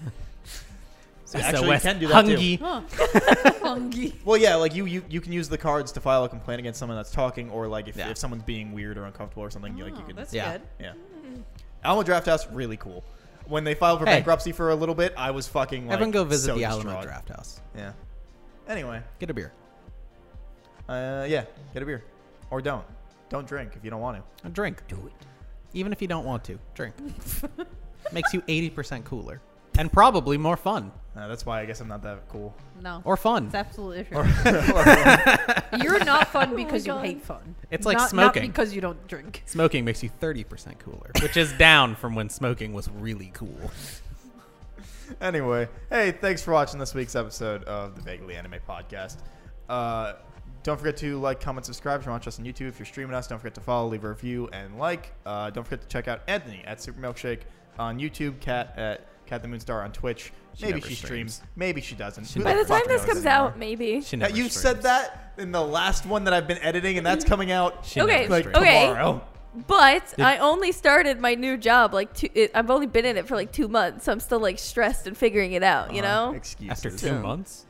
Speaker 1: So you actually
Speaker 4: SOS
Speaker 1: can do that too.
Speaker 4: Hungy.
Speaker 2: Huh. Fungi.
Speaker 1: Well, yeah, like you, you you can use the cards to file a complaint against someone that's talking, or like if,
Speaker 4: Yeah.
Speaker 1: if someone's being weird or uncomfortable or something, you like you
Speaker 2: Oh,
Speaker 1: can.
Speaker 2: that's
Speaker 4: Yeah.
Speaker 2: good.
Speaker 1: yeah. Alamo Draft House really cool. When they filed for
Speaker 4: Hey.
Speaker 1: bankruptcy for a little bit, I was fucking like
Speaker 4: Everyone go visit
Speaker 1: so
Speaker 4: the Alamo
Speaker 1: distraught.
Speaker 4: Draft House.
Speaker 1: Yeah. Anyway,
Speaker 4: Get a beer.
Speaker 1: uh, yeah, get a beer or don't. Don't drink if you don't want to.
Speaker 4: A drink. Do it. Even if you don't want to, drink. Makes you 80% cooler. And probably more fun.
Speaker 1: Uh, that's why I guess I'm not that cool.
Speaker 2: No.
Speaker 4: Or fun.
Speaker 2: it's absolutely true.
Speaker 1: Or- or-
Speaker 2: You're not fun
Speaker 3: Oh
Speaker 2: because
Speaker 3: my
Speaker 2: you
Speaker 3: God.
Speaker 2: hate fun.
Speaker 4: It's like
Speaker 2: Not-
Speaker 4: smoking.
Speaker 2: Not because you don't drink.
Speaker 4: Smoking makes you 30% cooler, which is down from when smoking was really cool.
Speaker 1: anyway, hey, thanks for watching this week's episode of the Vaguely Anime Podcast. Uh, don't forget to like, comment, subscribe if you're watching us on YouTube. If you're streaming us, don't forget to follow, leave a review, and like. Uh, don't forget to check out Anthony at Super Milkshake on YouTube, Cat at Cat the Moonstar on Twitch.
Speaker 4: She
Speaker 1: maybe
Speaker 4: never
Speaker 1: she streams.
Speaker 4: streams.
Speaker 1: Maybe she doesn't.
Speaker 4: She
Speaker 1: Who
Speaker 3: By the
Speaker 1: fuck
Speaker 3: time this
Speaker 1: knows
Speaker 3: comes
Speaker 1: anymore?
Speaker 3: out, maybe.
Speaker 4: She
Speaker 1: Now,
Speaker 4: never
Speaker 1: you
Speaker 4: streams.
Speaker 1: said that in the last one that I've been editing, and that's coming out
Speaker 4: She
Speaker 3: Okay,
Speaker 4: never
Speaker 1: like
Speaker 4: streams.
Speaker 3: okay.
Speaker 1: tomorrow.
Speaker 3: But I only started my new job like two. It, I've only been in it for like two months, so I'm still like stressed and figuring it out. You
Speaker 1: Uh-huh.
Speaker 3: know?
Speaker 1: Excuses.
Speaker 4: After two
Speaker 3: Yeah.
Speaker 4: months?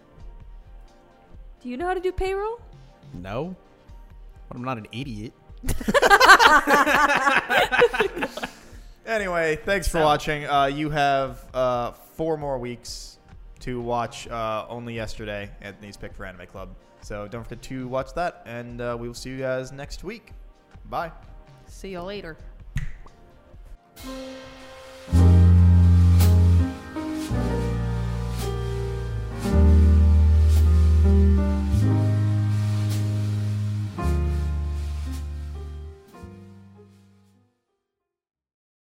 Speaker 3: Do you know how to do payroll?
Speaker 4: No. But I'm not an idiot.
Speaker 1: Anyway, thanks for watching. Uh, you have uh, four more weeks to watch uh, only yesterday, Anthony's pick for Anime Club. So don't forget to watch that, and uh, we will see you guys next week. Bye.
Speaker 2: See you later.